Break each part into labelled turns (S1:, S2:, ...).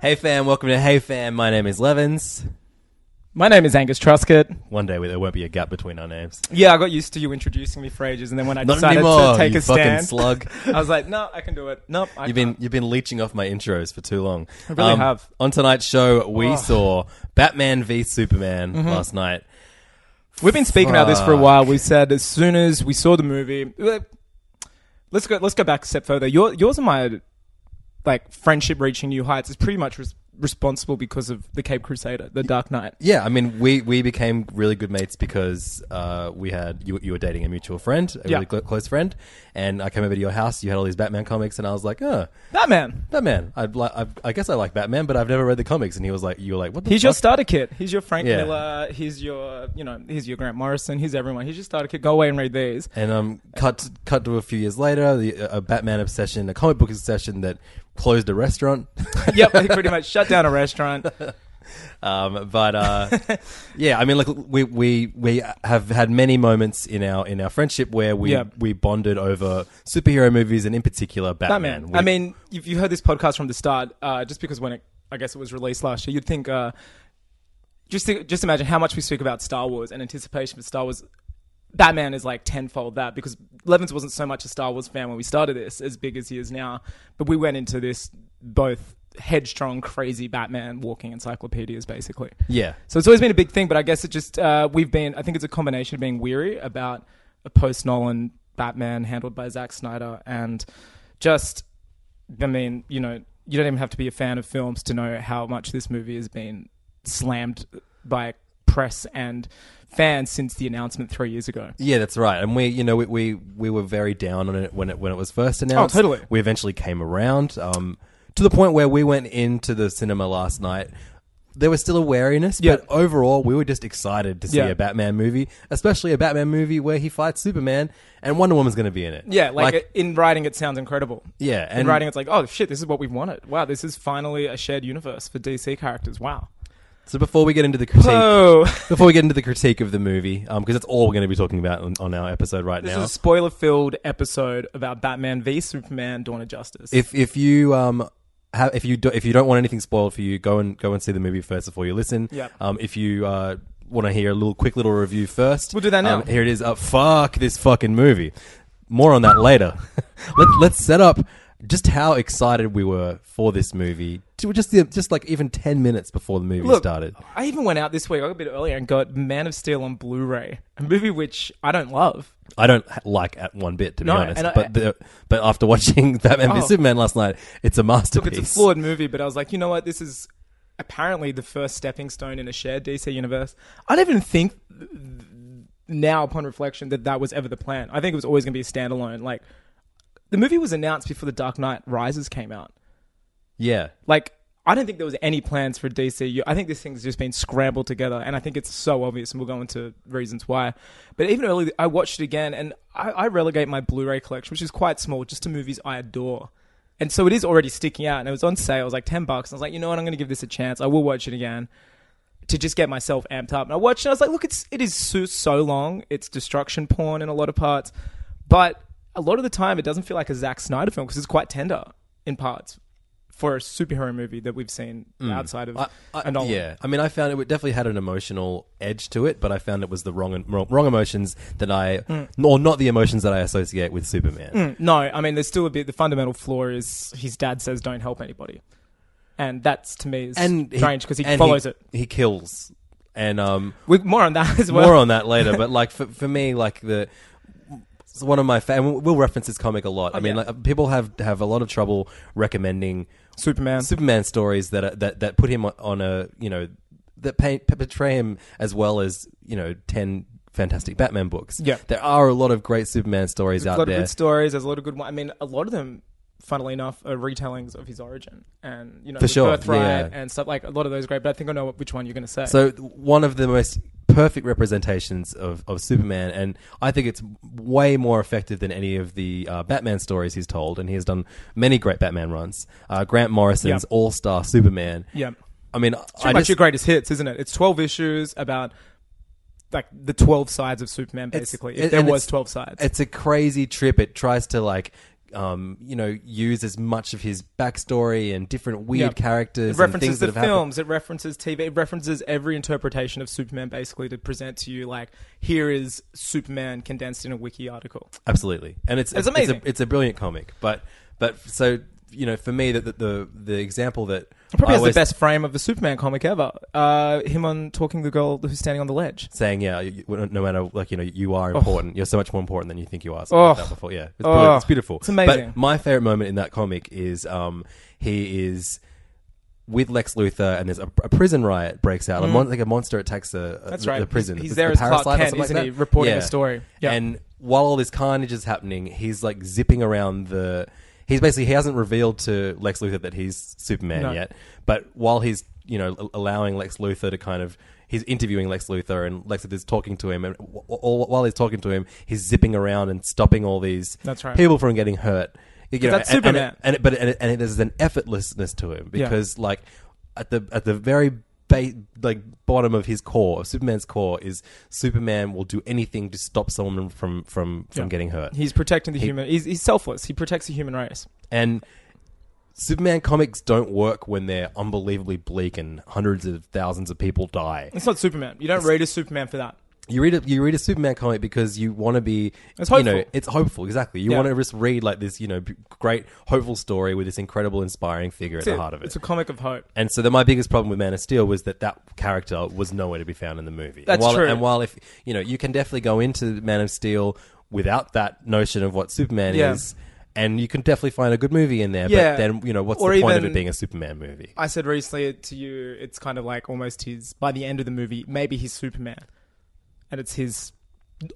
S1: Hey fam, welcome to Hey Fam. My name is Levins.
S2: My name is Angus Truscott.
S1: One day there won't be a gap between our names.
S2: Yeah, I got used to you introducing me for ages, and then when I
S1: Not
S2: decided
S1: anymore,
S2: to take
S1: you
S2: a
S1: fucking
S2: stand,
S1: slug.
S2: I was like, no, I can do it. Nope, I
S1: You've been you've been leeching off my intros for too long. I Oh.
S2: really have.
S1: On tonight's show, we saw Batman v Superman last night.
S2: can't." We've been speaking about this for a while. We said as soon as we saw the movie, uh, let's go. Let's go back a step further. Your, yours and my like friendship reaching new heights is pretty much res- responsible because of the Cape Crusader, the Dark Knight.
S1: Yeah, I mean, we, we became really good mates because uh, we had you, you were dating a mutual friend, a
S2: Yeah.
S1: really cl- close friend, and I came over to your house. You had all these Batman comics, and I was like, "Oh,
S2: Batman.
S1: Batman! I'd li- I've, I guess I like Batman, but I've never read the comics." And he was like, "You were like, what? The
S2: Here's your
S1: fuck?
S2: starter kit. Here's your Frank
S1: Yeah.
S2: Miller. Here's your you know. Here's your Grant Morrison. Here's everyone. Here's your starter kit. Go away and read these.
S1: And um, cut cut to a few years later, the, a Batman obsession, a comic book obsession that closed a restaurant.
S2: yep, they pretty much shut down a restaurant.
S1: um, but uh, yeah, I mean, look, we, we we have had many moments in our in our friendship where we
S2: Yeah.
S1: we bonded over superhero movies and in particular Batman.
S2: Batman.
S1: We-
S2: I mean, if you heard this podcast from the start, uh, just because when it, I guess it was released last year, you'd think, uh, just think, just imagine how much we speak about Star Wars and anticipation for Star Wars. Batman is like tenfold that because Levins wasn't so much a Star Wars fan when we started this, as big as he is now. But we went into this both headstrong, crazy Batman walking encyclopedias, basically.
S1: yeah,
S2: So it's always been a big thing, but I guess it just uh, we've been. I think it's a combination of being weary about a post Nolan Batman handled by Zack Snyder, and just I mean, you know, you don't even have to be a fan of films to know how much this movie has been slammed by press and fans since the announcement three years ago.
S1: yeah, that's right. And we, you know, we, we we were very down on it when it when it was first announced.
S2: Oh, totally.
S1: We eventually came around um, to the point where we went into the cinema last night. There was still a wariness,
S2: Yeah.
S1: but overall, we were just excited to see
S2: Yeah.
S1: a Batman movie, especially a Batman movie where he fights Superman and Wonder Woman's going to be in it.
S2: Yeah, like, in writing, it sounds incredible.
S1: Yeah,
S2: in
S1: and-
S2: writing, it's like, oh shit, this is what we wanted. Wow, this is finally a shared universe for DC characters. Wow.
S1: So before we get into the critique,
S2: Whoa.
S1: before we get into the critique of the movie, because that's all we're going to be talking about on, on our episode right
S2: This
S1: now.
S2: is a spoiler-filled episode about Batman v Superman: Dawn of Justice.
S1: if if you um have, if you do, if you don't want anything spoiled for you, go and go and see the movie first before you listen.
S2: Yep.
S1: Um, if you uh, want to hear a little quick little review first,
S2: We'll do that now.
S1: Um, here it is. Uh, fuck this fucking movie. More on that later. Let, let's set up just how excited we were for this movie. Ju- Just the, just like even ten minutes before the movie
S2: Look,
S1: started.
S2: I even went out this week, I got a bit earlier, and got Man of Steel on Blu-ray, a movie which I don't love.
S1: I don't ha- like at one bit to be
S2: No,
S1: honest.
S2: and I-
S1: but the, but after watching Batman v
S2: Oh.
S1: Superman last night, it's a
S2: Look,
S1: masterpiece.
S2: it's a flawed movie, but I was like, you know what? This is apparently the first stepping stone in a shared DC universe. I don't even think now, upon reflection, that that was ever the plan. I think it was always going to be a standalone. Like the movie was announced before The Dark Knight Rises came out.
S1: yeah,
S2: Like, I don't think there was any plans for DCU. I think this thing's just been scrambled together, and I think it's so obvious, and we'll go into reasons why. But even early, I watched it again, and I, I relegate my Blu-ray collection, which is quite small, just to movies I adore. And so it is already sticking out, and it was on sale. It was like ten bucks. I was like, you know what? I'm going to give this a chance. I will watch it again to just get myself amped up. And I watched it. And I was like, look, it's it is so, so long. It's destruction porn in a lot of parts, but a lot of the time, it doesn't feel like a Zack Snyder film because it's quite tender in parts for a superhero movie that we've seen outside of
S1: Mm. I, I,
S2: a Nolan.
S1: yeah, I mean, I found it definitely had an emotional edge to it, but I found it was the wrong wrong, wrong emotions that I,
S2: Mm.
S1: or not the emotions that I associate with Superman.
S2: No, I mean, there's still a bit. The fundamental flaw is his dad says, "Don't help anybody," and that's to me is
S1: And
S2: strange because he,
S1: and
S2: follows it.
S1: He kills, and um,
S2: We, more on that as well.
S1: more on that later. But like for, for me, like the it's one of my fa- and we'll reference this comic a lot. I mean,
S2: Oh, yeah.
S1: like, people have have a lot of trouble recommending
S2: Superman.
S1: Superman stories that are, that that put him on a you know that paint portray him as well as you know ten fantastic Batman books.
S2: Yeah.
S1: there are a lot of great Superman stories
S2: There's a
S1: out
S2: lot
S1: there.
S2: of good stories. There's a lot of good one. I mean, a lot of them, funnily enough, are retellings of his origin and you know
S1: For
S2: the
S1: sure,
S2: birthright
S1: yeah.
S2: and stuff like a lot of those are great. But I think I know which one you're going to say.
S1: So one of the most perfect representations of, of Superman, and I think it's way more effective than any of the uh, Batman stories he's told, and he has done many great Batman runs. Uh, Grant Morrison's
S2: Yeah.
S1: All Star Superman.
S2: yeah,
S1: I mean, I
S2: pretty much
S1: just,
S2: your greatest hits, isn't it? It's 12 issues about like the 12 sides of Superman, basically. If
S1: it-
S2: there
S1: and
S2: was
S1: it's-
S2: 12 sides.
S1: It's a crazy trip. It tries to like. Um, you know, use as much of his backstory and different weird
S2: Yeah.
S1: characters
S2: It
S1: and
S2: references
S1: things that
S2: the
S1: have happened.
S2: films. It references TV. It references every interpretation of Superman, basically, to present to you like here is Superman condensed in a wiki article.
S1: Absolutely, and it's
S2: It's
S1: it's amazing.
S2: amazing.
S1: It's a, brilliant comic, but but so you know, for me, that the, the the example that
S2: Probably
S1: I
S2: has the
S1: always-
S2: best frame of a Superman comic ever. Uh, him on talking to the girl who's standing on the ledge.
S1: saying, yeah, you, you- no matter like you know, you are important. You're so much more important than you think you are. Something like
S2: Oh.
S1: that before, yeah, it's,
S2: Oh.
S1: brilliant. it's beautiful.
S2: It's amazing.
S1: But my favorite moment in that comic is um, he is with Lex Luthor, and there's a, a prison riot breaks out. A mon- like a monster attacks a, a
S2: Mm. That's
S1: the-
S2: right.
S1: the prison.
S2: He's
S1: the-
S2: there
S1: the
S2: as Clark
S1: parasite or
S2: Kent,
S1: something like
S2: isn't he,
S1: that?
S2: reporting a
S1: Yeah.
S2: story. Yeah.
S1: and while all this carnage is happening, he's like zipping around the. He's basically he hasn't revealed to Lex Luthor that he's Superman
S2: No.
S1: yet, but while he's you know a- allowing Lex Luthor to kind of he's interviewing Lex Luthor and Lex Luthor's talking to him, and w- all, while he's talking to him, he's zipping around and stopping all these
S2: That's right.
S1: people from getting hurt. You know,
S2: that's
S1: and- and it-
S2: Superman.
S1: and it, but and, it, and it is an effortlessness to him
S2: Yeah.
S1: because like at the at the very ba- like bottom of his core, Superman's core is Superman will do anything to stop someone from from from
S2: Yeah.
S1: getting hurt.
S2: He's protecting the human. He's, he's selfless. He protects the human race.
S1: and Superman comics don't work when they're unbelievably bleak and hundreds of thousands of people die.
S2: It's not Superman. You don't read a Superman for that.
S1: You read a you read a Superman comic because you want to be
S2: It's
S1: you know
S2: hopeful.
S1: it's hopeful exactly. You
S2: Yeah.
S1: want to just read like this you know b- great hopeful story with this incredible inspiring figure at
S2: It's
S1: the heart of it.
S2: It's a comic of hope.
S1: And so, the, my biggest problem with Man of Steel was that that character was nowhere to be found in the movie.
S2: That's
S1: and while,
S2: true.
S1: And while if you know, you can definitely go into Man of Steel without that notion of what Superman
S2: Yeah.
S1: is, and you can definitely find a good movie in there.
S2: Yeah.
S1: But then, you know, what's
S2: Or
S1: the point of
S2: even-
S1: it being a Superman movie?
S2: I said recently to you, it's kind of like almost his. By the end of the movie, maybe he's Superman, and it's his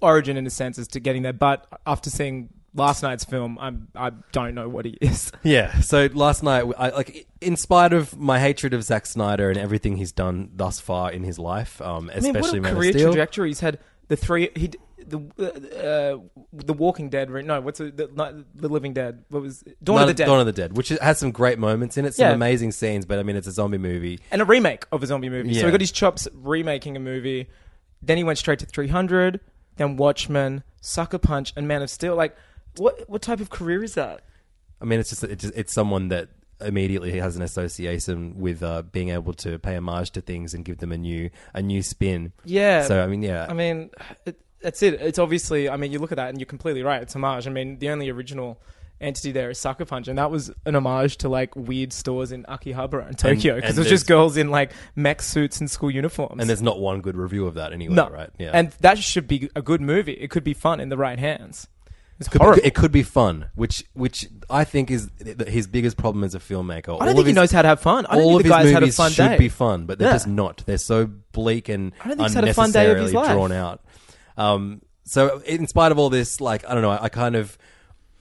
S2: origin in a sense as to getting there. But after seeing last night's film, I'm I don't know what he is.
S1: Yeah. So last night, I, like, in spite of my hatred of Zack Snyder and everything he's done thus far in his life, um,
S2: I mean,
S1: especially
S2: what a
S1: Man
S2: career
S1: of Steel,
S2: trajectory he's had. The three he d- the uh, the Walking Dead. re- No, what's it, the not, the Living Dead? What was Dawn of
S1: Dawn
S2: the Dead?
S1: Dawn of the Dead, which has some great moments in it, some
S2: Yeah.
S1: amazing scenes, but I mean, it's a zombie movie.
S2: and a remake of a zombie movie. So
S1: Yeah.
S2: he got his chops remaking a movie. Then he went straight to 300, then Watchmen, Sucker Punch, and Man of Steel. Like, what what type of career is that?
S1: I mean, it's just, it's just it's someone that immediately has an association with uh, being able to pay homage to things and give them a new a new spin.
S2: Yeah.
S1: So I mean, yeah.
S2: I mean, it, that's it. It's obviously. I mean, you look at that and you're completely right. It's homage. I mean, the only original entity there is Sucker Punch, and that was an homage to like weird stores in Akihabara and Tokyo because
S1: and
S2: it was just
S1: there's-
S2: girls in like mech suits and school uniforms.
S1: and there's not one good review of that anyway,
S2: no
S1: right? Yeah.
S2: and that should be a good movie. It could be fun in the right hands. It's
S1: Could-
S2: horrible.
S1: it could be fun, which which I think is th- th- his biggest problem as a filmmaker.
S2: I don't think he knows how to have fun. I don't
S1: all
S2: think
S1: of
S2: the
S1: his
S2: guy's had a
S1: movies
S2: fun
S1: should
S2: day.
S1: be fun, but they're
S2: Yeah.
S1: just not. They're so bleak and
S2: I don't think he's had
S1: unnecessarily
S2: a fun day of his life.
S1: drawn out. Um, so, in spite of all this, like I don't know, I, I kind of,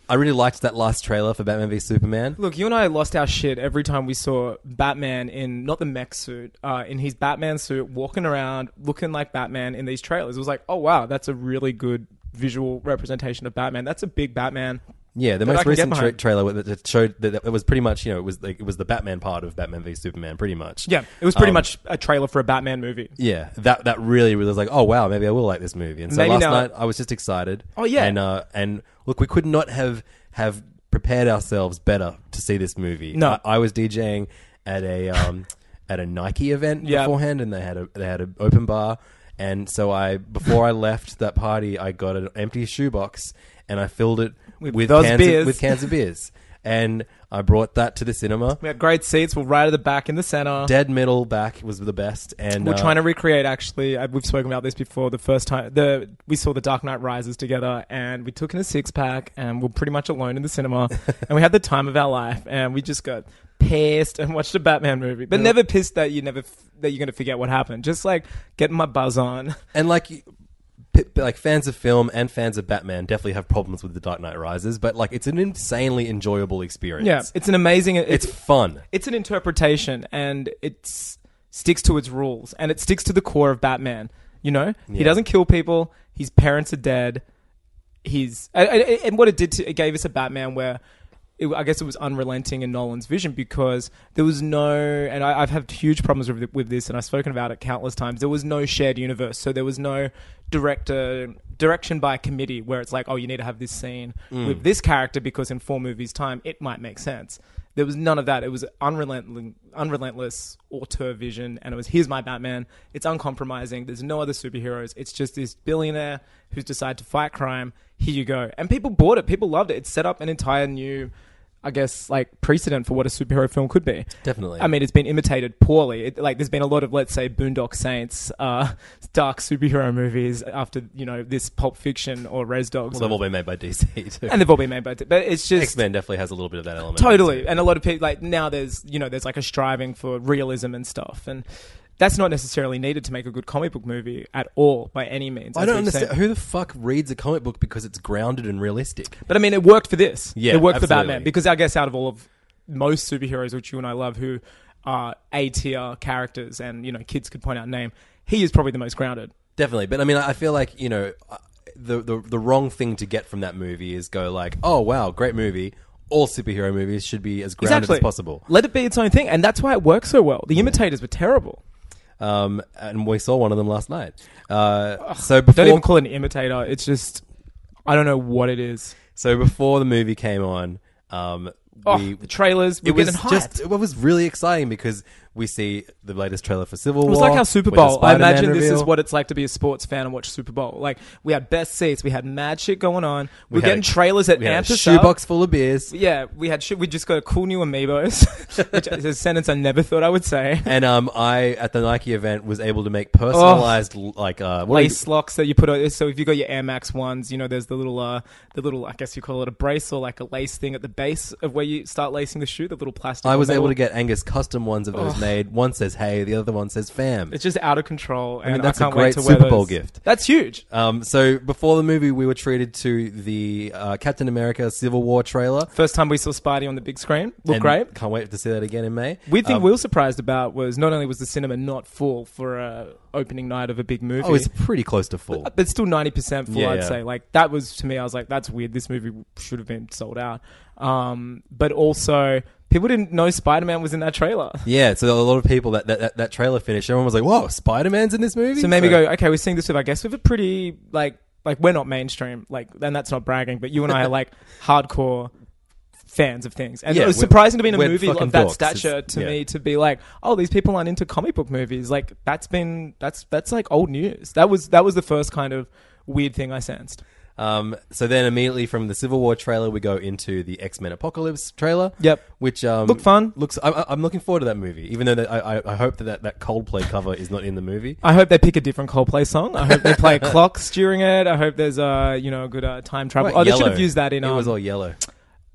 S1: I really liked that last trailer for Batman v Superman.
S2: Look, you and I lost our shit every time we saw Batman in not the mech suit, uh, in his Batman suit, walking around looking like Batman in these trailers. It was like, oh wow, that's a really good visual representation of Batman. That's a big Batman.
S1: Yeah, the
S2: that I
S1: most
S2: can get
S1: recent tra-
S2: behind.
S1: trailer that- that showed that that it was pretty much you know it was like it was the Batman part of Batman v Superman, pretty much.
S2: Yeah, it was pretty
S1: Um,
S2: much a trailer for a Batman movie.
S1: Yeah, that that really really was like, oh wow, maybe I will like this movie. And so
S2: Maybe
S1: last
S2: not.
S1: night I was just excited.
S2: Oh, yeah.
S1: and uh, and look, we could not have have prepared ourselves better to see this movie.
S2: No.
S1: I, I was DJing at a um, at a Nike event
S2: Yeah.
S1: beforehand, and they had a they had an open bar, and so I before I left that party, I got an empty shoebox and I filled it
S2: With
S1: with,
S2: those
S1: cans
S2: beers.
S1: Of, with cans of beers, and I brought that to the cinema.
S2: We had great seats. We're right at the back in the center.
S1: Dead middle back was the best, and
S2: We're
S1: uh,
S2: trying to recreate. Actually, uh, we've spoken about this before. The first time the we saw the Dark Knight Rises together, and we took in a six pack, and we're pretty much alone in the cinema, and we had the time of our life, and we just got pissed and watched a Batman movie, but never pissed that you never f- that you're gonna forget what happened. Just like getting my buzz on.
S1: and like you- p- like fans of film and fans of Batman definitely have problems with The Dark Knight Rises, but like it's an insanely enjoyable experience.
S2: Yeah, it's an amazing.
S1: it's fun.
S2: it's an interpretation and it sticks to its rules and it sticks to the core of Batman. You know, he
S1: Yeah.
S2: doesn't kill people. His parents are dead. He's and- and and what it did to it gave us a Batman where. It, I guess it was unrelenting in Nolan's vision because there was no, and I, I've had huge problems with, with this, and I've spoken about it countless times. There was no shared universe, so there was no director direction by committee where it's like, oh, you need to have this scene with this character because in four movies' time it might make sense. There was none of that. It was unrelenting, unrelentless auteur vision, and it was here's my Batman. It's uncompromising. There's no other superheroes. It's just this billionaire who's decided to fight crime. Here you go, and people bought it. People loved it. It set up an entire new, I guess, like precedent for what a superhero film could be.
S1: Definitely.
S2: I mean, it's been imitated poorly. It, like, there's been a lot of, let's say, Boondock Saints, uh, dark superhero movies after you know this Pulp Fiction or Res Dogs,
S1: Well, they've all been made by DC too.
S2: and they've all been made by. But it's just
S1: X Men definitely has a little bit of that element.
S2: Totally. And a lot of people, like, now there's, you know, there's like a striving for realism and stuff. And that's not necessarily needed to make a good comic book movie at all, by any means.
S1: I
S2: as
S1: don't
S2: we've seen.
S1: understand who the fuck reads a comic book because it's grounded and realistic.
S2: But I mean, it worked for this.
S1: Yeah,
S2: it worked for
S1: absolutely.
S2: Batman because I guess out of all of most superheroes, which you and I love, who are A tier characters, and you know, kids could point out name. He is probably the most grounded.
S1: Definitely, but I mean, I feel like you know, uh, the the, the wrong thing to get from that movie is go like, oh wow, great movie. All superhero movies should be as grounded as possible.
S2: Let it be its own thing, and that's why it works so well. The imitators were terrible.
S1: Um, and we saw one of them last night. Uh, so before
S2: Don't even call it an imitator. It's just, I don't know what it is.
S1: So before the movie came on, um,
S2: Oh,
S1: we,
S2: the trailers. We're
S1: it was
S2: getting hyped.
S1: just it was really exciting because we see the latest trailer for Civil War.
S2: It was like our Super
S1: with the
S2: Bowl. I
S1: Spider-Man
S2: imagine this is
S1: reveal.
S2: what it's like to be a sports fan and watch Super Bowl. Like we had best seats, we had mad shit going on. We are
S1: had
S2: getting
S1: a-
S2: trailers that
S1: we had
S2: amped
S1: a
S2: us up.
S1: shoebox full of beers.
S2: Yeah, we had shit. We just got a cool new amiibos, which is a sentence I never thought I would say.
S1: And um, I at the Nike event was able to make personalized like uh, what do you-
S2: Oh. Lace locks that you put on. So if you got your Air Max ones, you know there's the little, uh, the little I guess you call it a brace or like a lace thing at the base of where you start lacing the shoe. The little plastic.
S1: I
S2: or
S1: was able
S2: metal.
S1: to get Angus custom ones of those made. One says "Hey," the other one says "Fam."
S2: It's just out of control, and I,
S1: mean, that's a
S2: can't
S1: great
S2: wait to wear
S1: Super Bowl
S2: those.
S1: gift.
S2: That's huge.
S1: Um, so before the movie, we were treated to the uh, Captain America Civil War trailer.
S2: First time we saw Spidey on the big screen. Looked
S1: And
S2: great.
S1: Can't wait to see that again in May.
S2: Weird thing
S1: Um,
S2: we were surprised about was not only was the cinema not full for a opening night of a big movie,
S1: Oh, it's pretty close to full.
S2: but uh, still ninety percent full.
S1: Yeah,
S2: I'd
S1: yeah.
S2: say like that was to me. I was like, that's weird. This movie should have been sold out. Um, but also, people didn't know Spider Man was in that trailer.
S1: Yeah, so a lot of people that that, that, that trailer finished, everyone was like, "Whoa, Spider Man's in this movie!"
S2: So maybe go, okay, we're seeing this with I guess with a pretty like like we're not mainstream like, and that's not bragging, but you and I are like hardcore fans of things, and
S1: Yeah,
S2: it was
S1: we're-
S2: surprising to be in a
S1: we're
S2: movie
S1: fucking
S2: of that
S1: dorks.
S2: stature
S1: It's-
S2: to
S1: yeah.
S2: me to be like, oh, these people aren't into comic book movies. Like that's been that's that's like old news. That was that was the first kind of weird thing I sensed.
S1: Um, so then immediately from the Civil War trailer, we go into the X Men Apocalypse trailer.
S2: Yep.
S1: which um,
S2: Looked fun.
S1: Looks, I- I, I'm looking forward to that movie. Even though that, I, I- I hope that, that that Coldplay cover is not in the movie.
S2: I hope they pick a different Coldplay song. I hope they play clocks during it. I hope there's uh, you know a good uh, time travel.
S1: Right,
S2: oh, they should
S1: yellow.
S2: have used that in
S1: It
S2: um,
S1: was all yellow.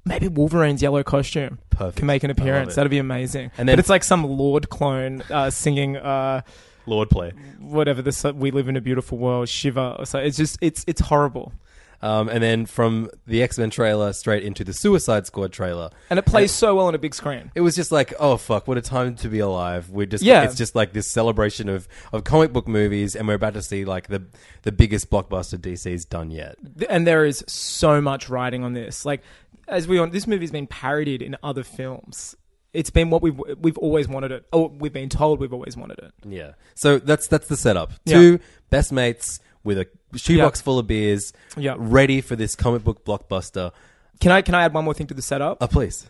S2: maybe Wolverine's yellow costume
S1: Perfect.
S2: can make an
S1: I love
S2: appearance.
S1: it.
S2: That'd be amazing.
S1: And
S2: but
S1: then-
S2: it's like some Lord clone uh, singing uh,
S1: Lord play.
S2: whatever the so- "We Live in a Beautiful World" Shiva. So it's just it's it's horrible,
S1: Um, and then from the X Men trailer straight into the Suicide Squad trailer.
S2: and it plays so well on a big screen.
S1: It was just like, oh fuck, what a time to be alive. We're just
S2: Yeah.
S1: it's just like this celebration of, of comic book movies and we're about to see like the the biggest blockbuster DC's done yet.
S2: Th- and there is so much writing on this. Like as we on this movie's been parodied in other films. It's been what we've we've always wanted it. Oh, we've been told we've always wanted it.
S1: Yeah. So that's that's the setup.
S2: Yeah.
S1: Two best mates with a shoebox
S2: Yeah.
S1: full of beers,
S2: Yeah.
S1: ready for this comic book blockbuster.
S2: Can I can I add one more thing to the setup?
S1: Oh, please.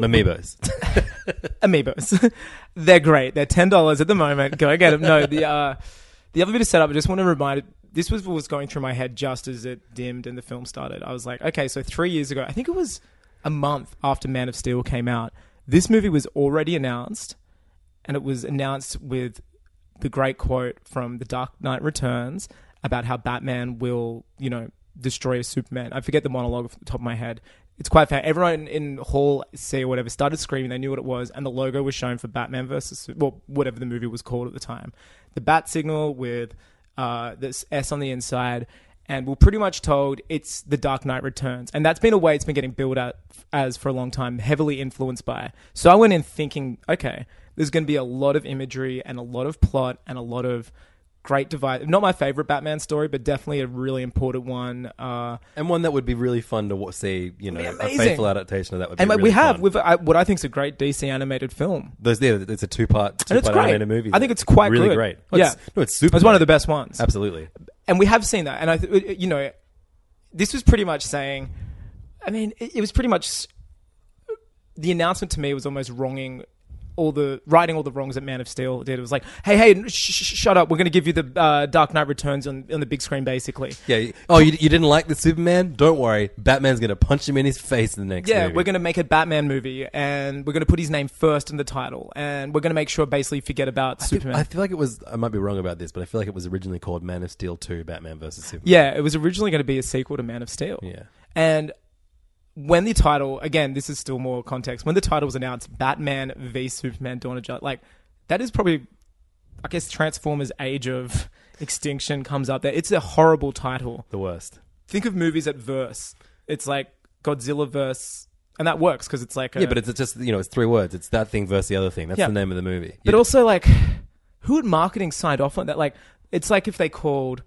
S1: Amiibos.
S2: Amiibos. They're great. They're ten dollars at the moment. Go get them. No, the uh, the other bit of setup. I just want to remind. This was what was going through my head just as it dimmed and the film started. I was like, okay, so three years ago, I think it was a month after Man of Steel came out. This movie was already announced, and it was announced with the great quote from The Dark Knight Returns about how Batman will, you know, destroy Superman. I forget the monologue off the top of my head. It's quite fair. Everyone in Hall C or whatever started screaming. They knew what it was, and the logo was shown for Batman versus Su- well, whatever the movie was called at the time. The bat signal with uh, this S on the inside, and we're pretty much told it's the Dark Knight Returns, and that's been a way it's been getting built out as for a long time, heavily influenced by. So I went in thinking, okay, there's going to be a lot of imagery and a lot of plot and a lot of great device. Not my favorite Batman story, but definitely a really important one. Uh,
S1: and one that would be really fun to wa- see, you know,
S2: It'd be
S1: a
S2: amazing.
S1: faithful adaptation of that would be
S2: and like
S1: really
S2: we have
S1: fun.
S2: with uh, what I think is a great DC animated film.
S1: Those, yeah, it's a two part two
S2: And it's
S1: part
S2: great.
S1: animated movie.
S2: I think it's quite
S1: really
S2: good.
S1: great.
S2: Yeah.
S1: it's, no, it's super.
S2: It's one of
S1: great.
S2: the best ones.
S1: Absolutely.
S2: and we have seen that. And I, th- uh, you know, this was pretty much saying, I mean, it, it was pretty much s- the announcement to me was almost wronging all the righting all the wrongs that Man of Steel did. It was like, hey, hey, sh- sh- sh- shut up. We're going to give you the uh, Dark Knight Returns on, on the big screen, basically.
S1: Yeah. Oh, you, you didn't like the Superman? Don't worry. Batman's gonna punch him in his face in the next.
S2: Yeah,
S1: movie.
S2: we're going to make a Batman movie, and we're going to put his name first in the title, and we're going to make sure basically forget about
S1: I feel-
S2: Superman.
S1: I feel like it was. I might be wrong about this, but I feel like it was originally called Man of Steel Two: Batman versus Superman.
S2: Yeah, it was originally going to be a sequel to Man of Steel.
S1: Yeah.
S2: And when the title, again, this is still more context. When the title was announced, Batman v Superman: Dawn of Justice, like that is probably, I guess, Transformers: Age of Extinction comes up there. It's a horrible title.
S1: The worst.
S2: Think of movies at verse. It's like Godzilla verse, and that works because it's like a,
S1: Yeah, but it's, it's just you know it's three words. It's that thing versus the other thing. That's
S2: Yeah.
S1: the name of the movie.
S2: But
S1: Yeah.
S2: also, like, who at marketing signed off on that? Like, it's like if they called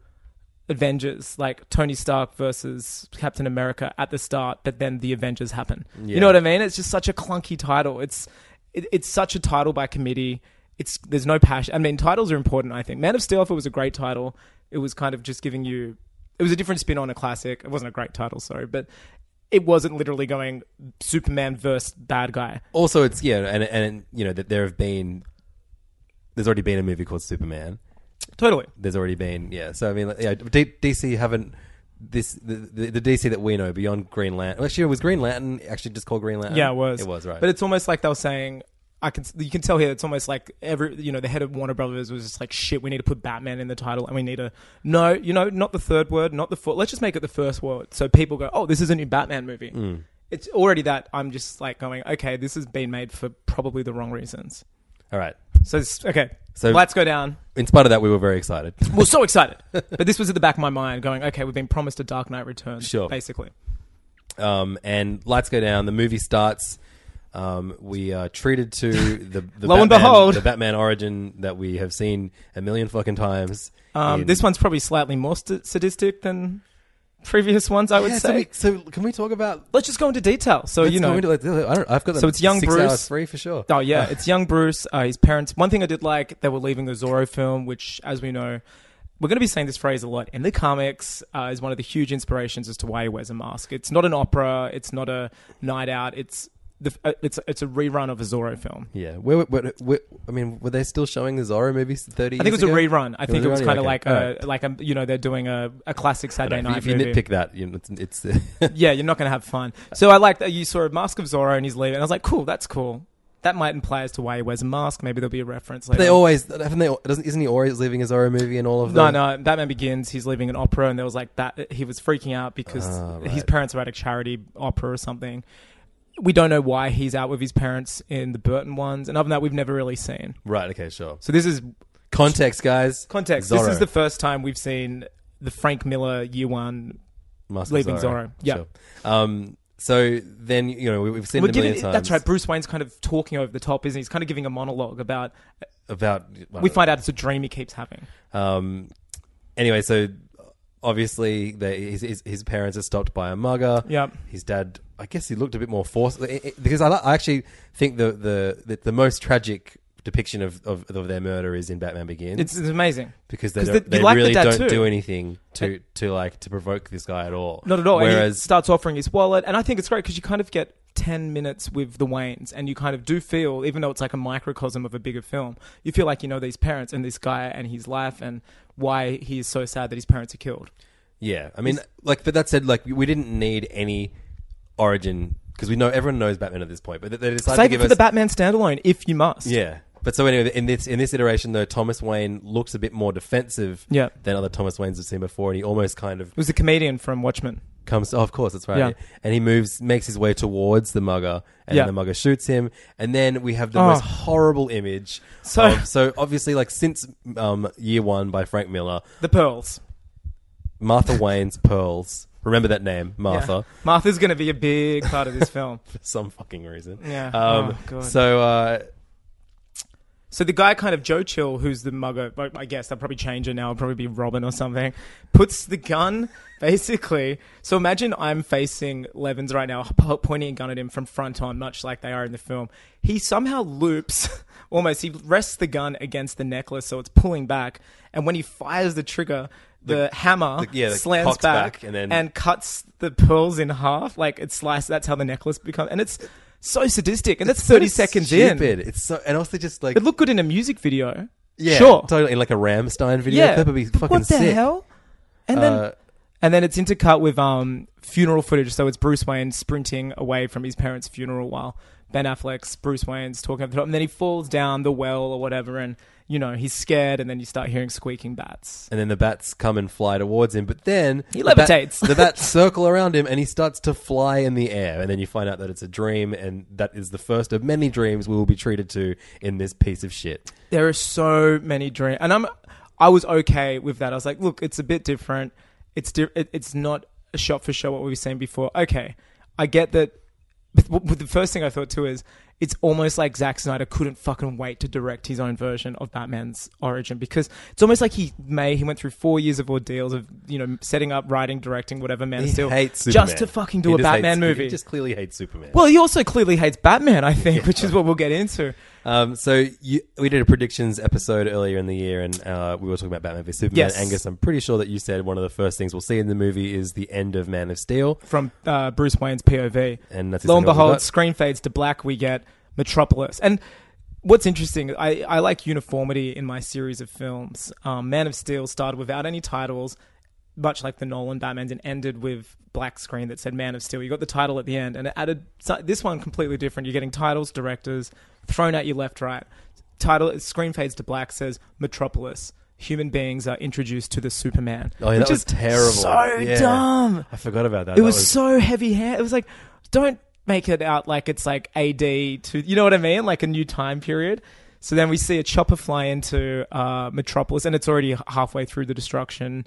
S2: Avengers, like Tony Stark versus Captain America at the start, but then the Avengers happen. You
S1: Yeah.
S2: know what I mean? It's just such a clunky title. It's it, it's such a title by committee. It's there's no passion. I mean, titles are important. I think Man of Steel, if it was a great title, it was kind of just giving you. It was a different spin on a classic. It wasn't a great title, sorry, but it wasn't literally going Superman versus bad guy.
S1: also it's yeah, and and you know that there have been. There's already been a movie called Superman.
S2: Totally.
S1: There's already been yeah. So I mean like, yeah, D- DC haven't this the, the, the DC that we know beyond Green Lantern. Actually, was Green Lantern actually just called Green Lantern?
S2: Yeah, it was.
S1: It was right.
S2: But it's almost like they were saying, I can. You can tell here. It's almost like every. You know, the head of Warner Brothers was just like, shit. We need to put Batman in the title, and we need to. No, you know, not the third word, not the fourth. Let's just make it the first word, so people go, oh, this is a new Batman movie.
S1: Mm.
S2: It's already that. I'm just like going, okay, this has been made for probably the wrong reasons.
S1: all right.
S2: So it's, okay,
S1: So-
S2: so lights go down.
S1: In spite of that, we were very excited.
S2: We're so excited, but this was at the back of my mind, going, okay, we've been promised a Dark Knight Returns,
S1: Sure.
S2: basically.
S1: um, and lights go down. The movie starts. Um, we are treated to the, the
S2: Lo
S1: Batman,
S2: and behold.
S1: the Batman origin that we have seen a million fucking times.
S2: Um,
S1: in-
S2: this one's probably slightly more st- sadistic than previous ones, I would
S1: Yeah,
S2: say.
S1: so, we- so can we talk about?
S2: let's just go into detail. So
S1: let's
S2: you know,
S1: go into, like, the- I don't, I've got
S2: So
S1: them
S2: it's young
S1: six
S2: Bruce.
S1: hours free for sure.
S2: oh yeah, it's young Bruce. Uh, his parents. One thing I did like, they were leaving the Zorro film, which, as we know, we're going to be saying this phrase a lot in the comics. Uh, is one of the huge inspirations as to why he wears a mask. It's not an opera. It's not a night out. It's the, uh, it's it's a rerun of a Zorro film.
S1: Yeah, where, where, where, I mean, were they still showing the Zorro movies thirty?
S2: I think it
S1: years
S2: was a
S1: ago?
S2: rerun. I think it was
S1: rerun?
S2: kind of
S1: Okay.
S2: like
S1: All
S2: a,
S1: right.
S2: like a, you know they're doing a, a classic Saturday
S1: If you-
S2: night
S1: if you
S2: movie.
S1: nitpick that, you know, it's, it's
S2: yeah, you're not going to have fun. So I like that you saw a mask of Zorro and he's leaving. I was like, cool, that's cool. That might imply as to why he wears a mask. Maybe there'll be a reference later.
S1: they always haven't they? Doesn't isn't he always leaving a Zorro movie and all of
S2: no,
S1: them?
S2: no. Batman Begins. He's leaving an opera, and there was like that. He was freaking out because
S1: Ah, right.
S2: his parents were at a charity opera or something. We don't know why he's out with his parents in the Burton ones, and other than that, we've never really seen.
S1: Right. Okay. Sure.
S2: So this is
S1: Context, guys.
S2: context.
S1: Zorro.
S2: This is the first time we've seen the Frank Miller Year One.
S1: Mask of
S2: Leaving Zorro. Yeah.
S1: Sure. Um, so then you know we- we've seen
S2: We're
S1: it a million
S2: giving-
S1: times.
S2: that's right. Bruce Wayne's kind of talking over the top, isn't he? He's kind of giving a monologue about.
S1: About
S2: We find out it's a dream he keeps having.
S1: Um, anyway, so obviously they, his, his his parents are stopped by a mugger.
S2: Yep.
S1: His dad, eh, I guess he looked a bit more forceful because I, li- I actually think the the the, the most tragic depiction of, of, of their murder is in Batman Begins.
S2: It's, it's amazing.
S1: because they,
S2: 'Cause
S1: don't,
S2: the-
S1: they
S2: you like the
S1: really don't
S2: tattoo.
S1: do anything to, to like to provoke this guy at all.
S2: Not at all. and he
S1: Whereas
S2: starts offering his wallet, and I think it's great because you kind of get ten minutes with the Waynes, and you kind of do feel, even though it's like a microcosm of a bigger film, you feel like you know these parents and this guy and his life and why he is so sad that his parents are killed.
S1: yeah, I mean, like, but that said, like, we didn't need any origin because we know everyone knows Batman at this point. But they- they decided to
S2: Save it
S1: give
S2: for
S1: us
S2: the Batman standalone, if you must.
S1: Yeah. But so anyway, in this in this iteration though, Thomas Wayne looks a bit more defensive
S2: Yeah.
S1: than other Thomas Waynes we've seen before, and he almost kind of
S2: It was the comedian from Watchmen.
S1: comes. Oh, of course, that's right.
S2: Yeah.
S1: And he moves, makes his way towards the mugger, and
S2: Yeah.
S1: the mugger shoots him. And then we have the
S2: Oh.
S1: most horrible image.
S2: So-
S1: of- so obviously, like since um, year one by Frank Miller,
S2: The Pearls.
S1: Martha Wayne's pearls. Remember that name, Martha.
S2: Yeah. Martha's going to be a big part of this film.
S1: For some fucking reason.
S2: Yeah.
S1: Um,
S2: Oh, God.
S1: So uh,
S2: So the guy kind of Joe Chill, who's the mugger, I- I guess I'll probably change it now. I'll probably be Robin or something. Puts the gun basically. So imagine I'm facing Levins right now, po- pointing a gun at him from front on, much like they are in the film. He somehow loops almost. He rests the gun against the necklace, so it's pulling back. And when he fires the trigger, the, hammer
S1: the- yeah, the
S2: slams
S1: cocks
S2: back,
S1: back and then-
S2: and cuts the pearls in half. Like it's sliced. That's how the necklace becomes. And it's so sadistic. And that's thirty seconds in.
S1: stupid. It's so, and also just like
S2: It looked good in a music video.
S1: Yeah,
S2: sure.
S1: Totally, in like a Ramstein video clip would be
S2: but
S1: fucking
S2: what the
S1: sick.
S2: hell? And then,
S1: Uh,
S2: and then it's intercut with um funeral footage. So it's Bruce Wayne sprinting away from his parents' funeral while Ben Affleck's Bruce Wayne's talking at the top, and then he falls down the well or whatever, and you know he's scared, and then you start hearing squeaking bats.
S1: And then the bats come and fly towards him, but then
S2: He
S1: the bat-
S2: levitates.
S1: the bats circle around him, and he starts to fly in the air. And then you find out that it's a dream, and that is the first of many dreams we will be treated to in this piece of shit.
S2: There are so many dreams, and I'm I was okay with that. I was like, look, it's a bit different. It's di- it, it's not a shot for show what we've seen before. Okay, I get that. But w- but the first thing I thought too is it's almost like Zack Snyder couldn't fucking wait to direct his own version of Batman's origin because it's almost like he may he went through four years of ordeals of you know setting up, writing, directing, whatever Man
S1: He
S2: of Steel,
S1: hates Superman.
S2: just to fucking do
S1: He
S2: a
S1: just
S2: Batman
S1: hates-
S2: movie.
S1: He just clearly hates Superman.
S2: well, he also clearly hates Batman, I think, which is what we'll get into.
S1: Um, so you, we did a predictions episode earlier in the year, and uh, we were talking about Batman v Superman.
S2: Yes.
S1: Angus, I'm pretty sure that you said one of the first things we'll see in the movie is the end of Man of Steel,
S2: from uh, Bruce Wayne's POV.
S1: And that's exactly
S2: lo and
S1: what we
S2: behold,
S1: got.
S2: screen fades to black. We get Metropolis. And what's interesting, I, I like uniformity in my series of films. Um, Man of Steel started without any titles, much like the Nolan Batmans, and ended with black screen that said Man of Steel. You got the title at the end, and it added so- this one completely different. You're getting titles, directors thrown at you left, right. Title screen fades to black says Metropolis. Human beings are introduced to the Superman.
S1: Oh, yeah,
S2: which
S1: that was
S2: is
S1: terrible.
S2: So
S1: Yeah.
S2: dumb.
S1: I forgot about that.
S2: It
S1: That
S2: was, so heavy hand. It was like, don't make it out like it's like AD to, you know what I mean? Like a new time period. So then we see a chopper fly into uh, Metropolis, and it's already h- halfway through the destruction.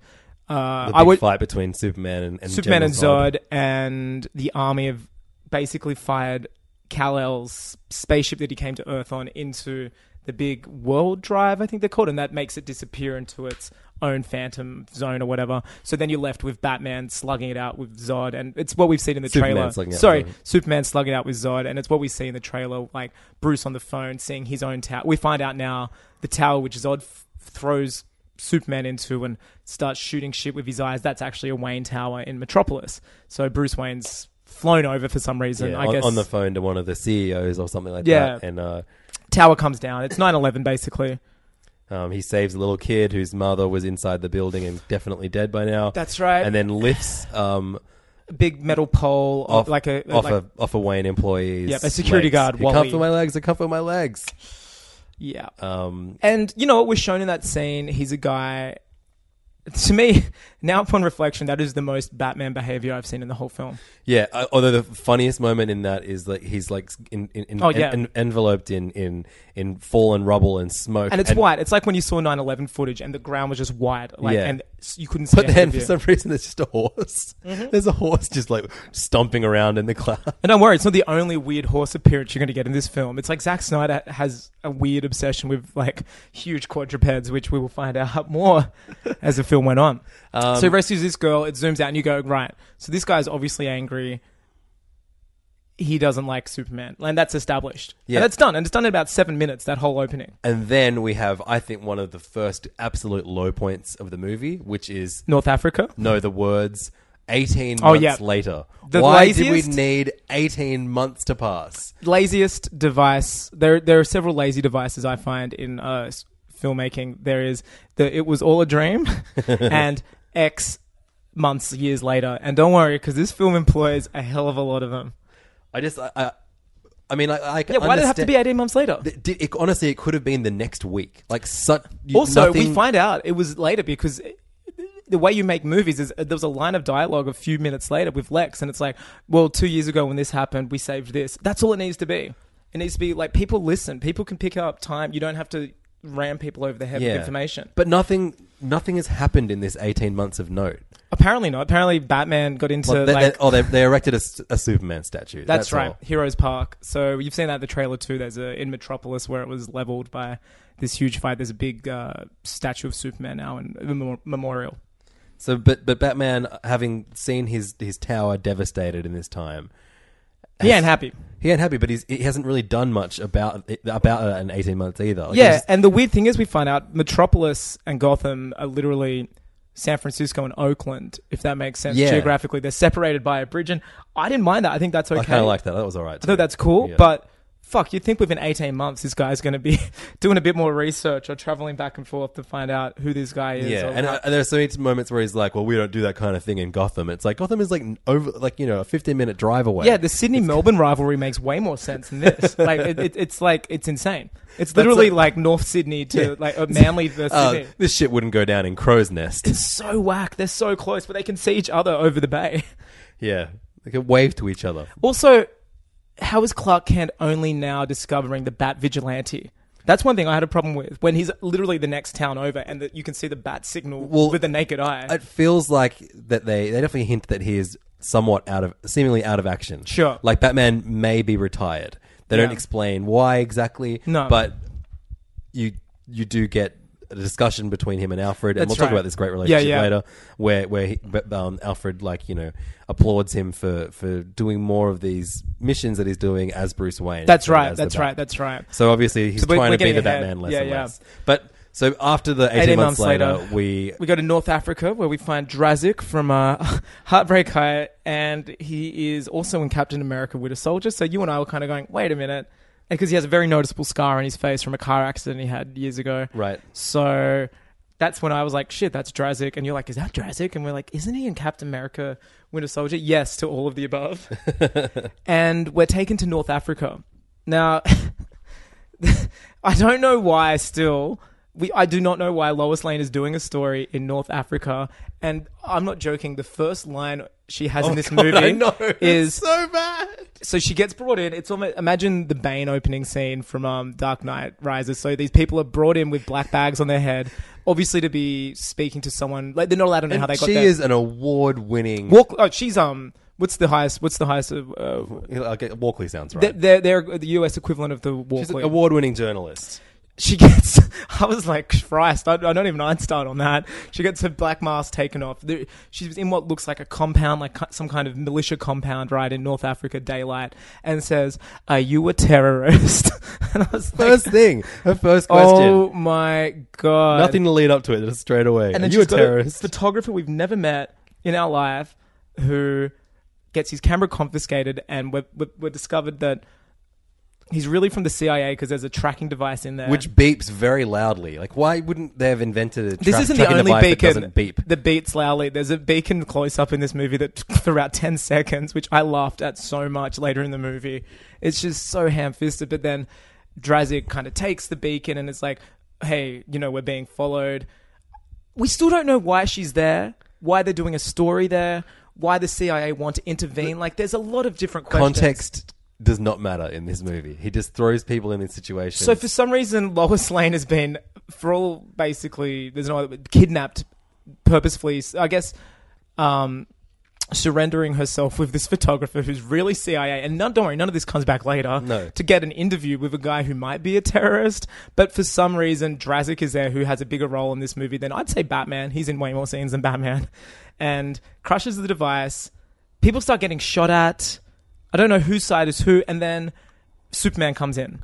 S2: Uh,
S1: the big
S2: I would
S1: fight between Superman and, and
S2: Superman and
S1: General
S2: Zod and the army of basically fired Kal El's spaceship that he came to Earth on into the big world drive, I think they're called, and that makes it disappear into its own phantom zone or whatever. So then you're left with Batman slugging it out with Zod, and it's what we've seen in the
S1: Superman
S2: trailer.
S1: slugging it out
S2: Sorry,
S1: with Zod.
S2: Superman slugging it out with Zod, and it's what we see in the trailer, like Bruce on the phone seeing his own tower. We find out now the tower which Zod f- throws Superman into and starts shooting shit with his eyes. That's actually a Wayne Tower in Metropolis. So Bruce Wayne's flown over for some reason.
S1: Yeah,
S2: I
S1: on,
S2: guess
S1: on the phone to one of the CEOs or something like
S2: Yeah.
S1: that, and uh,
S2: tower comes down. It's 9-11 basically.
S1: um, he saves a little kid whose mother was inside the building and definitely dead by now.
S2: That's right.
S1: And then lifts um,
S2: A big metal pole, or
S1: off
S2: Oh, like a
S1: off
S2: like,
S1: a off a Wayne employees.
S2: Yep, a security guard,
S1: I
S2: Wally.
S1: can't feel my legs. I can't feel my legs.
S2: yeah.
S1: Um,
S2: And you know what was shown in that scene? He's a guy. To me, now upon reflection, that is the most Batman behavior I've seen in the whole film.
S1: yeah. Uh, although the funniest moment in that is like he's like in, in, in,
S2: Oh, yeah.
S1: en- enveloped in, in in fallen rubble and smoke,
S2: And it's white. It's like when you saw 9-11 footage and the ground was just white, like,
S1: Yeah.
S2: and you couldn't see.
S1: But
S2: ahead
S1: then
S2: of
S1: for
S2: you.
S1: some reason, there's just a horse.
S2: Mm-hmm.
S1: There's a horse just like stomping around in the cloud.
S2: And don't worry, it's not the only weird horse appearance you're going to get in this film. It's like Zack Snyder has a weird obsession with like huge quadrupeds, which we will find out more as the film went on.
S1: Um,
S2: so he rescues this girl. It zooms out, and you go right. So this guy's obviously angry. he doesn't like Superman, and that's established.
S1: Yeah.
S2: and that's done, and it's done in about seven minutes. That whole opening.
S1: And then we have, I think, one of the first absolute low points of the movie, which is
S2: North Africa.
S1: no, the words 18
S2: Oh,
S1: months
S2: yeah.
S1: later.
S2: The
S1: Why did
S2: laziest-
S1: we need 18 months to pass?
S2: laziest device. There, there are several lazy devices I find in uh, s- filmmaking. There is the "It was all a dream," and X months, years later. And don't worry, because this film employs a hell of a lot of them.
S1: I just, I, I, I mean, I, I
S2: Yeah, why did it have to be
S1: understand-
S2: eighteen months later?
S1: Th- did- it- honestly, it could have been the next week. Like, such. you-
S2: also, we
S1: nothing-
S2: find out it was later because. The way you make movies is uh, there was a line of dialogue a few minutes later with Lex, and it's like, well, two years ago when this happened, we saved this. That's all it needs to be. It needs to be like people listen, people can pick up time. You don't have to ram people over the head with information.
S1: But nothing, nothing has happened in this 18 months of note.
S2: Apparently not. Apparently Batman got into
S1: Like, they,
S2: like
S1: they, oh, they, they erected a, s- a Superman statue.
S2: that's,
S1: That's,
S2: right,
S1: all.
S2: Heroes Park. So you've seen that in the trailer too. There's a in Metropolis where it was leveled by this huge fight. There's a big uh, statue of Superman now and a memo- memorial.
S1: So, but but Batman, having seen his his tower devastated in this time,
S2: Yeah, and happy.
S1: he ain't happy. But he's, he hasn't really done much about it- about that in eighteen months either. Like,
S2: yeah,
S1: it's-
S2: and the weird thing is we find out Metropolis and Gotham are literally San Francisco and Oakland, if that makes sense
S1: Yeah.
S2: geographically. They're separated by a bridge, and I didn't mind that. I think that's okay.
S1: I kind of liked that. That was all right.
S2: I thought
S1: too.
S2: that's cool,
S1: Yeah.
S2: but fuck, you'd think within 18 months this guy's going to be doing a bit more research or traveling back and forth to find out who this guy is.
S1: yeah,
S2: or
S1: and, uh,
S2: what-
S1: I, and there are so many moments where he's like, "Well, we don't do that kind of thing in Gotham." It's like Gotham is like n- over, like you know, a fifteen minute drive away.
S2: yeah, the Sydney Melbourne rivalry makes way more sense than this. like, it, it, it's like, it's insane. It's literally
S1: a-
S2: like North Sydney to like uh, Manly versus
S1: Uh,
S2: Sydney.
S1: this shit wouldn't go down in Crow's Nest.
S2: So whack. They're so close, but they can see each other over the bay.
S1: yeah, they could wave to each other.
S2: Also, how is Clark Kent only now discovering the Bat Vigilante? That's one thing I had a problem with when he's literally the next town over, and that you can see the bat signal
S1: Well,
S2: with the naked eye.
S1: It feels like that they they definitely hint that he is somewhat out of seemingly out of action.
S2: Sure.
S1: like Batman may be retired. They don't
S2: Yeah.
S1: explain why exactly.
S2: No.
S1: but you you do get a discussion between him and Alfred, and
S2: That's
S1: we'll talk
S2: right.
S1: about this great relationship
S2: yeah.
S1: later, where where he, but, um, Alfred like you know applauds him for for doing more of these missions that he's doing as Bruce Wayne.
S2: That's
S1: instead of
S2: right.
S1: as the
S2: That's
S1: Bat-
S2: right. That's right.
S1: So obviously he's
S2: So we're-
S1: trying
S2: we're
S1: to be
S2: getting
S1: the
S2: ahead.
S1: Batman less
S2: Yeah,
S1: and
S2: yeah.
S1: less. But so after the eighteen,
S2: 18
S1: months,
S2: months later,
S1: later, we
S2: We go to North Africa where we find Drazik from uh, Heartbreak High, and he is also in Captain America Winter Soldier. So you and I were kind of going, wait a minute, because he has a very noticeable scar on his face from a car accident he had years ago.
S1: right.
S2: So that's when I was like, shit, that's Drazik. And you're like, is that Drazik? And we're like, isn't he in Captain America Winter Soldier? Yes, to all of the above. and we're taken to North Africa. Now, I don't know why still. We, I do not know why Lois Lane is doing a story in North Africa, and I'm not joking. The first line she has in this movie
S1: Oh I know. It's
S2: is
S1: so bad.
S2: so she gets brought in. It's almost imagine the Bane opening scene from um, Dark Knight Rises. So these people are brought in with black bags on their head, obviously to be speaking to someone. Like they're not allowed to know how they got
S1: she
S2: there.
S1: is an award-winning.
S2: Walk. Oh, she's um. What's the highest? What's the highest? Of, uh,
S1: Okay, Walkley sounds right.
S2: they're, they're they're the U.S. equivalent of the
S1: She's an
S2: Walkley.
S1: award-winning journalist.
S2: she gets. I was like, Christ! I, I don't even Einstein on that. She gets her black mask taken off. The, she's in what looks like a compound, like cu- some kind of militia compound, right in North Africa, daylight, and says, "Are you a terrorist?" and I was like,
S1: First thing, her first
S2: "Oh
S1: question.
S2: my god!"
S1: Nothing to lead up to it. Just straight away.
S2: And
S1: And
S2: then
S1: you a
S2: she's got
S1: terrorist?
S2: photographer we've never met in our life who gets his camera confiscated, and we're, we're, we're discovered that. He's really from the CIA because there's a tracking device in there.
S1: Which beeps very loudly. Like, why wouldn't they have invented a? Tra-
S2: This isn't the
S1: tracking
S2: only
S1: device that
S2: beacon.
S1: doesn't beep.
S2: The beats loudly. There's a beacon close up in this movie that throughout ten seconds, which I laughed at so much later in the movie. It's just so ham fisted. But then Drazik kind of takes the beacon and it's like, hey, you know, we're being followed. We still don't know why she's there, why they're doing a story there, why the CIA want to intervene. Like, there's a lot of different questions.
S1: Context does not matter in this movie. He just throws people in these situations.
S2: So for some reason, Lois Lane has been, for all basically, there's no other, kidnapped purposefully. I guess um, surrendering herself with this photographer who's really CIA. And none, don't worry, none of this comes back later.
S1: No.
S2: To get an interview with a guy who might be a terrorist, but for some reason, Drazik is there, who has a bigger role in this movie than I'd say Batman. He's in way more scenes than Batman, and crushes the device. People start getting shot at. I don't know whose side is who, and then Superman comes in.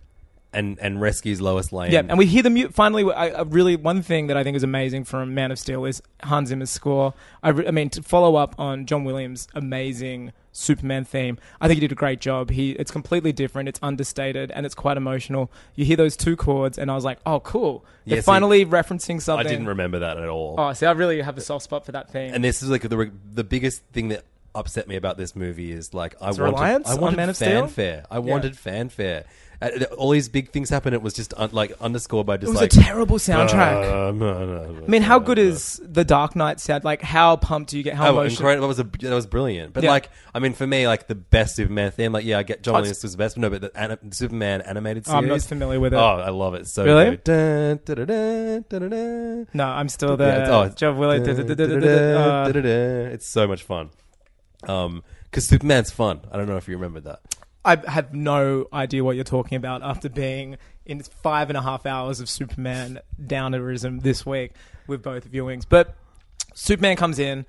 S1: and and rescues Lois Lane.
S2: Yeah, and we hear the mute. Finally, I, I really one thing that I think is amazing from Man of Steel is Hans Zimmer's score. I, re- I mean, to follow up on John Williams' amazing Superman theme, I think he did a great job. He it's completely different, it's understated, and it's quite emotional. You hear those two chords, and I was like, oh, cool! They're
S1: Yeah, see,
S2: finally referencing
S1: I
S2: something.
S1: didn't remember that at all.
S2: Oh, see, I really have a soft spot for that theme.
S1: and this is like the the biggest thing that upset me about this movie is like I wanted
S2: reliance
S1: I
S2: on
S1: wanted
S2: Man of Steel?
S1: fanfare. I wanted fanfare. Uh, th- all these big things happened. It was just un- like underscored by just
S2: it was
S1: like uh,
S2: a terrible soundtrack.
S1: I
S2: I mean, how good is the Dark Knight sound? Like, how pumped do you get? How
S1: Oh,
S2: emotional?
S1: incredible! That was a that was brilliant. But
S2: Yeah.
S1: like, I mean, for me, like the best Superman theme. Like, yeah, I get John
S2: Oh, it's-
S1: Williams was the best. But no, but the anim- Superman animated series.
S2: I'm not familiar with it.
S1: Oh, I love it so.
S2: Really?
S1: good. Dun, da-da-da, da-da-da.
S2: No, I'm still
S1: Yeah,
S2: there.
S1: it's- oh, it's-
S2: John Williams.
S1: da- da- da- da-
S2: uh,
S1: da- da- da. It's so much fun. Um, because Superman's fun. I don't know if you remember that.
S2: I have no idea what you're talking about after being in five and a half hours of Superman downerism this week with both viewings. But Superman comes in,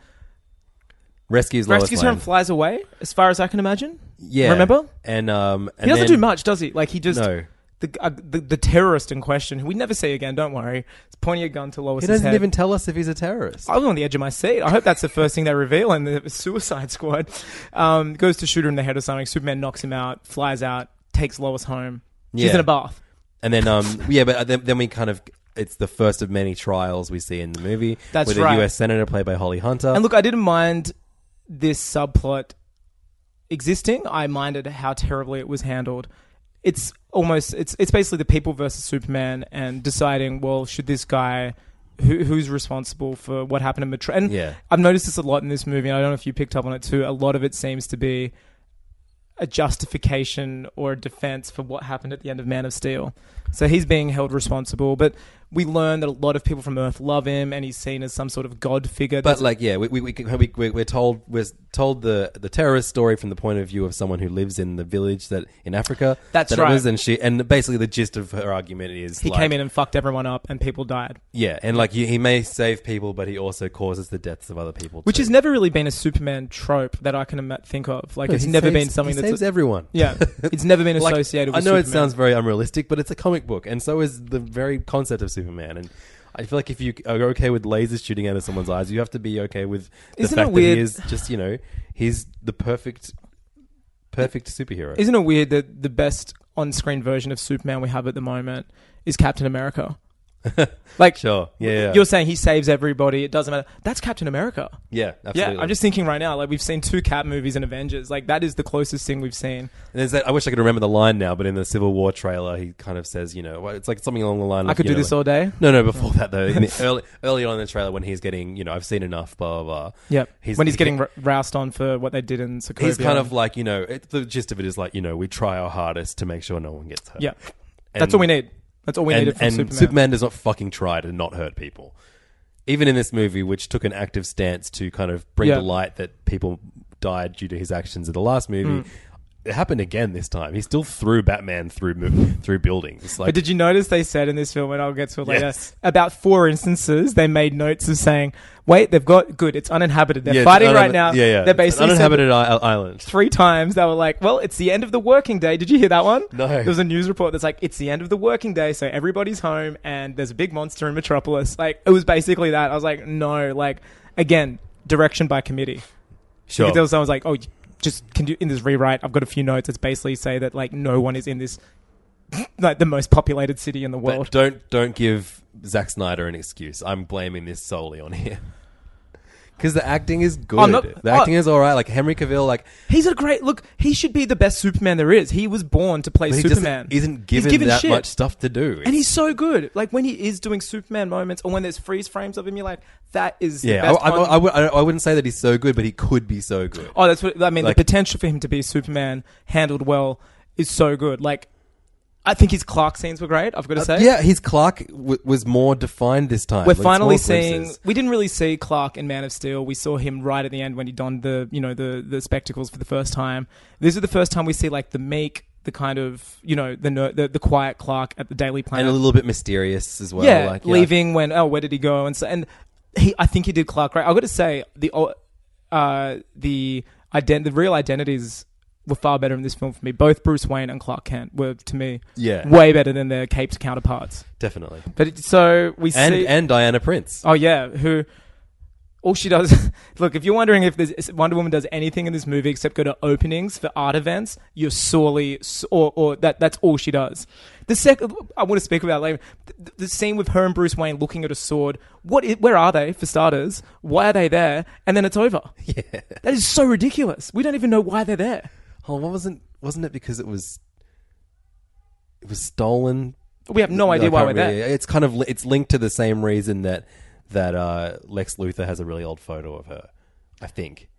S1: Rescues Lois
S2: rescues her,
S1: Lane.
S2: and flies away, as far as I can imagine.
S1: yeah.
S2: Remember?
S1: And um, and
S2: He doesn't
S1: then,
S2: do much, does he? Like, he just.
S1: No.
S2: The, uh, the, the terrorist in question, who we never see again, don't worry, is pointing a gun to Lois's
S1: He doesn't
S2: head.
S1: even tell us if he's a terrorist.
S2: I was on the edge of my seat. I hope that's the first thing they reveal in the Suicide Squad. Um, goes to shoot her in the head or something. Superman knocks him out, flies out, takes Lois home. She's
S1: Yeah.
S2: in a bath.
S1: And then, um, yeah, but then, then we kind of. It's the first of many trials we see in the movie.
S2: That's
S1: with
S2: right.
S1: a U.S. senator played by Holly Hunter.
S2: And look, I didn't mind this subplot existing. I minded how terribly it was handled. It's almost it's it's basically the people versus Superman and deciding well should this guy who, who's responsible for what happened in Metro and
S1: Yeah.
S2: I've noticed this a lot in this movie and I don't know if you picked up on it too a lot of it seems to be a justification or a defense for what happened at the end of Man of Steel. So he's being held responsible, but we learn that a lot of people from Earth love him and he's seen as some sort of god figure.
S1: But like, yeah, we we we we we- we're told we're told the the terrorist story from the point of view of someone who lives in the village that in Africa.
S2: That's
S1: that
S2: right.
S1: It was, and she and basically the gist of her argument is
S2: He
S1: like,
S2: came in and fucked everyone up, and people died,
S1: yeah, and like he, he may save people, but he also causes the deaths of other people,
S2: which
S1: too.
S2: has never really been a Superman trope that I can ima- think of. Like,
S1: No,
S2: it's
S1: he
S2: never
S1: saves-
S2: been something
S1: he
S2: that's
S1: saves everyone.
S2: yeah, it's never been
S1: Like,
S2: associated. with
S1: I know it
S2: Superman.
S1: sounds very unrealistic, but it's a comic book, and so is the very concept of Superman. And I feel like if you are okay with lasers shooting out of someone's eyes, you have to be okay with the
S2: Isn't it
S1: fact that
S2: weird-
S1: he is just you know he's the perfect, perfect superhero.
S2: Isn't it weird that the best on-screen version of Superman we have at the moment is Captain America? like,
S1: Sure. Yeah, yeah.
S2: you're saying he saves everybody. It doesn't matter. That's Captain America.
S1: yeah, absolutely.
S2: Yeah, I'm just thinking right now. Like, we've seen two Cap movies and Avengers. Like, that is the closest thing we've seen.
S1: And there's that, I wish I could remember the line now, but in the Civil War trailer, he kind of says, you know, well, it's like something along the line.
S2: I could do this all day.
S1: No, no. Before that, though, in the early early on in the trailer, when he's getting, you know, I've seen enough, blah blah blah.
S2: Yep. when he's
S1: he-
S2: getting r- roused on for what they did in Sokovia.
S1: he's kind of like, you know, it, the gist of it is like, you know, we try our hardest to make sure no one gets hurt.
S2: yeah.
S1: And-
S2: That's all we need. That's all we
S1: and,
S2: needed from
S1: and
S2: Superman.
S1: does not fucking try to not hurt people. Even in this movie, which took an active stance to kind of bring
S2: Yeah.
S1: to light that people died due to his actions in the last
S2: Mm.
S1: movie, it happened again this time. He still threw Batman through mo- through buildings. Like,
S2: But did you notice they said in this film, and I'll get to it later,
S1: Yes.
S2: about four instances they made notes of saying, "Wait, they've got good. It's uninhabited. They're
S1: Yeah,
S2: fighting
S1: uninhab-
S2: right now.
S1: Yeah, yeah.
S2: They're
S1: It's an
S2: basically said
S1: uninhabited i- island.
S2: three times. They were like, "Well, it's the end of the working day. Did you hear that one?
S1: No.
S2: There was a news report that's like, "It's the end of the working day, so everybody's home, and there's a big monster in Metropolis. Like it was basically that. I was like, no, like again, direction by committee.
S1: Sure.
S2: Because there was someone was like, oh, just can you in this rewrite? I've got a few notes. It's basically say that like no one is in this like the most populated city in the
S1: But
S2: world.
S1: don't don't give Zack Snyder an excuse. I'm blaming this solely on him. Because the acting is good.
S2: I'm not-
S1: the
S2: oh.
S1: acting is all right. Like Henry Cavill, like
S2: He's a great look. He should be the best Superman there is. He was born to play
S1: but he
S2: Superman.
S1: doesn't isn't given, that
S2: shit.
S1: much stuff to do.
S2: And he's so good. Like when he is doing Superman moments, or when there's freeze frames of him, you're like, that is
S1: yeah,
S2: The
S1: I,
S2: best
S1: I,
S2: on-
S1: I, would- I, I wouldn't say that he's so good, but he could be so good.
S2: oh, that's what I mean.
S1: Like-
S2: the potential for him to be Superman handled well is so good. Like, I think his Clark scenes were great. I've got to say,
S1: Uh, yeah, his Clark w- was more defined this time.
S2: We're
S1: Like,
S2: finally
S1: small
S2: seeing.
S1: glimpses.
S2: We didn't really see Clark in Man of Steel. We saw him right at the end when he donned the you know the the spectacles for the first time. This is the first time we see like the meek, the kind of you know the ner- the, the quiet Clark at the Daily Planet,
S1: and a little bit mysterious as well.
S2: yeah,
S1: like,
S2: leaving when oh where did he go and so and he I think he did Clark right. I've got to say the o- uh the ident- the real identities were far better in this film for me. Both Bruce Wayne and Clark Kent were to me
S1: Yeah.
S2: way better than their caped counterparts.
S1: Definitely.
S2: But it, so we
S1: And
S2: see
S1: and Diana Prince.
S2: Oh yeah, who all she does look, if you're wondering if this Wonder Woman does anything in this movie except go to openings for art events, you're sorely or, or that that's all she does. The second I want to speak about it later the, the scene with her and Bruce Wayne looking at a sword. What i where are they for starters? Why are they there? And then it's over. Yeah. That is so ridiculous. We don't even know why they're there.
S1: Oh, what wasn't wasn't it because it was it was stolen?
S2: We have no idea
S1: I
S2: why
S1: can't
S2: we're there.
S1: really- It's kind of li- it's linked to the same reason that that uh, Lex Luthor has a really old photo of her. I think.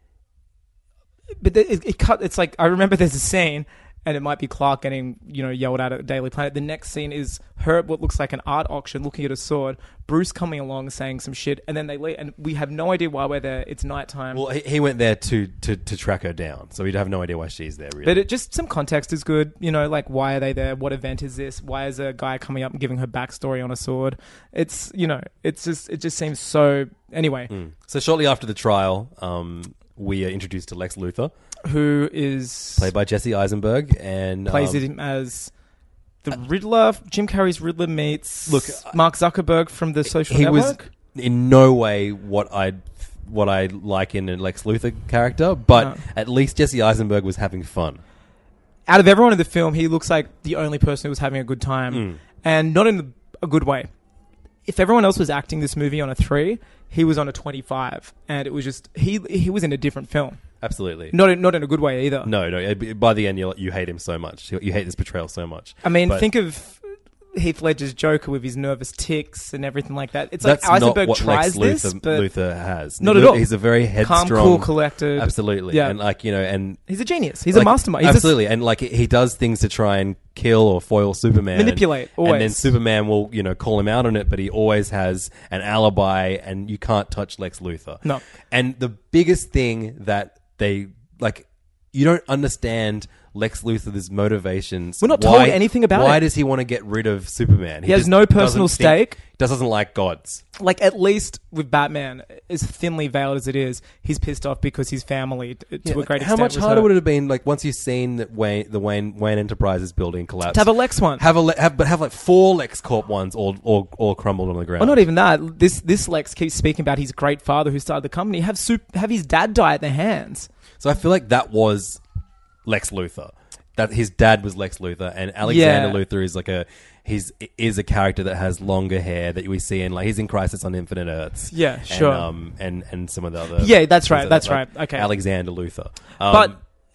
S2: but the- it, it cut. It's like I remember there's a scene, and it might be Clark getting you know yelled at at Daily Planet. The next scene is her at what looks like an art auction, looking at a sword. Bruce coming along saying some shit, and then they leave, and we have no idea why we're there. It's nighttime.
S1: Well, he, he went there to, to to track her down, so we'd have no idea why she's there. Really,
S2: but it just some context is good, you know, like why are they there? What event is this? Why is a guy coming up and giving her backstory on a sword? It's you know, it's just it just seems so. Anyway,
S1: so shortly after the trial, um, we are introduced to Lex Luthor,
S2: who is
S1: played by Jesse Eisenberg, and
S2: plays
S1: um,
S2: him as the Riddler. Jim Carrey's Riddler meets
S1: Look,
S2: Mark Zuckerberg from the Social
S1: he was
S2: Network.
S1: in no way what I what I like in a Lex Luthor character, but
S2: No.
S1: at least Jesse Eisenberg was having fun.
S2: Out of everyone in the film, he looks like the only person who was having a good time,
S1: Mm.
S2: and not in the, a good way. If everyone else was acting this movie on a three, he was on a twenty-five, and it was just he he was in a different film,
S1: Absolutely.
S2: not in, not in a good way either.
S1: No, no. it'd be- By the end, you you hate him so much. You, you hate this portrayal so much.
S2: I mean,
S1: But
S2: think of Heath Ledger's Joker with his nervous ticks and everything like that. It's like
S1: that's not
S2: Eisenberg
S1: what
S2: tries
S1: Lex
S2: this,
S1: Luthor,
S2: but
S1: Luthor has.
S2: Not at
S1: Lu-
S2: all.
S1: He's a very headstrong,
S2: calm, cool, collected.
S1: Absolutely.
S2: Yeah.
S1: And like you know, and
S2: He's a genius. He's a
S1: like,
S2: mastermind. He's a
S1: absolutely, and like he does things to try and kill or foil Superman,
S2: Manipulate,
S1: and then
S2: always.
S1: Superman will you know call him out on it, but he always has an alibi, and you can't touch Lex Luthor.
S2: No.
S1: and the biggest thing that they like, you don't understand. Lex Luthor's motivations.
S2: We're not
S1: Why-
S2: told anything about
S1: Why
S2: it.
S1: does he want to get rid of Superman?
S2: He has
S1: just
S2: no personal
S1: doesn't think-
S2: stake.
S1: Just doesn't like gods.
S2: like at least with Batman, as thinly veiled as it is, he's pissed off because his family, t- to a
S1: Like,
S2: great
S1: how
S2: extent,
S1: much
S2: was
S1: harder
S2: hurt.
S1: would it have been like once you've seen that Wayne, the Wayne Wayne Enterprises building collapse?
S2: To have a Lex one.
S1: Have a le- have, but have like four LexCorp ones all all, all crumbled on the ground.
S2: Well, not even that. This this Lex keeps speaking about his great father who started the company. Have sup- have his dad die at their hands.
S1: so I feel like that was Lex Luthor. That his dad was Lex Luthor, and Alexander
S2: Yeah.
S1: Luthor is like a he's is a character that has longer hair that we see in like he's in Crisis on Infinite Earths.
S2: Yeah,
S1: and,
S2: sure.
S1: Um, and and some of the other
S2: Yeah, that's right,
S1: like-
S2: that's right. Okay.
S1: Alexander Luthor. Um,
S2: But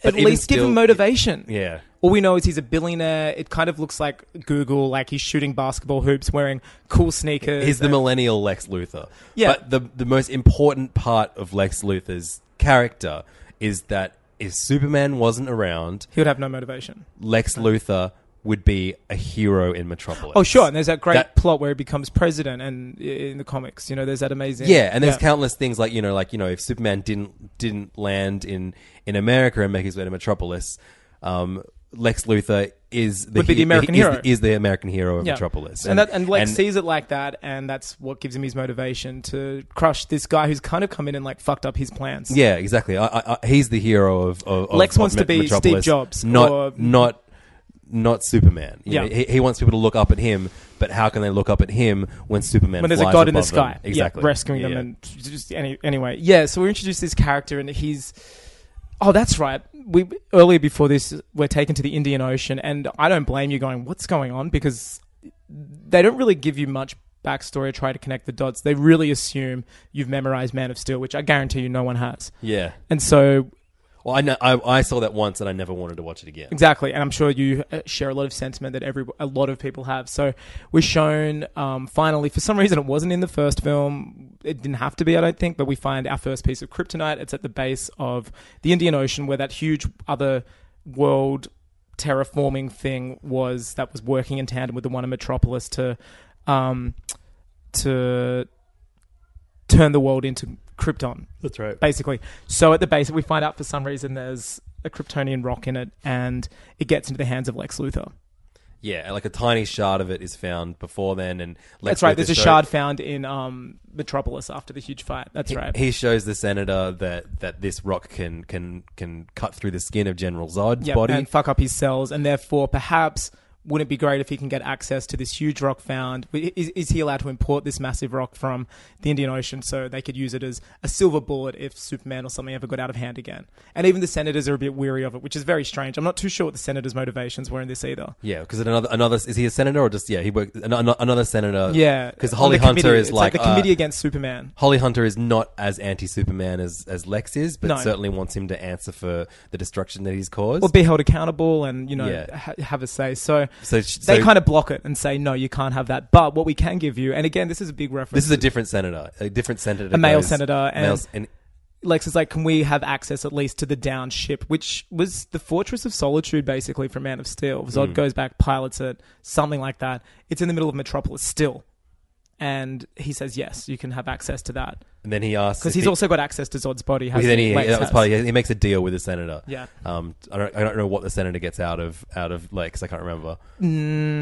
S2: at
S1: even
S2: least give
S1: still-
S2: him motivation.
S1: Yeah.
S2: All we know is he's a billionaire. It kind of looks like Google, like he's shooting basketball hoops, wearing cool sneakers.
S1: He's the
S2: and-
S1: millennial Lex Luthor.
S2: Yeah.
S1: But the the most important part of Lex Luthor's character is that if Superman wasn't around,
S2: he would have no motivation.
S1: Lex Luthor would be a hero in Metropolis.
S2: Oh, sure. And there's that great
S1: That-
S2: plot where he becomes president, and in the comics, you know, there's that amazing.
S1: Yeah, and there's countless things like you know, like you know, if Superman didn't didn't land in in America and make his way to Metropolis, um, Lex Luthor is the,
S2: Would be the American
S1: is,
S2: hero.
S1: is the American hero of
S2: Yeah.
S1: Metropolis,
S2: And, that, and Lex sees it like that, and that's what gives him his motivation to crush this guy who's kind of come in and like fucked up his plans.
S1: Yeah, exactly. I, I, I, he's the hero of. of of-
S2: Lex
S1: of
S2: wants to
S1: Met-
S2: be Steve
S1: Metropolis,
S2: Jobs
S1: not
S2: or-
S1: not not Superman. You
S2: Yeah.
S1: know, he, he wants people to look up at him, but how can they look up at him when Superman?
S2: When there's a
S1: flies
S2: god in the
S1: above them?
S2: sky,
S1: exactly
S2: yeah, rescuing them,
S1: Yeah.
S2: and just any, anyway, yeah. So we're introduced to this character, and he's. Oh, that's right. We earlier before this, we're taken to the Indian Ocean, and I don't blame you going, "What's going on?" Because they don't really give you much backstory or try to connect the dots. They really assume you've memorized Man of Steel, which I guarantee you, no one has.
S1: yeah.
S2: And so
S1: Well, I, know, I I saw that once, and I never wanted to watch it again.
S2: Exactly, and I'm sure you uh, share a lot of sentiment that every a lot of people have. So we're shown um, finally, for some reason, it wasn't in the first film. It didn't have to be, I don't think. But we find our first piece of kryptonite. It's at the base of the Indian Ocean, where that huge other world terraforming thing was that was working in tandem with the one in Metropolis to um, to turn the world into Krypton
S1: That's right.
S2: basically. So at the base, we find out for some reason there's a Kryptonian rock in it, and it gets into the hands of Lex Luthor.
S1: Yeah, like a tiny shard of it is found before then, and Lex
S2: That's right.
S1: Luthor
S2: There's a
S1: show-
S2: shard found in um, Metropolis after the huge fight. That's right.
S1: He shows the senator that, that this rock can can can cut through the skin of General Zod's
S2: Yep,
S1: body.
S2: and fuck up his cells, and therefore perhaps wouldn't it be great if he can get access to this huge rock found? Is, is he allowed to import this massive rock from the Indian Ocean so they could use it as a silver bullet if Superman or something ever got out of hand again? And even the senators are a bit weary of it, which is very strange. I'm not too sure what the senators' motivations were in this either.
S1: Yeah, because another another is he a senator or just yeah he worked an, an- another senator.
S2: Yeah,
S1: because
S2: on
S1: Holly
S2: the
S1: Hunter
S2: committee.
S1: is
S2: It's
S1: like,
S2: the committee
S1: uh,
S2: against Superman.
S1: Holly Hunter is not as anti Superman as as Lex is, but
S2: No.
S1: certainly wants him to answer for the destruction that he's caused.
S2: Or be held accountable and, you know,
S1: Yeah.
S2: ha- have a say. So,
S1: So sh-
S2: they
S1: so-
S2: kind of block it and say, no, you can't have that. But what we can give you, and again, this is a big reference.
S1: this is a different senator, a different senator,
S2: A male
S1: goes-
S2: senator and-
S1: males- and
S2: Lex is like, can we have access at least to the down ship, which was the Fortress of Solitude, basically, from Man of Steel.
S1: Mm.
S2: Zod goes back, pilots it, something like that. It's in the middle of Metropolis still. And he says, yes, you can have access to that.
S1: and then he asks
S2: Because
S1: if
S2: he's
S1: he-
S2: also got access to Zod's body.
S1: Well,
S2: hasn't
S1: then he,
S2: Lex
S1: that was
S2: has.
S1: part of- he makes a deal with the senator.
S2: Yeah.
S1: Um, I don't, I don't know what the senator gets out of out of Lex. I can't remember.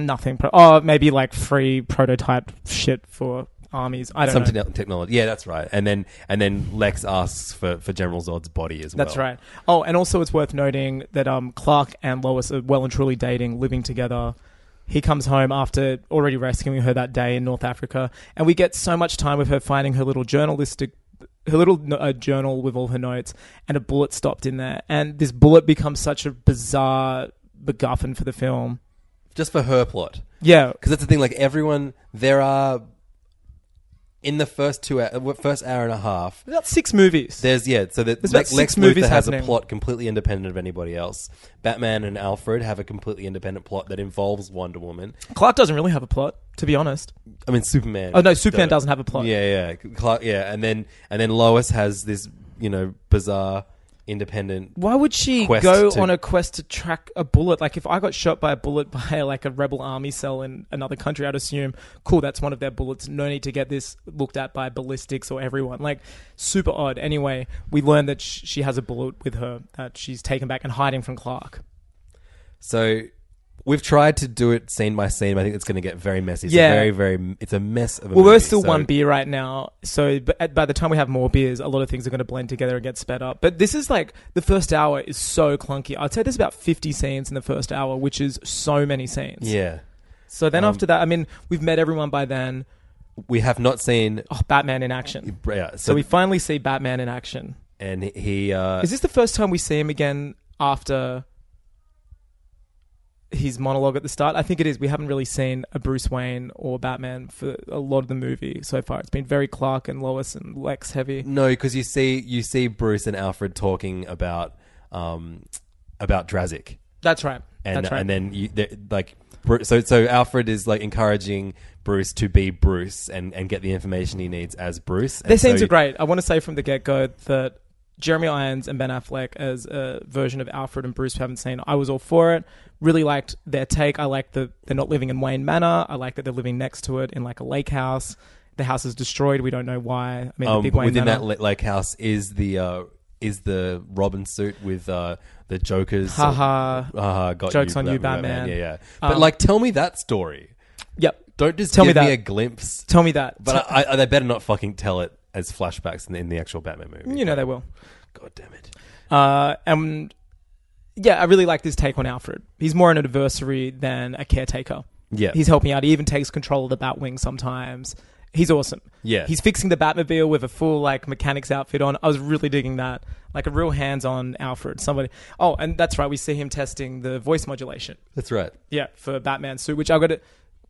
S2: Nothing. Pro- oh, maybe like free prototype shit for armies. I don't
S1: Some
S2: know.
S1: techno- technology. Yeah, that's right. And then and then Lex asks for, for General Zod's body as well.
S2: That's right. Oh, and also it's worth noting that um, Clark and Lois are well and truly dating, living together. He comes home after already rescuing her that day in North Africa, and we get so much time with her finding her little journalistic, her little no- uh, journal with all her notes, and a bullet stopped in there, and this bullet becomes such a bizarre MacGuffin for the film.
S1: Just for her plot.
S2: Yeah,
S1: Because that's the thing. Like everyone, there are in the first two hour, first hour and a half.
S2: about six movies.
S1: There's yeah. So that
S2: There's
S1: Lex,
S2: about
S1: Lex
S2: six movies
S1: Luthor has a
S2: happening.
S1: plot completely independent of anybody else. Batman and Alfred have a completely independent plot that involves Wonder Woman.
S2: Clark doesn't really have a plot, to be honest.
S1: I mean Superman.
S2: Oh no, Superman
S1: does.
S2: doesn't have a plot.
S1: Yeah, yeah, Clark. Yeah, and then and then Lois has this, you know, bizarre independent.
S2: Why would she
S1: quest
S2: go
S1: to-
S2: on a quest to track a bullet? Like, if I got shot by a bullet by like a rebel army cell in another country, I'd assume, cool, that's one of their bullets. No need to get this looked at by ballistics or everyone. Like, super odd. Anyway, we learn that sh- she has a bullet with her that she's taken back and hiding from Clark.
S1: So we've tried to do it scene by scene. But I think it's going to get very messy. It's a
S2: Yeah.
S1: very, very. It's a mess of. A
S2: Well, we're
S1: movie,
S2: still
S1: so-
S2: one beer right now, so b- at- by the time we have more beers, a lot of things are going to blend together and get sped up. But this is like the first hour is so clunky. I'd say there's about 50 scenes in the first hour, which is so many scenes.
S1: Yeah,
S2: So then
S1: Um,
S2: after that, I mean, we've met everyone by then.
S1: we have not seen.
S2: Oh, Batman in action.
S1: Yeah, so,
S2: So we finally see Batman in action.
S1: and he. Uh,
S2: Is this the first time we see him again after his monologue at the start? I think it is. We haven't really seen a Bruce Wayne or Batman for a lot of the movie so far. It's been very Clark and Lois and Lex heavy.
S1: no, because you see, you see Bruce and Alfred talking about, um, about Drazik.
S2: That's right.
S1: and
S2: That's right.
S1: and then you the- like Bru- so so Alfred is like encouraging Bruce to be Bruce and and get the information he needs as Bruce.
S2: Their
S1: And so
S2: scenes
S1: you-
S2: are great. I want to say from the get go that Jeremy Irons and Ben Affleck as a version of Alfred and Bruce we haven't seen. I was all for it. Really liked their take. I like that they're not living in Wayne Manor. I like that they're living next to it in like a lake house. The house is destroyed. We don't know why. I mean, the
S1: Um,
S2: big Wayne
S1: within
S2: Manor.
S1: that li- like house is the uh, is the Robin suit with uh, the Joker's
S2: Ha ha.
S1: uh, got
S2: Joke's on you, Batman.
S1: Yeah, yeah. But
S2: Um,
S1: like, tell me that story.
S2: yep.
S1: Don't just
S2: Tell me
S1: give me,
S2: that.
S1: a glimpse.
S2: Tell me that.
S1: But I, I, they better not fucking tell it as flashbacks in the, in the actual Batman movie.
S2: you know they will.
S1: God damn it.
S2: Uh, and yeah, I really like this take on Alfred. He's more an adversary than a caretaker.
S1: Yeah.
S2: He's helping out. He even takes control of the Batwing sometimes. He's awesome.
S1: Yeah.
S2: He's fixing the Batmobile with a full like mechanics outfit on. I was really digging that. Like a real hands-on Alfred. Somebody. Oh, and that's right. We see him testing the voice modulation.
S1: That's right.
S2: Yeah, for Batman suit, which I got to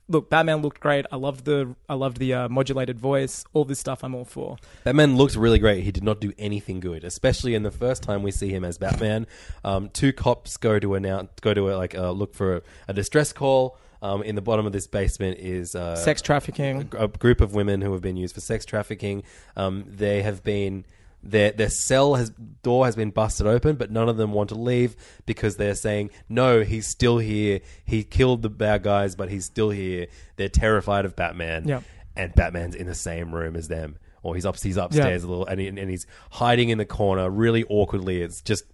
S2: look. Batman looked great. I loved the I loved the uh, modulated voice. All this stuff I'm all for.
S1: Batman looked really great. He did not do anything good, especially in the first time we see him as Batman. Um, two cops go to announce, go to a, like uh, look for a, a distress call. Um, in the bottom of this basement is uh,
S2: Sex trafficking.
S1: a group of women who have been used for sex trafficking. Um, they have been their their cell has door has been busted open, but none of them want to leave because they're saying no. He's still here. He killed the bad guys, but he's still here. They're terrified of Batman.
S2: Yeah.
S1: and Batman's in the same room as them, or he's up he's upstairs a little, and, he, and he's hiding in the corner, really awkwardly. It's just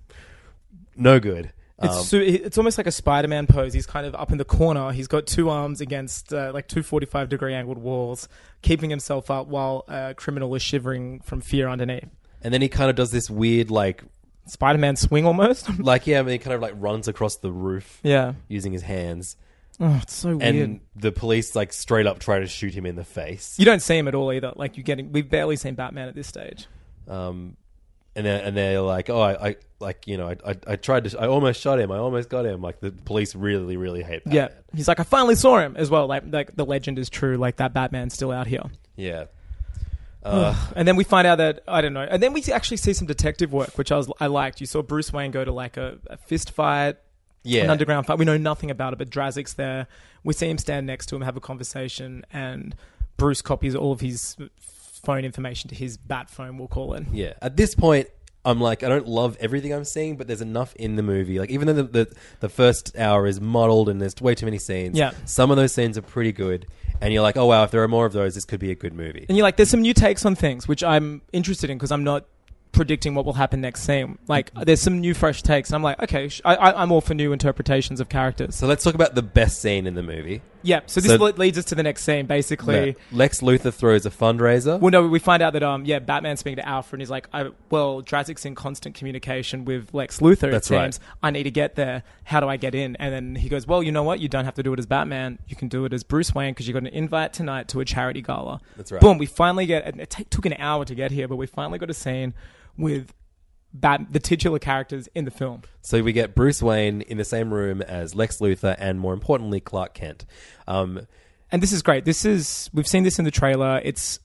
S1: no good. Um,
S2: It's su- it's almost like a Spider-Man pose. He's kind of up in the corner. He's got two arms against uh, like two 45 degree angled walls, keeping himself up while a criminal is shivering from fear underneath.
S1: and then he kind of does this weird like
S2: Spider-Man swing almost.
S1: like yeah, I mean, he kind of like runs across the roof
S2: yeah.
S1: using his hands,
S2: Oh, it's so
S1: and
S2: weird.
S1: the police like straight up try to shoot him in the face.
S2: You don't see him at all either. Like you getting, we've barely seen Batman at this stage.
S1: um, and they're, and they're like, oh, I, I like you know, I, I, I tried to, I almost shot him, I almost got him. Like the police really, really hate Batman.
S2: Yeah, Uh, he's like, I finally saw him as well. Like, like the legend is true. Like that Batman's still out here.
S1: yeah. Uh,
S2: And then we find out that I don't know. And then we actually see some detective work, which I was I liked. You saw Bruce Wayne go to like a, a fist fight,
S1: yeah.
S2: an underground fight. We know nothing about it, but Drazik's there. We see him stand next to him, have a conversation, and Bruce copies all of his phone information to his bat phone. We'll call it.
S1: Yeah. At this point, I'm like, I don't love everything I'm seeing, but there's enough in the movie. Like, even though the, the, the first hour is muddled and there's way too many scenes,
S2: Yeah.
S1: some of those scenes are pretty good. And you're like, oh, wow, if there are more of those, this could be a good movie.
S2: And you're like, there's some new takes on things, which I'm interested in because I'm not predicting what will happen next scene. Like, there's some new, fresh takes. And I'm like, okay, sh- I, I, I'm all for new interpretations of characters.
S1: So let's talk about the best scene in the movie.
S2: Yeah, so this
S1: So-
S2: le- leads us to the next scene, basically.
S1: Le- Lex Luthor throws a fundraiser.
S2: Well, no, we find out that um, yeah, Batman's speaking to Alfred, and he's like, I, "Well, Drazik's in constant communication with Lex Luthor.
S1: That's
S2: it
S1: right.
S2: seems. I need to get there. How do I get in?" And then he goes, "Well, you know what? You don't have to do it as Batman. You can do it as Bruce Wayne because you got an invite tonight to a charity gala."
S1: That's right.
S2: Boom. We finally get. and It take, took an hour to get here, but we finally got a scene with Bat, the titular characters in the film.
S1: So we get Bruce Wayne in the same room as Lex Luthor and, more importantly, Clark Kent. Um,
S2: and this is great. This is we've seen this in the trailer. It's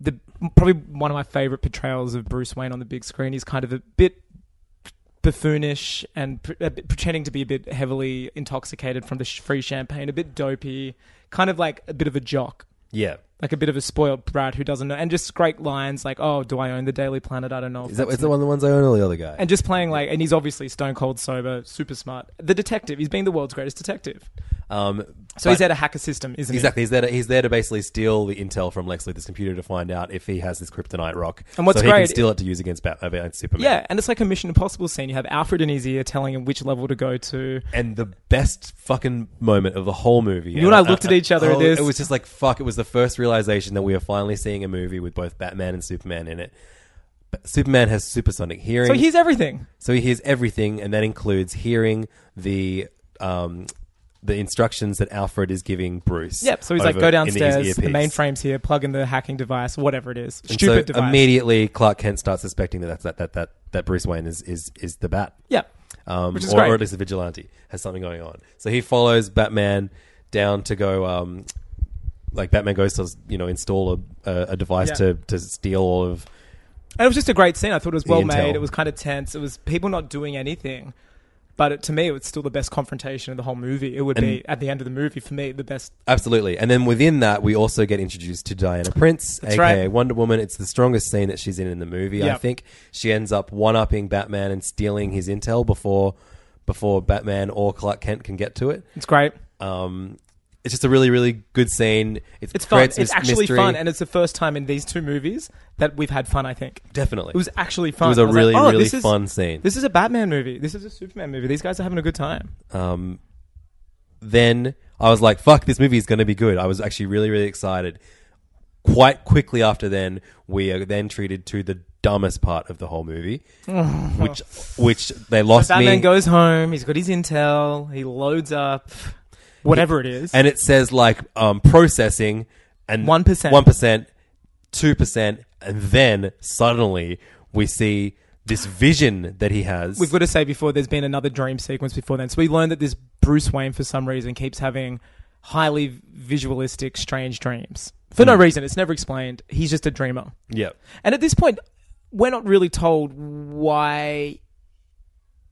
S2: the probably one of my favorite portrayals of Bruce Wayne on the big screen. He's kind of a bit buffoonish and pre- a bit, pretending to be a bit heavily intoxicated from the sh- free champagne, a bit dopey, kind of like a bit of a jock.
S1: yeah.
S2: Like a bit of a spoiled brat who doesn't know, and just great lines like, "Oh, do I own the Daily Planet? I don't know." if
S1: Is that
S2: that's
S1: is that one of the ones I own or the other guy?
S2: and just playing like, and he's obviously stone cold sober, super smart. The detective, he's being the world's greatest detective.
S1: Um, but-
S2: So he's at a hacker system, isn't he?
S1: Exactly. He's there. To, he's there to basically steal the intel from Lex Luthor's computer to find out if he has this kryptonite rock.
S2: And what's
S1: so he can
S2: great-
S1: steal it to use against Batman, against Superman.
S2: Yeah, and it's like a Mission Impossible scene. You have Alfred in his ear telling him which level to go to.
S1: And the best fucking moment of the whole movie.
S2: You and I looked at each other at
S1: oh,
S2: this.
S1: It was just like fuck. It was the first realization that we are finally seeing a movie with both Batman and Superman in it. But Superman has supersonic hearing,
S2: So he's everything.
S1: so he hears everything, and that includes hearing the um, the instructions that Alfred is giving Bruce.
S2: Yep. So he's like,
S1: over
S2: go
S1: in his
S2: downstairs, the
S1: earpiece.
S2: mainframe's here, plug in the hacking device, whatever it is.
S1: And
S2: Stupid
S1: so
S2: device.
S1: Immediately, Clark Kent starts suspecting that that's, that that that that Bruce Wayne is is is the Bat,
S2: Yeah.
S1: um,
S2: Which is
S1: or,
S2: great.
S1: or at least a vigilante has something going on. So he follows Batman down to go. Um, like Batman goes to you know install a, a, a device
S2: Yeah.
S1: to, to steal all of
S2: And it was just a great scene. I thought it was well
S1: intel.
S2: made. It was kind of tense. It was people not doing anything. But it, to me, it was still the best confrontation of the whole movie. It would be, at the end of the movie, for me, the best.
S1: absolutely, and then within that we also get introduced to Diana Prince, aka
S2: right.
S1: Wonder Woman. It's the strongest scene that she's in in the movie. I
S2: Yeah.
S1: think she ends up one upping Batman and stealing his intel before before Batman or Clark Kent can get to it.
S2: It's great.
S1: Um, it's just a really, really good scene. It's,
S2: It's fun.
S1: creates
S2: It's
S1: mys-
S2: actually
S1: mystery.
S2: fun. And it's the first time in these two movies that we've had fun, I think.
S1: definitely.
S2: It was actually fun.
S1: It was a
S2: I like,
S1: really,
S2: "Oh,
S1: really
S2: this is-
S1: fun scene.
S2: This is a Batman movie. This is a Superman movie. These guys are having a good time.
S1: Um, then I was like, "Fuck, this movie is going to be good." I was actually really, really excited. Quite quickly after then, we are then treated to the dumbest part of the whole movie, which which they lost
S2: Batman
S1: me.
S2: goes home. He's got his intel. He loads up whatever it is.
S1: and it says like um, processing and
S2: 1%.
S1: one percent, two percent, and then suddenly we see this vision that he has.
S2: We've got to say before there's been another dream sequence before then. So we learned that this Bruce Wayne, for some reason, keeps having highly visualistic, strange dreams for no reason. It's never explained. He's just a dreamer.
S1: yeah,
S2: And at this point, we're not really told why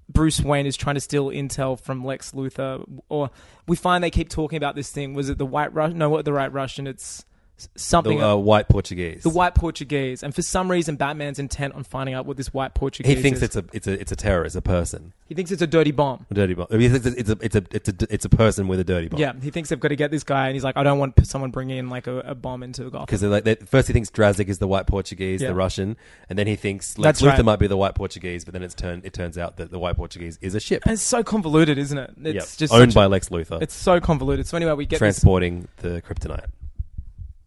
S2: Bruce Wayne is trying to steal intel from Lex Luthor. Or we find they keep talking about this thing. Was it the White Russian? No, what the White Russian? It's s- something.
S1: The uh, white Portuguese.
S2: the white Portuguese, and for some reason, Batman's intent on finding out what this white
S1: He
S2: Portuguese
S1: thinks
S2: is.
S1: it's a it's a it's a terrorist, a person,
S2: he thinks it's a dirty bomb.
S1: a dirty bomb. He thinks it's a it's a it's a it's a person with a dirty bomb.
S2: Yeah, he thinks they've got to get this guy, and he's like, I don't want p- someone bringing in like a, a bomb into Gotham.
S1: Because like they, first he thinks Drazik is the white Portuguese,
S2: Yeah.
S1: the Russian, and then he thinks like
S2: That's
S1: Luthor
S2: right.
S1: might be the white Portuguese, but then it's turned it turns out that the white Portuguese is a ship.
S2: And it's so convoluted, isn't it? It's
S1: Yep.
S2: just
S1: owned
S2: such
S1: by
S2: a-
S1: Lex Luthor,
S2: It's so convoluted. So anyway, we get this.
S1: transporting the kryptonite.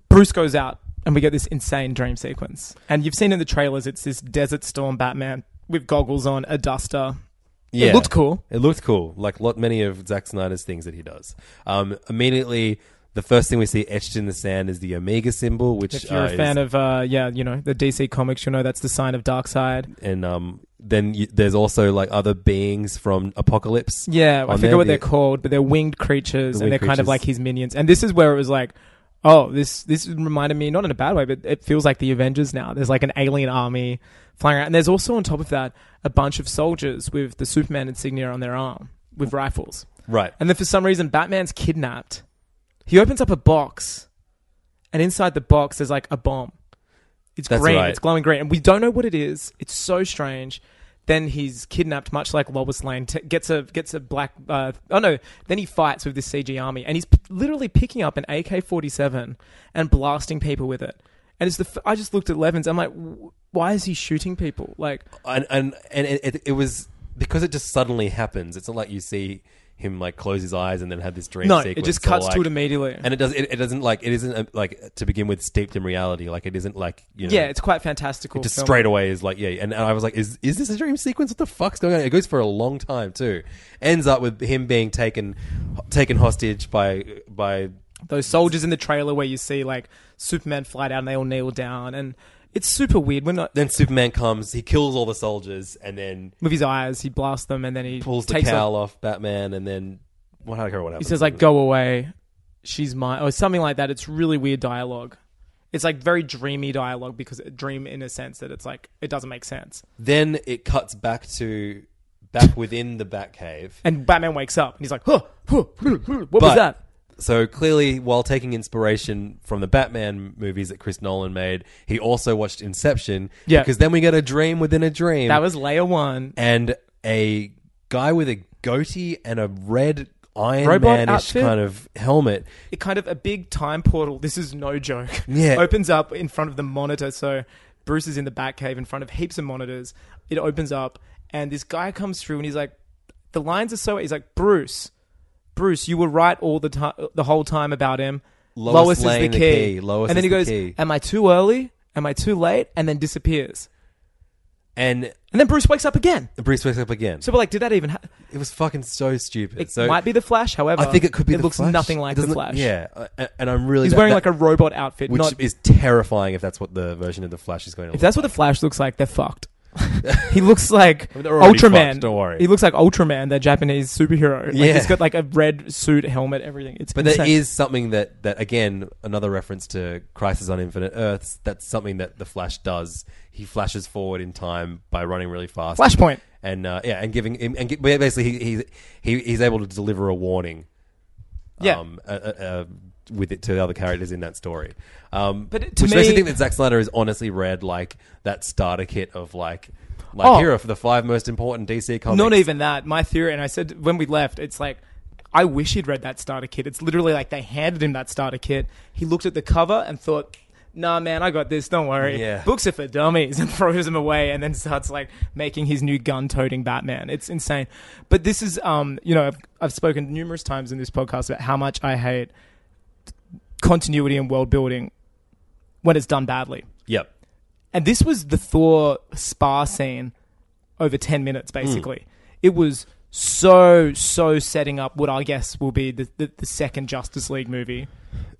S2: Bruce goes out, and we get this insane dream sequence. And you've seen in the trailers, it's this desert storm Batman with goggles on, a duster.
S1: Yeah,
S2: looked cool.
S1: It looked cool, like lot many of Zack Snyder's things that he does. Um, immediately, the first thing we see etched in the sand is the Omega symbol, which
S2: If you're
S1: uh,
S2: a
S1: is-
S2: fan of, uh, yeah, you know the DC comics, you'll know that's the sign of Darkseid.
S1: and um, then you, there's also like other beings from Apocalypse.
S2: Yeah,
S1: on
S2: I forget
S1: there.
S2: what
S1: The-
S2: they're called, but they're winged creatures,
S1: The winged
S2: and they're kind
S1: creatures.
S2: of like his minions. And this is where it was like, oh, this this reminded me not in a bad way, but it feels like the Avengers now. There's like an alien army flying around, and there's also on top of that a bunch of soldiers with the Superman insignia on their arm with rifles.
S1: Right.
S2: And then for some reason, Batman's kidnapped. He opens up a box, and inside the box, there's like a bomb. It's
S1: That's
S2: green,
S1: right.
S2: it's glowing green, and we don't know what it is. It's so strange. Then he's kidnapped, much like Lois Lane. T- gets a gets a black. Uh, oh no! Then he fights with this CG army, and he's p- literally picking up an AK forty seven and blasting people with it. And it's the. F- I just looked at Levins. I'm like, "W- why is he shooting people? Like,
S1: and and and it, it, it was because it just suddenly happens. It's not like you see him like close his eyes and then have this dream.
S2: no,
S1: sequence.
S2: it just
S1: So,
S2: cuts
S1: like-
S2: to it immediately.
S1: And it does. It, it doesn't like it isn't uh, like to begin with steeped in reality. Like it isn't like you know.
S2: yeah, it's quite fantastical.
S1: just
S2: film.
S1: straight away is like yeah. And, and I was like, is is this a dream sequence? What the fuck's going on? It goes for a long time too. Ends up with him being taken taken hostage by by
S2: those soldiers in the trailer where you see like Superman fly down and they all kneel down and it's super weird. We're not
S1: then Superman comes. He kills all the soldiers and then
S2: with his eyes, he blasts them and then he
S1: pulls the
S2: takes off-
S1: cowl off Batman and then. Well, I don't care what
S2: He
S1: happens.
S2: says like go away, she's mine or something like that. It's really weird dialogue. It's like very dreamy dialogue because uh, dream in a sense that it's like it doesn't make sense.
S1: Then it cuts back to back within the Batcave.
S2: And Batman wakes up and he's like, huh, huh, huh, huh, what was that?
S1: So clearly, while taking inspiration from the Batman movies that Chris Nolan made, he also watched Inception.
S2: Yeah.
S1: Because then we get a dream within a dream.
S2: That was layer one.
S1: and a guy with a goatee and a red Iron
S2: Robot
S1: Manish
S2: outfit?
S1: kind of helmet.
S2: it kind of a big time portal. This is no joke.
S1: Yeah.
S2: opens up in front of the monitor. So Bruce is in the Batcave in front of heaps of monitors. It opens up, and this guy comes through, and he's like, the lines are so. He's like, Bruce, Bruce, you were right all the time, the whole time about him.
S1: Lois Lane, the key. Lois
S2: and
S1: is
S2: then he
S1: the
S2: goes,
S1: key.
S2: "Am I too early? Am I too late?" And then disappears.
S1: And
S2: And then Bruce wakes up again.
S1: Bruce wakes up again.
S2: So we're like, "Did that even happen?"
S1: it was fucking so stupid.
S2: It
S1: so
S2: might be the Flash. However,
S1: I think it could be.
S2: It
S1: the
S2: looks
S1: Flash.
S2: nothing like
S1: It
S2: the
S1: doesn't-
S2: Flash.
S1: Yeah, uh, and I'm really
S2: He's
S1: that-
S2: wearing
S1: that-
S2: like a robot outfit,
S1: which
S2: not
S1: is terrifying if that's what the version of the Flash is going to.
S2: If
S1: look
S2: that's what
S1: like.
S2: the Flash looks like, they're fucked. he looks like
S1: I mean, they're already
S2: Ultraman.
S1: fucked, don't worry.
S2: He looks like Ultraman, the Japanese superhero. Like,
S1: Yeah.
S2: He's got like a red suit, helmet, everything. It's
S1: But there
S2: insane.
S1: is something that, that again, another reference to Crisis on Infinite Earths. That's something that the Flash does. He flashes forward in time by running really fast.
S2: Flashpoint.
S1: and uh, yeah, and giving him and gi- basically he, he he he's able to deliver a warning.
S2: Yeah.
S1: um, uh, uh, uh, with it to the other characters in that story. Um,
S2: But it- to
S1: which makes
S2: me-
S1: me think that Zack Snyder is honestly read like that starter kit of like. Like
S2: Oh.
S1: here are for the five most important DC comics.
S2: Not even that. My theory, and I said when we left, it's like, I wish he'd read that starter kit. It's literally like they handed him that starter kit. He looked at the cover and thought, nah, man, I got this. Don't worry.
S1: Yeah.
S2: Books are for dummies and throws them away and then starts like making his new gun toting Batman. It's insane. But this is, um, you know, I've, I've spoken numerous times in this podcast about how much I hate continuity and world building when it's done badly.
S1: Yep.
S2: And this was the Thor spa scene over 10 minutes,
S1: Hmm.
S2: basically. It was so, so setting up what I guess will be the, the, the second Justice League movie.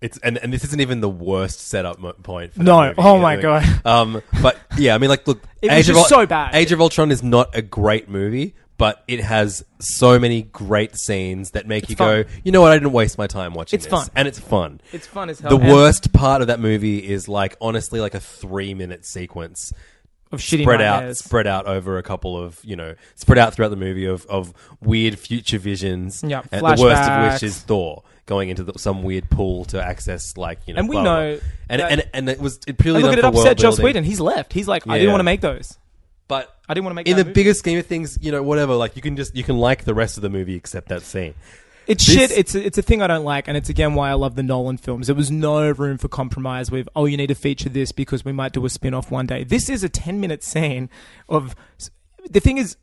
S1: It's and, and this isn't even the worst setup mo- point. For
S2: No.
S1: that movie.
S2: Oh
S1: Yeah,
S2: my
S1: like-
S2: God.
S1: Um, but yeah, I mean, like, look,
S2: It was just so bad.
S1: Age of Ultron is not a great movie, but it has so many great scenes that make you
S2: fun.
S1: go, you know what? I didn't waste my time watching.
S2: It's
S1: this."
S2: fun.
S1: and it's fun.
S2: It's fun as hell.
S1: The
S2: And-
S1: worst part of that movie is like honestly like a three minute sequence
S2: Of shitty
S1: spread out,
S2: nightmares.
S1: spread out over a couple of you know, spread out throughout the movie of, of weird future visions.
S2: Yeah,
S1: and the worst of
S2: flashbacks.
S1: which is Thor going into the, some weird pool to access like you know,
S2: And we
S1: blah, blah,
S2: know
S1: blah. and,
S2: that-
S1: and and it was it purely
S2: And look
S1: done
S2: at it
S1: for
S2: upset
S1: world
S2: Joss
S1: building.
S2: Whedon. He's left. He's like, I
S1: Yeah.
S2: didn't want to make those.
S1: But
S2: I didn't wanna make
S1: in
S2: that
S1: the
S2: movie.
S1: bigger scheme of things, you know, whatever. Like you can just you can like the rest of the movie except that scene.
S2: It's
S1: This-
S2: shit. It's a, it's a thing I don't like, and it's again why I love the Nolan films. There was no room for compromise with oh, you need to feature this because we might do a spin off one day. This is a ten minute scene of the thing is.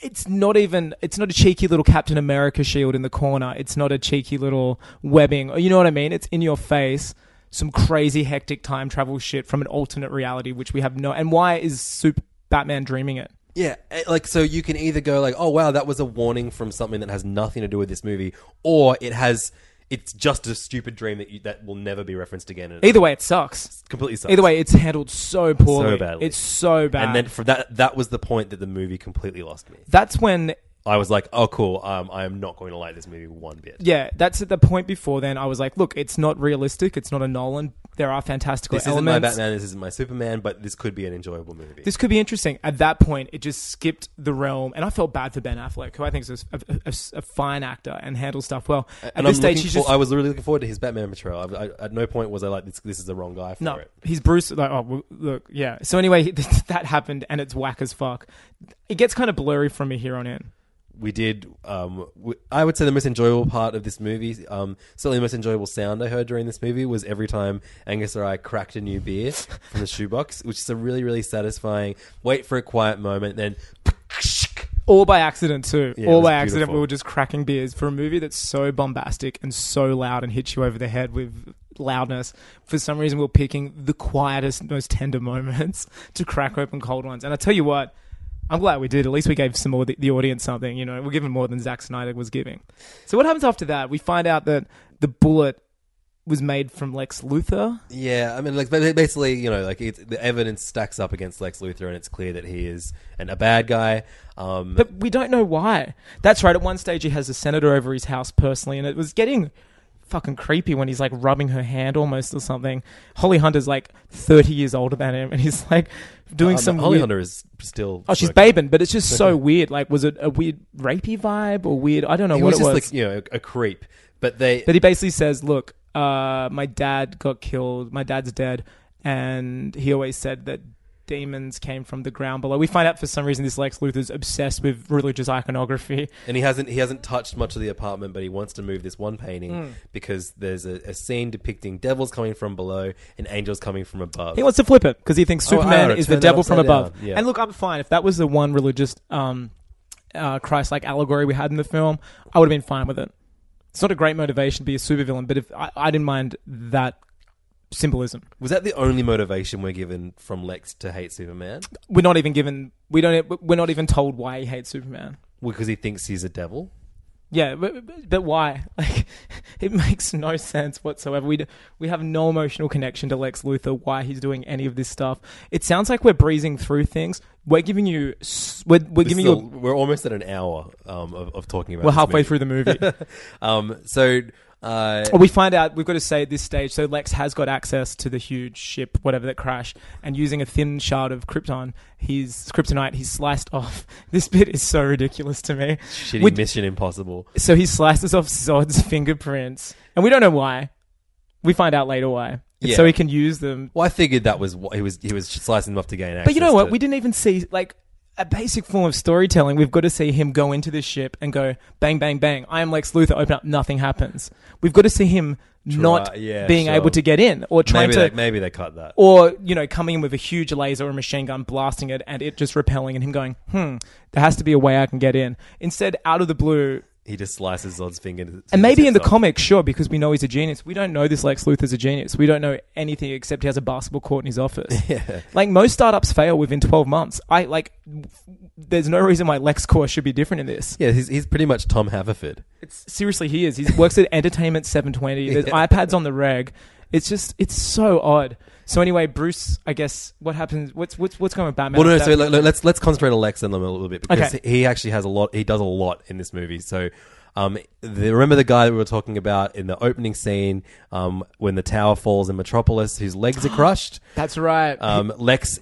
S2: It's not even. It's not a cheeky little Captain America shield in the corner. It's not a cheeky little webbing. You know what I mean? It's in your face. Some crazy hectic time travel shit from an alternate reality, which we have no. And why is Soup Batman dreaming it?
S1: Yeah, eh, like so you can either go like, "Oh wow, that was a warning from something that has nothing to do with this movie," or it has it's just a stupid dream that you, that will never be referenced again. And it
S2: Either way, it sucks.
S1: completely sucks.
S2: Either way, it's handled so poorly.
S1: badly.
S2: It's so bad.
S1: and then for that that was the point that the movie completely lost me.
S2: that's when
S1: I was like, "Oh cool, um, I am not going to like this movie one bit."
S2: yeah that's at the point before then i was like look it's not realistic it's not a nolan there are fantastical
S1: This isn't
S2: elements
S1: my Batman. This isn't my Superman. But this could be an enjoyable movie.
S2: this could be interesting at that point it just skipped the realm and i felt bad for ben affleck who i think is a, a- a- a fine actor and handles stuff well at
S1: and I'm
S2: this stage
S1: looking
S2: he's
S1: for-
S2: just
S1: I was really looking forward to his Batman portrayal. I, I, at no point was I like, "This, this is the wrong guy for
S2: no
S1: it."
S2: he's bruce like oh well, look yeah so anyway that happened and it's whack as fuck it gets kind of blurry from me here on in
S1: we did. Um, we, I would say the most enjoyable part of this movie, um, certainly the most enjoyable sound I heard during this movie, was every time Angus or I cracked a new beer from the shoebox, which is a really, really satisfying. Wait for a quiet moment, then
S2: all by accident too.
S1: Yeah, it
S2: all
S1: was
S2: by accident,
S1: beautiful.
S2: we were just cracking beers for a movie that's so bombastic and so loud and hits you over the head with loudness. For some reason, we we're picking the quietest, most tender moments to crack open cold ones. And I tell you what, I'm glad we did. At least we gave some more the, the audience something. You know, we're giving more than Zack Snyder was giving. So what happens after that? We find out that the bullet was made from Lex Luthor.
S1: yeah. I mean, like ba- basically, you know, like it's, the evidence stacks up against Lex Luthor, and it's clear that he is an, a bad guy. Um,
S2: But we don't know why. That's right. At one stage, he has a senator over his house personally, and it was getting fucking creepy when he's like rubbing her hand almost or something. Holly Hunter's like 30 years older than him, and he's like doing
S1: um,
S2: some.
S1: Holly
S2: weird-
S1: Hunter is still.
S2: Oh, she's
S1: smoking.
S2: babin, but it's just so weird. Like, was it a weird rapey vibe or weird? I don't know
S1: He
S2: what
S1: was
S2: it
S1: just
S2: was.
S1: like you know a, a creep, but they
S2: But he basically says, "Look, uh, my dad got killed. My dad's dead, and he always said that demons came from the ground below." We find out for some reason this Lex Luthor's obsessed with religious iconography.
S1: and he hasn't he hasn't touched much of the apartment, but he wants to move this one painting
S2: Hmm.
S1: because there's a, a scene depicting devils coming from below and angels coming from above.
S2: He wants to flip it because he thinks
S1: Oh, I
S2: Superman
S1: know,
S2: is
S1: turn
S2: the
S1: that
S2: devil from
S1: upside
S2: above.
S1: down, yeah.
S2: And look, I'm fine. If that was the one religious um, uh, Christ like allegory we had in the film, I would have been fine with it. It's not a great motivation to be a supervillain, but if I, I didn't mind that symbolism.
S1: Was that the only motivation we're given from Lex to hate Superman?
S2: We're not even given. We don't. We're not even told why he hates Superman.
S1: Because he thinks he's a devil.
S2: Yeah, but, but why? Like, it makes no sense whatsoever. We d- we have no emotional connection to Lex Luthor. Why he's doing any of this stuff? It sounds like we're breezing through things. We're giving you. s- We're, we're
S1: This
S2: giving
S1: is
S2: you.
S1: a- we're almost at an hour um, of, of talking about.
S2: We're
S1: this
S2: halfway
S1: movie.
S2: through the movie.
S1: Um, so uh,
S2: Well, Oh, we find out, we've got to say at this stage, so Lex has got access to the huge ship, whatever that crashed, and using a thin shard of Krypton, he's Kryptonite, he's sliced off. This bit is so ridiculous to me.
S1: shitty
S2: Would-
S1: Mission Impossible.
S2: So he slices off Zod's fingerprints, and we don't know why. We find out later why. It's
S1: Yeah.
S2: So he can use them.
S1: Well, I figured that was what he was. He was slicing them off to gain access.
S2: But you know what?
S1: to-
S2: We didn't even see, like, a basic form of storytelling. We've got to see him go into this ship and go, bang, bang, bang. I am Lex Luthor, open up, nothing happens. We've got to see him. Not
S1: yeah,
S2: being
S1: sure.
S2: able to get in or trying
S1: maybe
S2: to
S1: they, maybe they cut that.
S2: or you know coming in with a huge laser or machine gun blasting it and it just repelling and him going hmm there has to be a way i can get in instead out of the blue
S1: He just slices Zod's finger.
S2: and maybe in the
S1: off.
S2: comics sure because we know he's a genius we don't know this lex luthor's a genius we don't know anything except he has a basketball court in his office like most startups fail within 12 months i like there's no reason why lexcore should be different in this
S1: Yeah, he's, he's pretty much Tom Haverford.
S2: seriously he is he works at entertainment 720 there's ipads on the reg it's just it's so odd so anyway bruce i guess what happens what's what's what's going on with batman
S1: Well, no.
S2: Is
S1: So
S2: that-
S1: let, let's let's concentrate on Lex and Lum a little bit because
S2: Okay.
S1: he actually has a lot. He does a lot in this movie. So, um, the, remember the guy that we were talking about in the opening scene, um, when the tower falls in Metropolis, whose legs are crushed.
S2: That's right.
S1: Um, Lex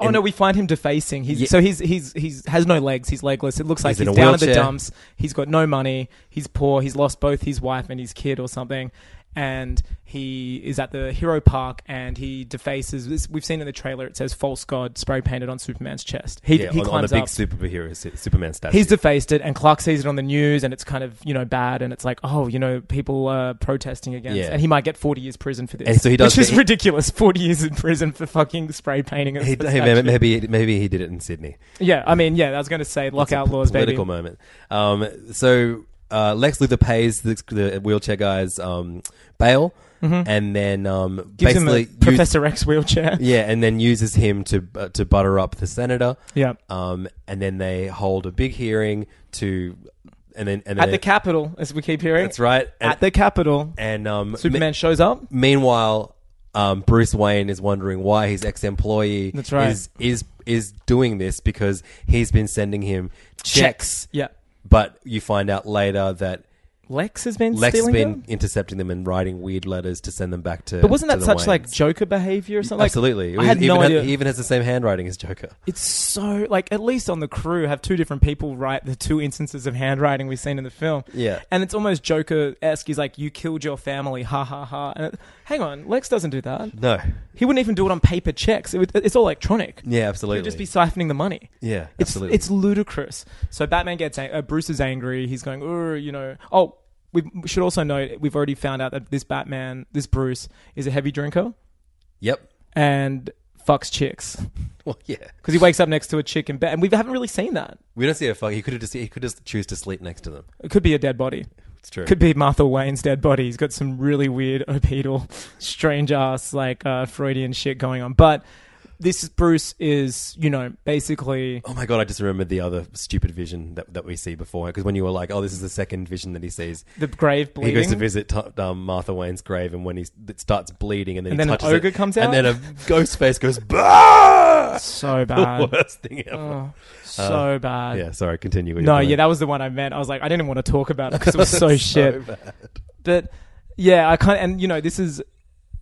S2: Oh no, we find him defacing. He's
S1: Yeah.
S2: so he's he's he's has no legs. He's legless. It looks like
S1: He's in
S2: he's,
S1: a
S2: down in the
S1: wheelchair.
S2: dumps. He's got no money. He's poor. He's lost both his wife and his kid or something. And he is at the hero park and he defaces. This, we've seen in the trailer. It says "false god" spray painted on Superman's chest. He
S1: yeah,
S2: he
S1: on, on the
S2: climbs
S1: big
S2: up.
S1: superhero su- Superman statue.
S2: He's defaced it, and Clark sees it on the news, and it's kind of you know bad, and it's like oh you know people are protesting against,
S1: Yeah.
S2: and he might get forty years prison for this.
S1: And so he does
S2: which is
S1: get-
S2: ridiculous. Forty years in prison for fucking spray painting. a
S1: He-
S2: statue.
S1: hey, may- maybe maybe he did it in Sydney.
S2: Yeah, I mean, yeah, I was going to say
S1: That's a
S2: lockout
S1: p-
S2: laws, baby.
S1: political moment. Um, so uh, Lex Luthor pays the, the wheelchair guys um, bail, and then um,
S2: Mm-hmm. Gives him a
S1: basically use-
S2: Professor X wheelchair.
S1: yeah, and then uses him to uh, to butter up the senator.
S2: Yeah.
S1: um, and then they hold a big hearing to, and then and then
S2: At the Capitol, as we keep hearing.
S1: That's right. And,
S2: At the Capitol,
S1: and um,
S2: Superman shows up.
S1: Meanwhile, um, Bruce Wayne is wondering why his ex-employee
S2: That's right.
S1: is is is doing this because he's been sending him checks.
S2: Yeah.
S1: But you find out later that
S2: Lex has been
S1: Lex has
S2: stealing
S1: been
S2: them?
S1: intercepting them and writing weird letters to send them back to.
S2: But wasn't
S1: to
S2: that
S1: the
S2: such
S1: Waynes.
S2: like Joker behavior or something? Like,
S1: Absolutely.
S2: I had
S1: he,
S2: no
S1: even
S2: idea.
S1: he even has the same handwriting as Joker.
S2: It's so like at least on the crew have two different people write the two instances of handwriting we've seen in the film.
S1: Yeah.
S2: and it's almost Joker esque. He's like, "You killed your family, ha ha ha." And it, hang on, Lex doesn't do that.
S1: No.
S2: He wouldn't even do it on paper checks. It would, it's all electronic.
S1: Yeah,
S2: He'd
S1: absolutely.
S2: just be siphoning the money.
S1: yeah,
S2: It's
S1: absolutely.
S2: it's ludicrous. So Batman gets ang- uh, Bruce is angry. He's going, "Ooh, you know." Oh, we should also note we've already found out that this Batman, this Bruce, is a heavy drinker
S1: yep.
S2: and fucks chicks
S1: Well, yeah.
S2: because he wakes up next to a chick in bed, and we haven't really seen that.
S1: We don't see a fuck. He could have just he could just choose to sleep next to them.
S2: It could be a dead body.
S1: It's true.
S2: Could be Martha Wayne's dead body. He's got some really weird, opedal, strange ass, like uh, Freudian shit going on. But this Bruce is, you know, basically
S1: Oh my god! I just remembered the other stupid vision that, that we see before. Because when you were like, "Oh, this is the second vision that he sees,"
S2: the grave bleeding.
S1: he goes to visit t- um, Martha Wayne's grave, and when he s- it starts bleeding, and then
S2: And
S1: he
S2: then an
S1: touches it,
S2: ogre comes
S1: and
S2: out?
S1: then a ghost face goes, "Bah!"
S2: so
S1: The
S2: bad,
S1: worst thing ever.
S2: so bad.
S1: yeah, sorry. Continue.
S2: No, yeah, that was the one I meant. I was like, I didn't even want to talk about it because it was so, shit. But yeah, I kind of, and you know, this is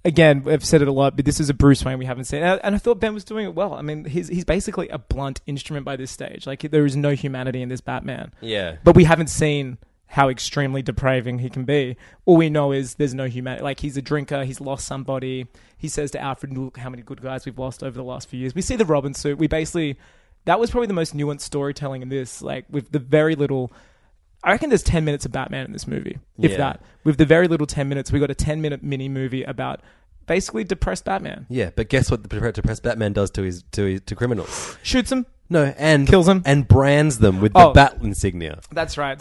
S2: again, I've said it a lot, but this is a Bruce Wayne we haven't seen, and I, and I thought Ben was doing it well. I mean, he's he's basically a blunt instrument by this stage. Like, there is no humanity in this Batman,
S1: yeah.
S2: but we haven't seen how extremely depraving he can be. All we know is there's no humanity. Like, he's a drinker. He's lost somebody. He says to Alfred, "Look how many good guys we've lost over the last few years." We see the Robin suit. We basically. That was probably the most nuanced storytelling in this, like with the very little I reckon there's 10 minutes of Batman in this movie, if
S1: Yeah.
S2: that. With the very little 10 minutes, we got a 10 minute mini movie about basically depressed Batman.
S1: yeah, but guess what? The depre- depressed Batman does to his to his, to criminals.
S2: Shoots him.
S1: No, and
S2: Kills them.
S1: and brands them with
S2: Oh.
S1: the bat insignia.
S2: That's right.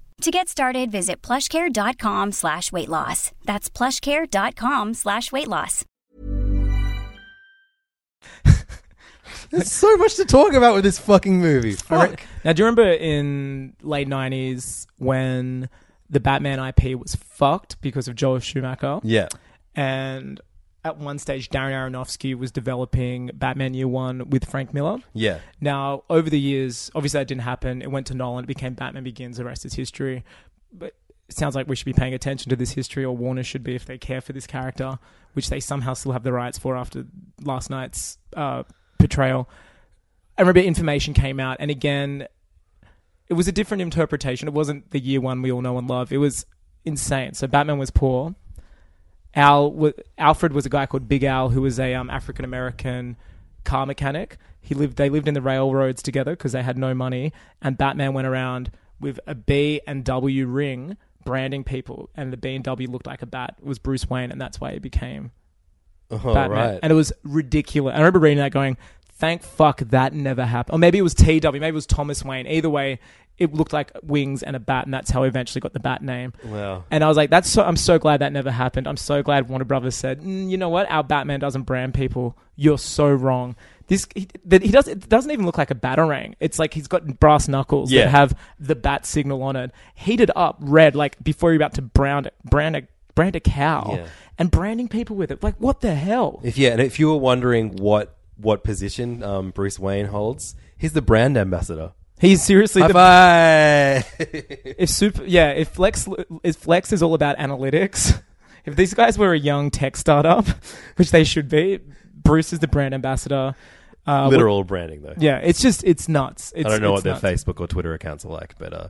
S3: To get started, visit plushcare.com slash weight loss. That's plushcare.com slash weight loss.
S1: There's so much to talk about with this fucking movie.
S2: All right. Now, do you remember in late 90s when the Batman IP was fucked because of Joel Schumacher?
S1: Yeah.
S2: And at one stage Darren Aronofsky was developing Batman Year One with Frank Miller.
S1: Yeah.
S2: Now, over the years, obviously that didn't happen. It went to Nolan. It became Batman Begins. The rest is history. But it sounds like we should be paying attention to this history, or Warner should be if they care for this character, which they somehow still have the rights for after last night's uh, portrayal. I remember information came out, and again, it was a different interpretation. It wasn't the year one we all know and love. It was insane. So Batman was poor. Al wa Alfred was a guy called Big Al who was a um, African American car mechanic. He lived. They lived in the railroads together because they had no money. And Batman went around with a B and W ring branding people, and the B and W looked like a bat. It was Bruce Wayne, and that's why he became
S1: Oh,
S2: Batman.
S1: right.
S2: And it was ridiculous. I remember reading that going, thank fuck that never happened. Or maybe it was TW, maybe it was Thomas Wayne. Either way, it looked like wings and a bat, and that's how I eventually got the bat name.
S1: Wow.
S2: And I was like, that's so, I'm so glad that never happened. I'm so glad Warner Brothers said, mm, you know what? Our Batman doesn't brand people. You're so wrong. This he, that he does it doesn't even look like a batarang. It's like he's got brass knuckles
S1: Yeah.
S2: that have the bat signal on it, heated up red like before you're about to brown it, brand a brand a cow,
S1: Yeah.
S2: and branding people with it. Like what the hell?
S1: If yeah, and if you were wondering what what position um, Bruce Wayne holds, he's the brand ambassador.
S2: He's seriously
S1: High
S2: the
S1: five.
S2: if super yeah if flex if flex is all about analytics. If these guys were a young tech startup, which they should be, Bruce is the brand ambassador. Uh, what-
S1: Literal branding though.
S2: yeah, it's just it's nuts. It's,
S1: I don't know what
S2: it's
S1: their
S2: nuts.
S1: Facebook or Twitter accounts are like, but uh,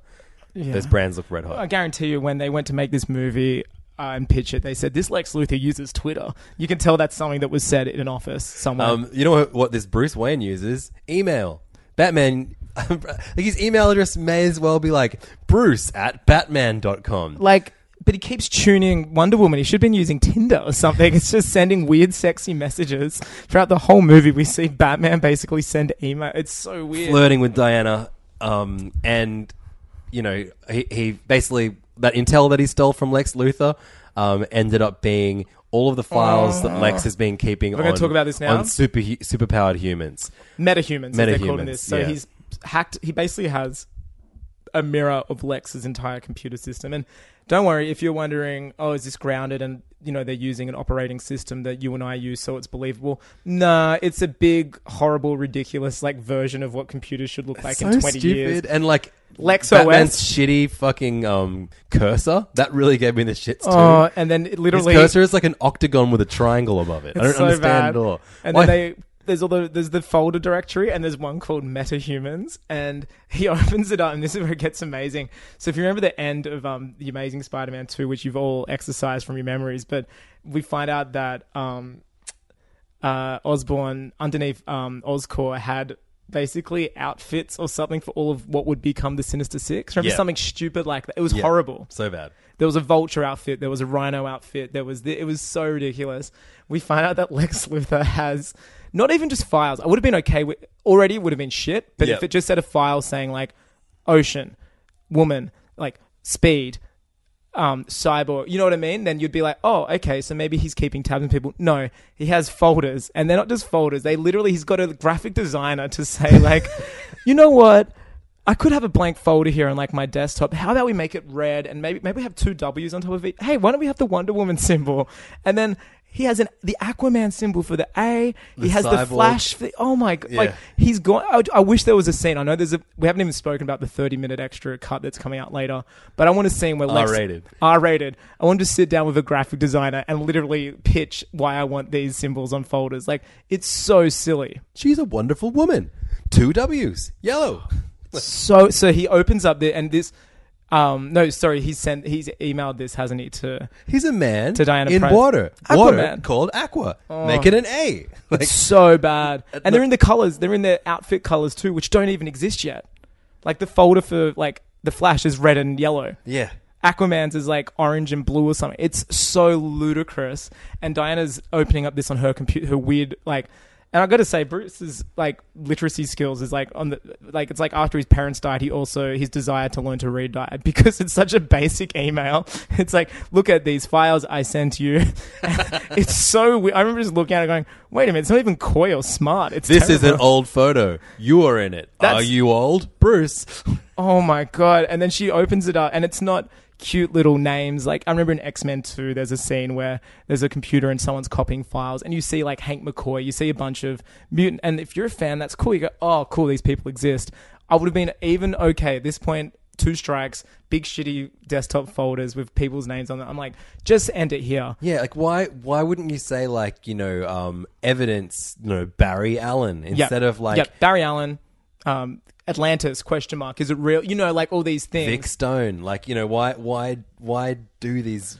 S2: Yeah.
S1: those brands look red
S2: I
S1: hot.
S2: guarantee you, when they went to make this movie. Uh, and pitch it. They said this Lex Luthor uses Twitter. You can tell that's something that was said in an office somewhere.
S1: Um, you know what, what this Bruce Wayne uses? Email. Batman. like his email address may as well be like Bruce at Batman.com.
S2: like, but he keeps tuning Wonder Woman. He should have been using Tinder or something. It's just sending weird, sexy messages throughout the whole movie. We see Batman basically send email. It's so weird.
S1: flirting with Diana, um, and you know he, he basically that intel that he stole from Lex Luthor um, ended up being all of the files that Lex has been keeping.
S2: We're gonna
S1: on-
S2: talk about this now?
S1: on super superpowered humans.
S2: Metahumans, as they're called in
S1: Metahumans,
S2: this. So
S1: yeah.
S2: he's hacked. He basically has a mirror of Lex's entire computer system. And don't worry if you're wondering, oh, is this grounded? And you know they're using an operating system that you and I use, so it's believable. Nah, it's a big, horrible, ridiculous like version of what computers should look like in 20 years.
S1: and like
S2: Lex
S1: Batman's
S2: OS.
S1: shitty fucking um, cursor that really gave me the shits too.
S2: Oh, and then it
S1: His
S2: literally
S1: cursor is like an octagon with a triangle above it. I don't
S2: It's so
S1: understand
S2: bad.
S1: at all.
S2: And
S1: Why-
S2: then they there's all the there's the folder directory and there's one called MetaHumans and he opens it up and this is where it gets amazing. So if you remember the end of um the Amazing Spider-Man two, which you've all exercised from your memories, but we find out that um uh Osborne underneath um Oscorp had basically outfits or something for all of what would become the Sinister Six. Remember
S1: Yeah.
S2: something stupid like that? It was
S1: Yeah.
S2: horrible.
S1: so bad.
S2: There was a vulture outfit. There was a rhino outfit. There was the, it was so ridiculous. We find out that Lex Luthor has not even just files. I would have been okay with already would have been shit. But
S1: Yeah.
S2: if it just said a file saying like ocean, woman, like speed, um, cyborg, you know what I mean? Then you'd be like, oh, okay, so maybe he's keeping tabs on people. No, he has folders, and they're not just folders. They literally, he's got a graphic designer to say, like, you know what? I could have a blank folder here on like my desktop. How about we make it red and maybe maybe we have two W's on top of it? Hey, why don't we have the Wonder Woman symbol? And then he has an the Aquaman symbol for the A.
S1: The
S2: he has
S1: cyborg.
S2: the Flash. For the, oh my god!
S1: Yeah.
S2: Like he's gone. I, I wish there was a scene. I know there's a. We haven't even spoken about the 30 minute extra cut that's coming out later. But I want a scene where Lex-
S1: R-rated.
S2: R-rated. I wanted to sit down with a graphic designer and literally pitch why I want these symbols on folders. Like it's so silly.
S1: She's a wonderful woman. Two W's, yellow.
S2: So so he opens up the and this. Um, no, sorry. He's sent. He's emailed this, hasn't he? To
S1: He's a man
S2: To Diana
S1: in
S2: Prince.
S1: water.
S2: Aquaman.
S1: Water called Aqua. Make it an A. Like,
S2: it's so bad, and they're in the colors. They're in their outfit colors too, which don't even exist yet. Like the folder for like the Flash is red and yellow.
S1: yeah.
S2: Aquaman's is like orange and blue or something. It's so ludicrous. And Diana's opening up this on her computer, her weird like. And I got to say, Bruce's like literacy skills is like on the like it's like after his parents died, he also his desire to learn to read died because it's such a basic email. It's like look at these files I sent you. it's so weird. I remember just looking at it going, wait a minute, it's not even coy or smart. It's
S1: This is
S2: terrible.
S1: an old photo. You are in it.
S2: That's-
S1: are you old, Bruce?
S2: Oh my god! And then she opens it up, and it's not cute little names. Like I remember in X Men Two, there's a scene where there's a computer and someone's copying files, and you see like Hank McCoy, you see a bunch of mutant, and if you're a fan, that's cool. You go, oh, cool, these people exist. I would have been even okay at this point. Two strikes, big shitty desktop folders with people's names on them. I'm like, just end it here.
S1: Yeah, like why why wouldn't you say like you know um, evidence you know Barry Allen
S2: Yeah.
S1: instead of like
S2: Yeah, Barry Allen, um, Atlantis question mark is it real? You know, like all these things.
S1: Vic Stone? Like you know why why why do these?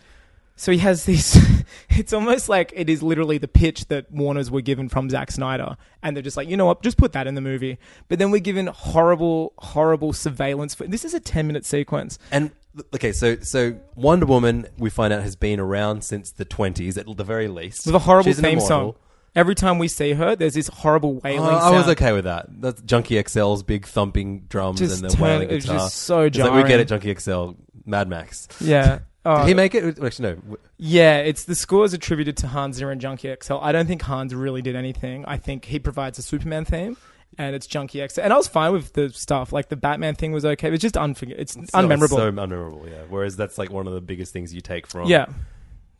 S2: So he has these. It's almost like it is literally the pitch that Warners were given from Zack Snyder, and they're just like, you know what, just put that in the movie. But then we're given horrible, horrible surveillance. For, this is a ten-minute sequence.
S1: And okay, so so Wonder Woman we find out has been around since the twenties at the very least.
S2: With a horrible
S1: She's an
S2: theme
S1: immortal.
S2: song. Every time we see her, there's this horrible
S1: Oh,
S2: wailing
S1: I
S2: sound.
S1: was okay with that. That's Junkie XL's big thumping drums
S2: Just
S1: and the
S2: turn-
S1: wailing
S2: it was
S1: guitar.
S2: just so
S1: It's like, we get
S2: jarring.
S1: it, Junkie XL, Mad Max.
S2: Yeah. Oh,
S1: Did he make it? Actually, no.
S2: yeah, it's the score is attributed to Hans Zimmer and Junkie XL. I don't think Hans really did anything. I think he provides a Superman theme, and it's Junkie XL. And I was fine with the stuff. Like the Batman thing was okay. It was just unforg- It's unmemorable.
S1: So unmemorable, yeah. Whereas that's like one of the biggest things you take from
S2: Yeah.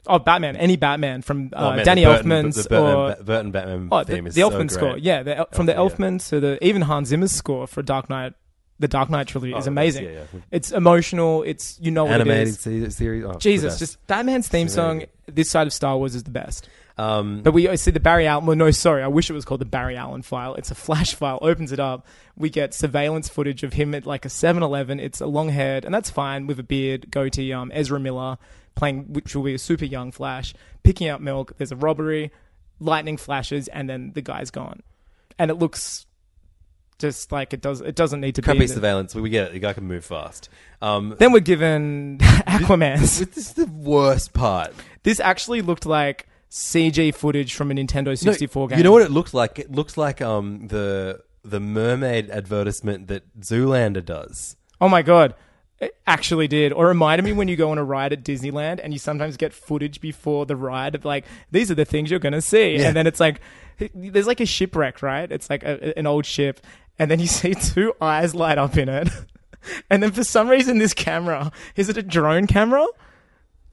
S2: Oh, Batman. Any Batman from
S1: Oh,
S2: uh,
S1: man,
S2: Danny
S1: the Burton,
S2: Elfman's
S1: the Burton,
S2: or.
S1: Ba- Burton Batman
S2: Oh, the,
S1: theme is
S2: the Elfman
S1: so great.
S2: score. Yeah, the, El- from the
S1: Elfman, yeah.
S2: Elfman to the. Even Hans Zimmer's score for Dark Knight, the Dark Knight trilogy
S1: Oh,
S2: is
S1: that's-
S2: amazing.
S1: yeah, yeah.
S2: It's emotional. It's. You know what it
S1: animated
S2: is.
S1: se- series. Oh, it's the
S2: Jesus,
S1: best.
S2: just Batman's theme
S1: It's very
S2: song, this side of Star Wars is the best.
S1: um,
S2: But we always see the Barry Allen. Well, no, sorry, I wish it was called the Barry Allen file. It's a flash file. Opens it up. We get surveillance footage of him at like a 7-Eleven. It's a long haired, and that's fine with a beard, goatee. Um, Ezra Miller playing, which will be a super young Flash, picking up milk. There's a robbery, lightning flashes, and then the guy's gone, and it looks just like it does. It doesn't need to
S1: crappy
S2: be. the-
S1: surveillance. We get it. The guy can move fast. Um,
S2: Then we're given Aquaman's.
S1: this is the worst part.
S2: This actually looked like CG footage from a Nintendo 64 game.
S1: You know what it looked like? It looks like um the the mermaid advertisement that Zoolander does.
S2: Oh my god. It actually did. Or reminded me when you go on a ride at Disneyland and you sometimes get footage before the ride of like, these are the things you're going to see.
S1: Yeah.
S2: And then it's like, there's like a shipwreck, right? It's like a, an old ship. And then you see two eyes light up in it. And then for some reason, this camera is it a drone camera?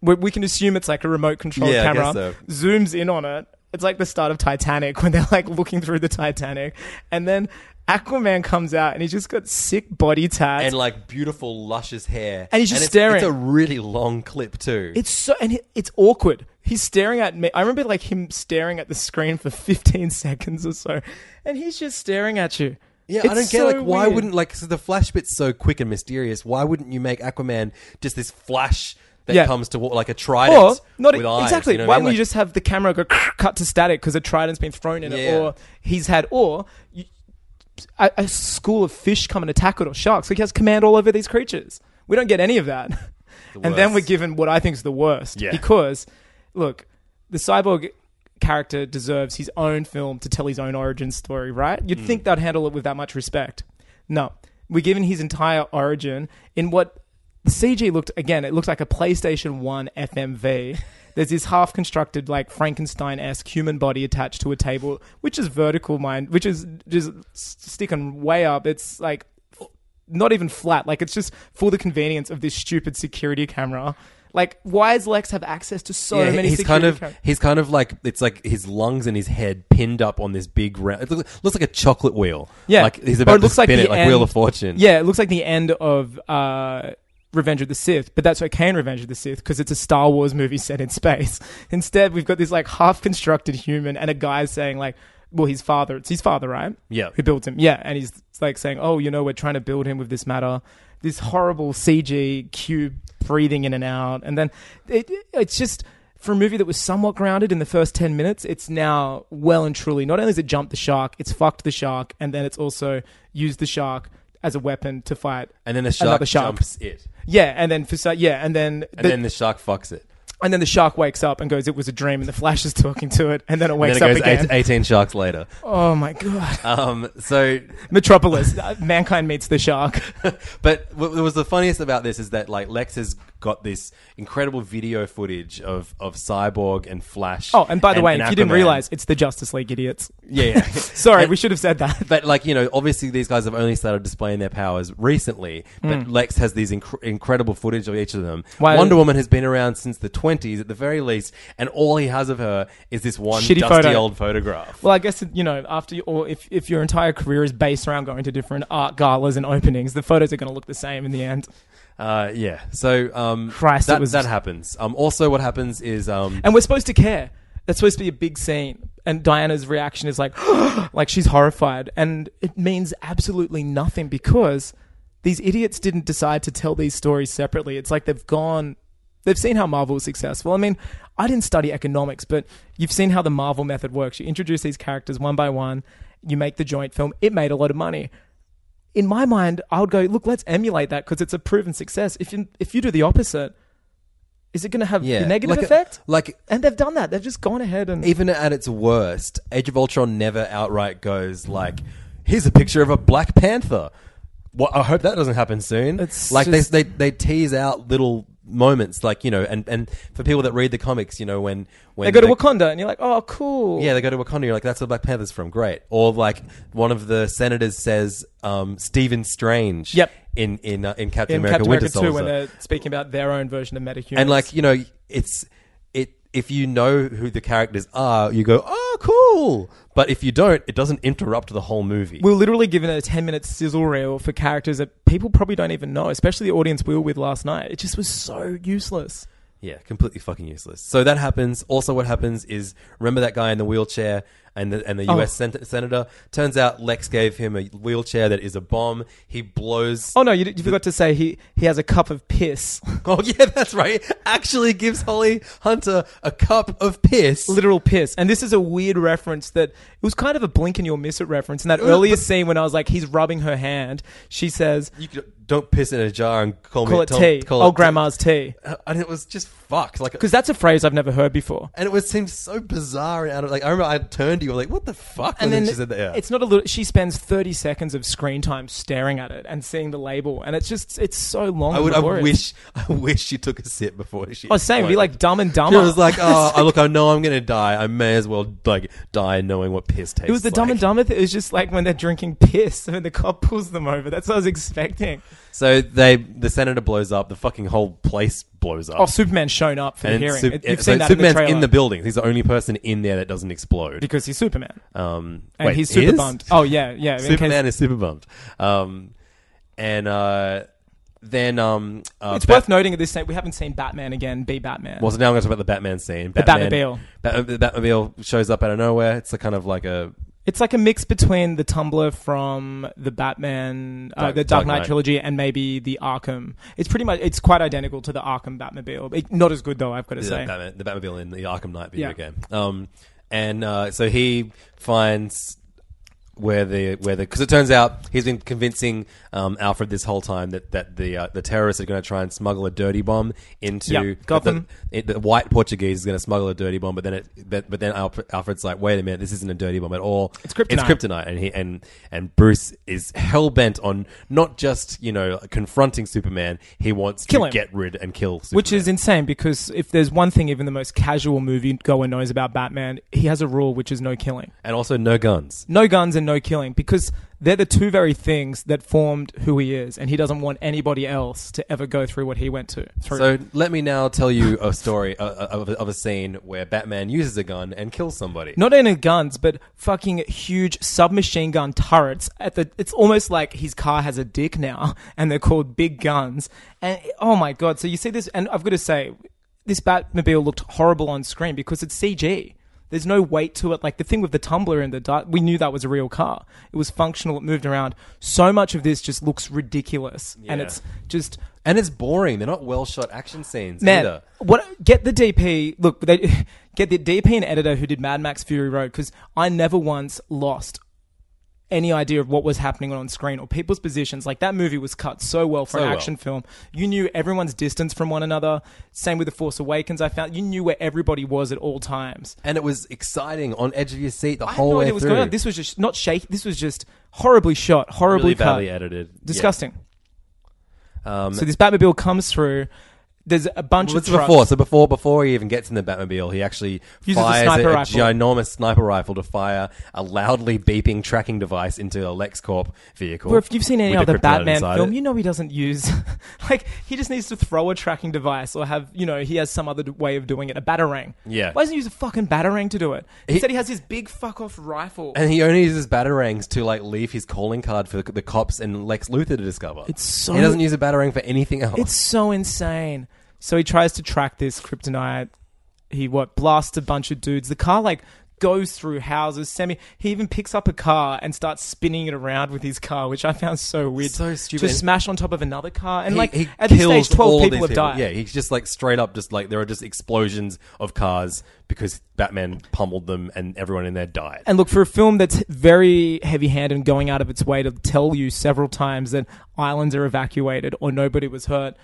S2: We, we can assume it's like a remote control
S1: Yeah, I
S2: camera.
S1: guess so.
S2: Zooms in on it. It's like the start of Titanic when they're like looking through the Titanic. And then Aquaman comes out and he's just got sick body tats.
S1: and like beautiful, luscious hair.
S2: And he's just
S1: it's,
S2: staring.
S1: It's a really long clip too.
S2: It's so and it- it's awkward. He's staring at me. I remember like him staring at the screen for 15 seconds or so, and he's just staring at you.
S1: yeah, I don't
S2: It's
S1: get
S2: so
S1: like why
S2: weird.
S1: wouldn't like so the flash bit's so quick and mysterious. Why wouldn't you make Aquaman just this flash that
S2: Yeah.
S1: comes to wa- like a trident
S2: or not e-,
S1: with eyes?
S2: exactly?
S1: you know what
S2: why
S1: I
S2: don't
S1: mean?
S2: you
S1: Like-
S2: just have the camera go cut to static because a trident's been thrown in
S1: Yeah.
S2: it, or he's had or. You, a, a school of fish come and attack it, or sharks. Like he has command all over these creatures. We don't get any of that, and then
S1: worst.
S2: we're given what I think is the worst.
S1: Yeah.
S2: Because, look, the cyborg character deserves his own film to tell his own origin story, right?
S1: Mm.
S2: You'd think they'd handle it with that much respect. No, we're given his entire origin in what the CG looked again. It looked like a PlayStation One FMV. There's this half-constructed, like Frankenstein-esque human body attached to a table, which is vertical, mind, which is just sticking way up. It's like not even flat. Like it's just for the convenience of this stupid security camera. Like why does Lex have access to so
S1: Yeah,
S2: many
S1: he's
S2: security
S1: kind of
S2: cameras?
S1: he's kind of like it's like his lungs and his head pinned up on this big round. It looks, looks like a chocolate wheel.
S2: Yeah,
S1: like he's
S2: Or
S1: about to spin it like Wheel of Fortune.
S2: Yeah, it looks like the end of uh, Revenge of the Sith, but that's okay in Revenge of the Sith because it's a Star Wars movie set in space. Instead, we've got this like half-constructed human and a guy saying like, "Well, his father. It's his father, right?
S1: Yeah.
S2: who built him. Yeah, and he's like saying, "Oh, you know, we're trying to build him with this matter." This horrible CG cube breathing in and out, and then it, it's just. For a movie that was somewhat grounded in the first 10 minutes, it's now well and truly not only has it jumped the shark, it's fucked the shark, and then it's also used the shark as a weapon to fight.
S1: and then the
S2: another
S1: shark, jumps it,
S2: Yeah, and then for so, yeah, and then
S1: and then the shark fucks it.
S2: and then the shark wakes up and goes, "It was a dream," and the flash is talking to it, and then it
S1: And
S2: wakes
S1: then it
S2: up
S1: goes eight-
S2: again.
S1: 18 sharks later.
S2: Oh my god!
S1: Um, so
S2: Metropolis, uh, mankind meets the shark.
S1: but what was the funniest about this is that like Lex has got this incredible video footage of, of Cyborg and Flash.
S2: Oh, and by the way, if you didn't
S1: Aquaman.
S2: realize, it's the Justice League idiots.
S1: yeah, yeah.
S2: Sorry,
S1: And-
S2: we should have said that.
S1: but like you know, obviously these guys have only started displaying their powers recently. But Lex has these inc- incredible footage of each of them.
S2: Mm. Why-
S1: Wonder Woman has been around since the twenties at the very least, and all he has of her is this one
S2: Shitty
S1: dusty
S2: photo.
S1: old photograph.
S2: Well, I guess you know after, you, or if, if your entire career is based around going to different art galas and openings, the photos are going to look the same in the end.
S1: Uh, yeah. So um,
S2: Christ,
S1: that
S2: it was-
S1: that happens. Um, also, what happens is um,
S2: And we're supposed to care. That's supposed to be a big scene. And Diana's reaction is like, like she's horrified, and it means absolutely nothing because these idiots didn't decide to tell these stories separately. It's like they've gone. They've seen how Marvel was successful. I mean, I didn't study economics, but you've seen how the Marvel method works. You introduce these characters one by one, you make the joint film. It made a lot of money in my mind, I would go, look, let's emulate that because it's a proven success. If you if you do the opposite, is it going to have
S1: yeah,
S2: a negative
S1: like a-
S2: effect?
S1: like
S2: and they've done that. They've just gone ahead and
S1: even at its worst, Age of Ultron never outright goes like, "Here's a picture of a Black Panther." Well, I hope that doesn't happen soon.
S2: It's
S1: like
S2: just-
S1: they, they they tease out little moments, like you know, and and for people that read the comics, you know, when when
S2: they go to
S1: the-
S2: Wakanda, and you're like, oh, cool.
S1: yeah, they go to Wakanda. You're like, that's where Black Panther's from. Great. Or like one of the senators says, um, Stephen Strange.
S2: Yep.
S1: In in uh, in Captain
S2: in
S1: America,
S2: Captain
S1: Winter
S2: America
S1: Soldier.
S2: Two, when they're speaking about their own version of metahumans,
S1: And like you know, it's it if you know who the characters are, you go, oh, cool. But if you don't, it doesn't interrupt the whole movie.
S2: we were literally given a 10 minute sizzle reel for characters that people probably don't even know, especially the audience we were with last night. It just was so useless.
S1: yeah, completely fucking useless. So that happens. Also, what happens is remember that guy in the wheelchair and the and the
S2: Oh.
S1: U.S. Sen- senator. Turns out Lex gave him a wheelchair that is a bomb. He blows.
S2: Oh no, you, you forgot to say he he has a cup of piss,
S1: Oh yeah, that's right. Actually, gives Holly Hunter a cup of piss.
S2: literal piss. And this is a weird reference that it was kind of a blink and you'll miss it reference.
S1: Uh,
S2: In that earlier scene when I was like, he's rubbing her hand, she says,
S1: You could, don't piss in a jar and call,
S2: "Call
S1: me.
S2: it
S1: tell-
S2: tea,
S1: call
S2: oh
S1: it-
S2: grandma's tea,"
S1: And it was just fucked. Like
S2: because that's a phrase I've never heard before.
S1: And it was seemed so bizarre and out of like I remember I turned to you like what the fuck
S2: And then
S1: she said that yeah.
S2: it's not a little. She spends thirty seconds of screen time staring at it and seeing the label, and it's just it's so long.
S1: I
S2: and
S1: would I
S2: laborious.
S1: wish I wish she took a sip before she
S2: I was saying, it'd be
S1: exploded.
S2: like Dumb and
S1: she
S2: Dumber.
S1: was like oh I- look I know I'm gonna die I may as well like die knowing what piss tastes
S2: it was the
S1: like.
S2: Dumb and Dumber. Thing. It was just like when they're drinking piss and the cop pulls them over. That's what I was expecting.
S1: so they the senator blows up the fucking whole place blows up
S2: Oh, Superman's shown up for the
S1: and
S2: hearing.
S1: Sup-
S2: It-
S1: and
S2: You've seen
S1: so
S2: that
S1: Superman's
S2: in the trailer.
S1: building he's the only person in there that doesn't explode
S2: because he's Superman.
S1: um
S2: And
S1: wait,
S2: he's
S1: he
S2: super
S1: is?
S2: bummed. Oh yeah, yeah. in case-
S1: Superman is super bummed um and uh then um uh,
S2: it's
S1: Bat-
S2: worth noting at this stage we haven't seen Batman again. Be Batman.
S1: Well, so now I'm going to talk about the Batman scene.
S2: The
S1: Batman,
S2: Batmobile.
S1: Bat- the Batmobile shows up out of nowhere. It's a kind of like a
S2: it's like a mix between the Tumblr from the Batman, uh,
S1: Dark-
S2: the Dark
S1: Dark
S2: Knight
S1: Knight.
S2: trilogy, and maybe the Arkham. It's pretty much it's quite identical to the Arkham Batmobile. It- not as good though, I've got to
S1: the,
S2: say.
S1: Batman, the Batmobile in the Arkham Knight video
S2: Yeah.
S1: game. Um, and uh, so he finds where the where the because it turns out he's been convincing um, Alfred this whole time that that the uh, the terrorists are going to try and smuggle a dirty bomb into
S2: Yeah, Gotham.
S1: The, it, the white Portuguese is going to smuggle a dirty bomb, but then it but, but then Alfred, Alfred's like, wait a minute, this isn't a dirty bomb at all.
S2: It's kryptonite."
S1: It's kryptonite, and he and and Bruce is hell bent on not just you know confronting Superman. He wants
S2: Kill
S1: to
S2: him.
S1: get rid and kill. Superman.
S2: Which is insane because if there's one thing even the most casual movie goer knows about Batman, he has a rule which is no killing.
S1: and also no guns.
S2: no guns and no killing because they're the two very things that formed who he is and he doesn't want anybody else to ever go through what he went to through.
S1: So let me now tell you a story uh, uh, of, a- of a scene where Batman uses a gun and kills somebody.
S2: not only guns but fucking huge submachine gun turrets at the it's almost like his car has a dick now and they're called big guns and oh my god so you see this and I've got to say this Batmobile looked horrible on screen because it's CG there's no weight to it like the thing with the tumbler in the dark we knew that was a real car it was functional it moved around so much of this just looks ridiculous and
S1: Yeah.
S2: it's just
S1: and it's boring. They're not well shot action scenes
S2: Man,
S1: either.
S2: what? Get the DP. Look, they get the DP and editor who did Mad Max Fury Road because I never once lost any idea of what was happening on screen or people's positions. Like that movie was cut so well for
S1: So
S2: an
S1: well.
S2: action film. You knew everyone's distance from one another. Same with The Force Awakens. I found you knew where everybody was at all times.
S1: And it was exciting on edge of your seat the
S2: I had
S1: whole
S2: no
S1: way
S2: idea what was
S1: through.
S2: going on. This was just not shake. This was just horribly shot, horribly
S1: really
S2: cut,
S1: badly edited.
S2: disgusting.
S1: Yeah. Um,
S2: So this Batmobile comes through. there's a bunch
S1: Well,
S2: of
S1: it's
S2: trucks.
S1: before. So before before he even gets in the Batmobile, he actually
S2: Uses a
S1: fires
S2: sniper
S1: a,
S2: rifle.
S1: ginormous sniper rifle to fire a loudly beeping tracking device into a LexCorp vehicle.
S2: But if you've seen any
S1: with the
S2: other
S1: kryptonite
S2: Batman
S1: inside
S2: film,
S1: it.
S2: you know he doesn't use like he just needs to throw a tracking device or have you know he has some other d- way of doing it, a batarang.
S1: Yeah.
S2: Why doesn't he use a fucking batarang to do it? He,
S1: He-
S2: said he has his big fuck off rifle.
S1: and he only uses batarangs to like leave his calling card for the, the cops and Lex Luthor to discover.
S2: It's so-
S1: he doesn't use a batarang for anything else.
S2: It's so insane. So he tries to track this kryptonite. He what blasts a bunch of dudes. The car like goes through houses. Semi. He even picks up a car and starts spinning it around with his car, which I found so weird.
S1: So stupid.
S2: To smash on top of another car and
S1: He-
S2: like
S1: he
S2: at this
S1: kills
S2: stage, twelve
S1: all
S2: people
S1: these
S2: have died.
S1: Yeah, he's just like straight up, just like there are just explosions of cars because Batman pummeled them and everyone in there died.
S2: And look, for a film that's very heavy handed and going out of its way to tell you several times that islands are evacuated or nobody was hurt,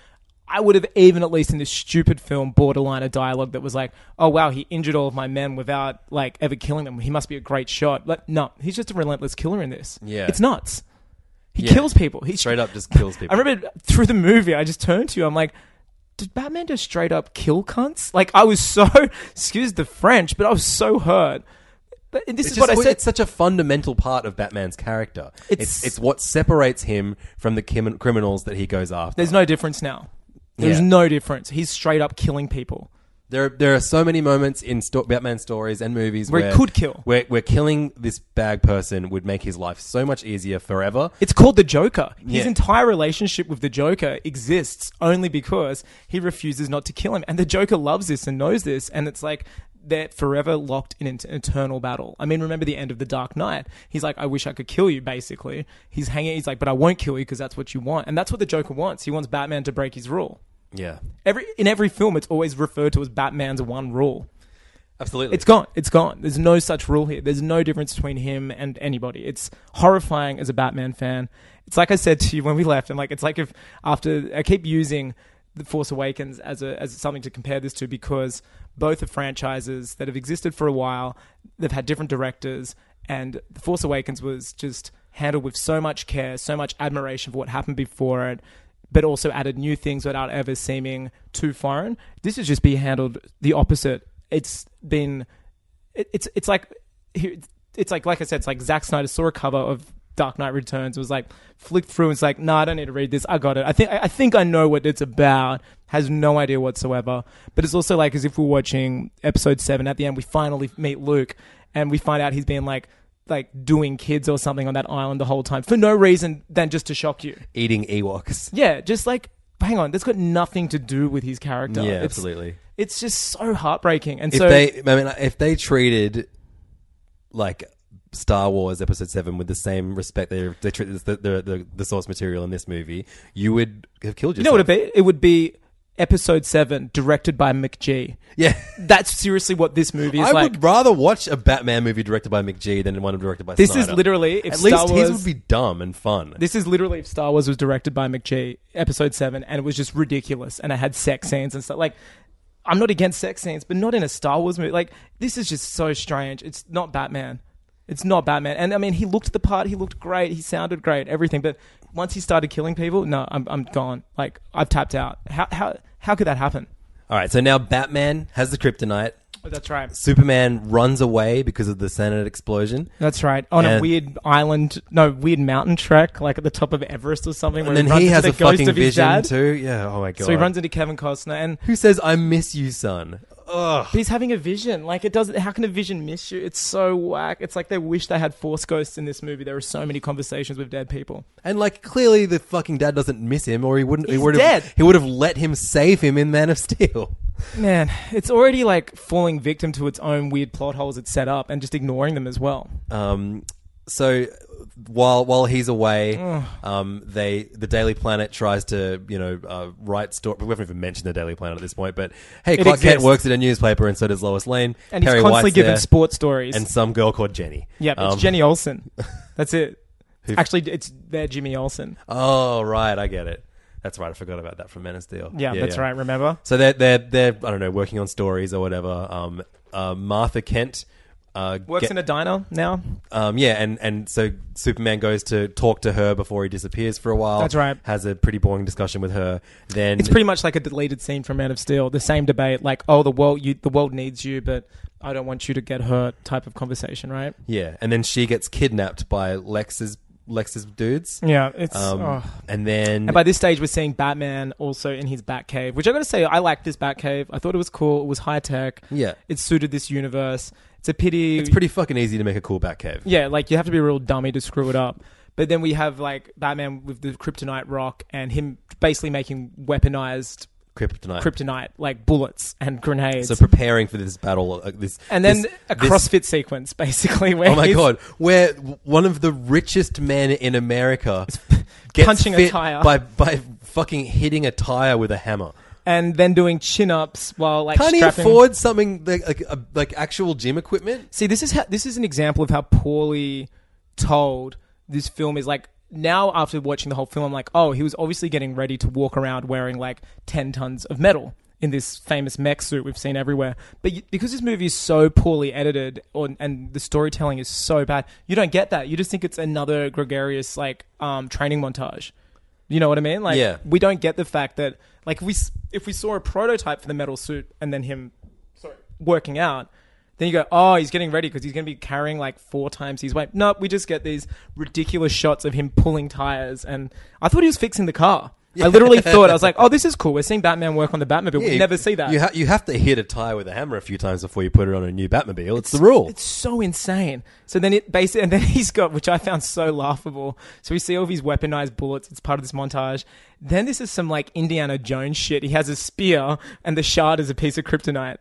S2: I would have, even at least in this stupid film, borderline a dialogue that was like, oh wow, he injured all of my men without like ever killing them. He must be a great shot. Like, no, he's just a relentless killer in this.
S1: Yeah.
S2: It's nuts. He
S1: Yeah.
S2: kills people. He
S1: straight up just kills people.
S2: I remember through the movie, I just turned to you. I'm like, did Batman just straight up kill cunts? Like, I was so, excuse the French, but I was so hurt. But this
S1: It's
S2: is what
S1: just-
S2: I said.
S1: It's such a fundamental part of Batman's character. It's
S2: It's-
S1: it's, what separates him from the kim- criminals that he goes after.
S2: There's no difference now. There's
S1: Yeah.
S2: no difference. He's straight up killing people.
S1: There, there are so many moments in sto- Batman stories and movies
S2: Where
S1: where,
S2: he could kill.
S1: Where, where killing this bag person would make his life so much easier forever.
S2: It's called the Joker. His
S1: Yeah.
S2: entire relationship with the Joker exists only because he refuses not to kill him. And the Joker loves this and knows this. And it's like they're forever locked in an eternal battle. I mean, remember the end of The Dark Knight? He's like, I wish I could kill you, basically. He's hanging, he's like, but I won't kill you because that's what you want. And that's what the Joker wants. He wants Batman to break his rule.
S1: Yeah,
S2: Every, in every film, it's always referred to as Batman's one rule.
S1: absolutely.
S2: It's gone. It's gone. There's no such rule here. There's no difference between him and anybody. It's horrifying as a Batman fan. It's like I said to you when we left. I'm like, it's like if after I keep using the Force Awakens as a as something to compare this to because both are franchises that have existed for a while. They've had different directors, and the Force Awakens was just handled with so much care, so much admiration for what happened before it but also added new things without ever seeming too foreign. This has just been handled the opposite. It's been, it, it's it's like, here- it's like like I said, it's like Zack Snyder saw a cover of Dark Knight Returns, was like flicked through, and it's like, nah, I don't need to read this. I got it. I think I I think I know what it's about. Has no idea whatsoever. But it's also like as if we're watching episode seven. At the end, we finally meet Luke, and we find out he's been like. Like doing kids or something on that island the whole time for no reason than just to shock you.
S1: Eating Ewoks.
S2: Yeah, just like hang on, that's got nothing to do with his character.
S1: Yeah,
S2: It's-
S1: absolutely.
S2: It's just so heartbreaking. And
S1: if
S2: so
S1: they, I mean, if they treated like Star Wars Episode Seven with the same respect they they treated the the, the, the source material in this movie, you would have killed
S2: you
S1: yourself.
S2: know what it be? It would be episode seven directed by McG.
S1: Yeah.
S2: That's seriously what this movie is
S1: I
S2: like.
S1: would rather watch a Batman movie directed by McGee than one directed by
S2: This
S1: Snyder.
S2: is literally if
S1: at
S2: Star
S1: least
S2: Wars
S1: his would be dumb and fun.
S2: This is literally if Star Wars was directed by McGee, episode seven, and it was just ridiculous and it had sex scenes and stuff. Like, I'm not against sex scenes, but not in a Star Wars movie. Like, this is just so strange. It's not Batman. It's not Batman. And I mean, he looked the part, he looked great, he sounded great, everything. But once he started killing people, no, I'm, I'm gone. Like, I've tapped out. How, how, how could that happen?
S1: All right, so now Batman has the kryptonite.
S2: That's right.
S1: Superman runs away because of the Senate explosion.
S2: That's right. On
S1: And-
S2: a weird island, no, weird mountain trek, like at the top of Everest or something.
S1: And
S2: where
S1: then
S2: runs
S1: he
S2: into
S1: has
S2: the
S1: a
S2: ghost
S1: fucking
S2: of his
S1: vision
S2: dad.
S1: too. Yeah, oh my god.
S2: So he runs into Kevin Costner, and
S1: Who says I miss you, son?
S2: But he's having a vision. Like it doesn't. How can a vision miss you? It's so whack. It's like they wish they had force ghosts in this movie. There are so many conversations with dead people.
S1: And like clearly the fucking dad doesn't miss him or he wouldn't he
S2: He's
S1: would
S2: dead.
S1: have he would have let him save him in Man of Steel.
S2: Man, it's already like falling victim to its own weird plot holes it's set up and just ignoring them as well.
S1: Um, so while while he's away, um, they the Daily Planet tries to you know uh, write story. We haven't even mentioned the Daily Planet at this point, but hey, Clark Kent
S2: exists.
S1: works at a newspaper, and so does Lois Lane.
S2: And he's
S1: Perry
S2: constantly
S1: White's
S2: given
S1: there,
S2: sport stories.
S1: and some girl called Jenny.
S2: yeah, it's
S1: Um,
S2: Jenny Olsen. That's it. Actually, it's their Jimmy Olsen.
S1: Oh right, I get it. That's right. I forgot about that from Man of Steel.
S2: Yeah, that's right. Remember?
S1: So they're they're they're I don't know working on stories or whatever. Um, uh, Martha Kent uh,
S2: Works
S1: get-
S2: in a diner now.
S1: um, yeah, and, and so Superman goes to talk to her before he disappears for a while.
S2: That's right.
S1: Has a pretty boring discussion with her. Then
S2: It's pretty much like a deleted scene from Man of Steel. The same debate, like, oh, the world, you, the world needs you, but I don't want you to get hurt. Type of conversation, right?
S1: yeah, and then she gets kidnapped by Lex's Lex's dudes.
S2: Yeah, it's. oh.
S1: Um, And then
S2: And by this stage, we're seeing Batman also in his Batcave, which I gotta say, I like this Batcave. I thought it was cool. It was high tech.
S1: Yeah.
S2: it suited this universe. It's a pity.
S1: it's pretty fucking easy to make a cool Batcave.
S2: Yeah, like you have to be a real dummy to screw it up. But then we have like Batman with the kryptonite rock and him basically making weaponized
S1: Kryptonite.
S2: kryptonite like bullets and grenades.
S1: So preparing for this battle, uh, this
S2: and then
S1: this-
S2: a
S1: this-
S2: CrossFit sequence, basically. Where
S1: Oh my
S2: he's-
S1: god! Where w- one of the richest men in America gets
S2: punching a
S1: fit
S2: tire.
S1: by by fucking hitting a tire with a hammer.
S2: And then doing chin ups while like
S1: Can't he
S2: strapping.
S1: afford something like like, a, like actual gym equipment?
S2: See, this is how, this is an example of how poorly told this film is. Like now, after watching the whole film, I'm like, oh, he was obviously getting ready to walk around wearing like ten tons of metal in this famous mech suit we've seen everywhere. But you, because this movie is so poorly edited, or, and the storytelling is so bad, you don't get that. You just think it's another gregarious like um, training montage. You know what I mean? Like
S1: Yeah.
S2: we don't get the fact that like if we s- if we saw a prototype for the metal suit and then him sorry, working out, then you go, oh, he's getting ready because he's going to be carrying like four times his weight. No, we just get these ridiculous shots of him pulling tires, and I thought he was fixing the car. I literally thought I was like, oh, this is cool. We're seeing Batman work on the Batmobile.
S1: Yeah,
S2: we
S1: you-
S2: never see that.
S1: You, ha- you have to hit a tire with a hammer a few times before you put it on a new Batmobile. It's, the rule.
S2: It's so insane. So then it basically, and then he's got, which I found so laughable. So we see all these weaponized bullets. It's part of this montage. Then this is some like Indiana Jones shit. He has a spear, and the shard is a piece of kryptonite.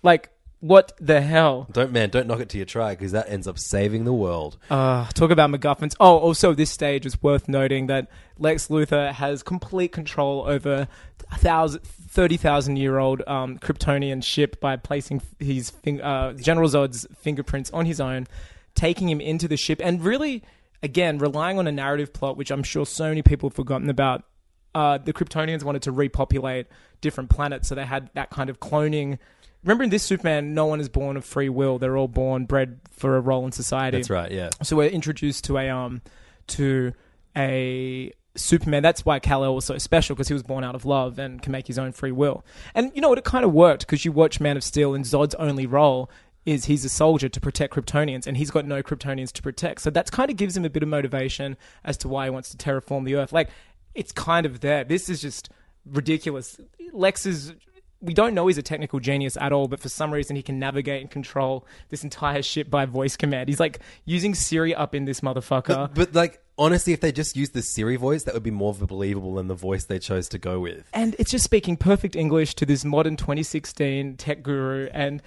S2: Like, what the hell?
S1: don't man, don't knock it till you try because that ends up saving the world.
S2: Uh, talk about MacGuffins. Oh, also, this stage is worth noting that Lex Luthor has complete control over a thousand, 30,000 year old um, Kryptonian ship by placing his fing- uh, General Zod's fingerprints on his own, taking him into the ship, and really, again, relying on a narrative plot, which I'm sure so many people have forgotten about. Uh, the Kryptonians wanted to repopulate different planets, so they had that kind of cloning. Remember, in this Superman, no one is born of free will; they're all born bred for a role in society
S1: That's right. Yeah.
S2: so we're introduced to a um to a Superman. That's why Kal El was so special because he was born out of love and can make his own free will. And you know what? It kind of worked because you watch Man of Steel and Zod's only role is he's a soldier to protect Kryptonians and he's got no Kryptonians to protect. So that's kind of gives him a bit of motivation as to why he wants to terraform the Earth. Like it's kind of there. This is just ridiculous. Lex is we don't know he's a technical genius at all, but for some reason he can navigate and control this entire ship by voice command. He's like using Siri up in this motherfucker.
S1: But, but like honestly, if they just used the Siri voice, that would be more believable than the voice they chose to go with.
S2: and it's just speaking perfect English to this modern 2016 tech guru. And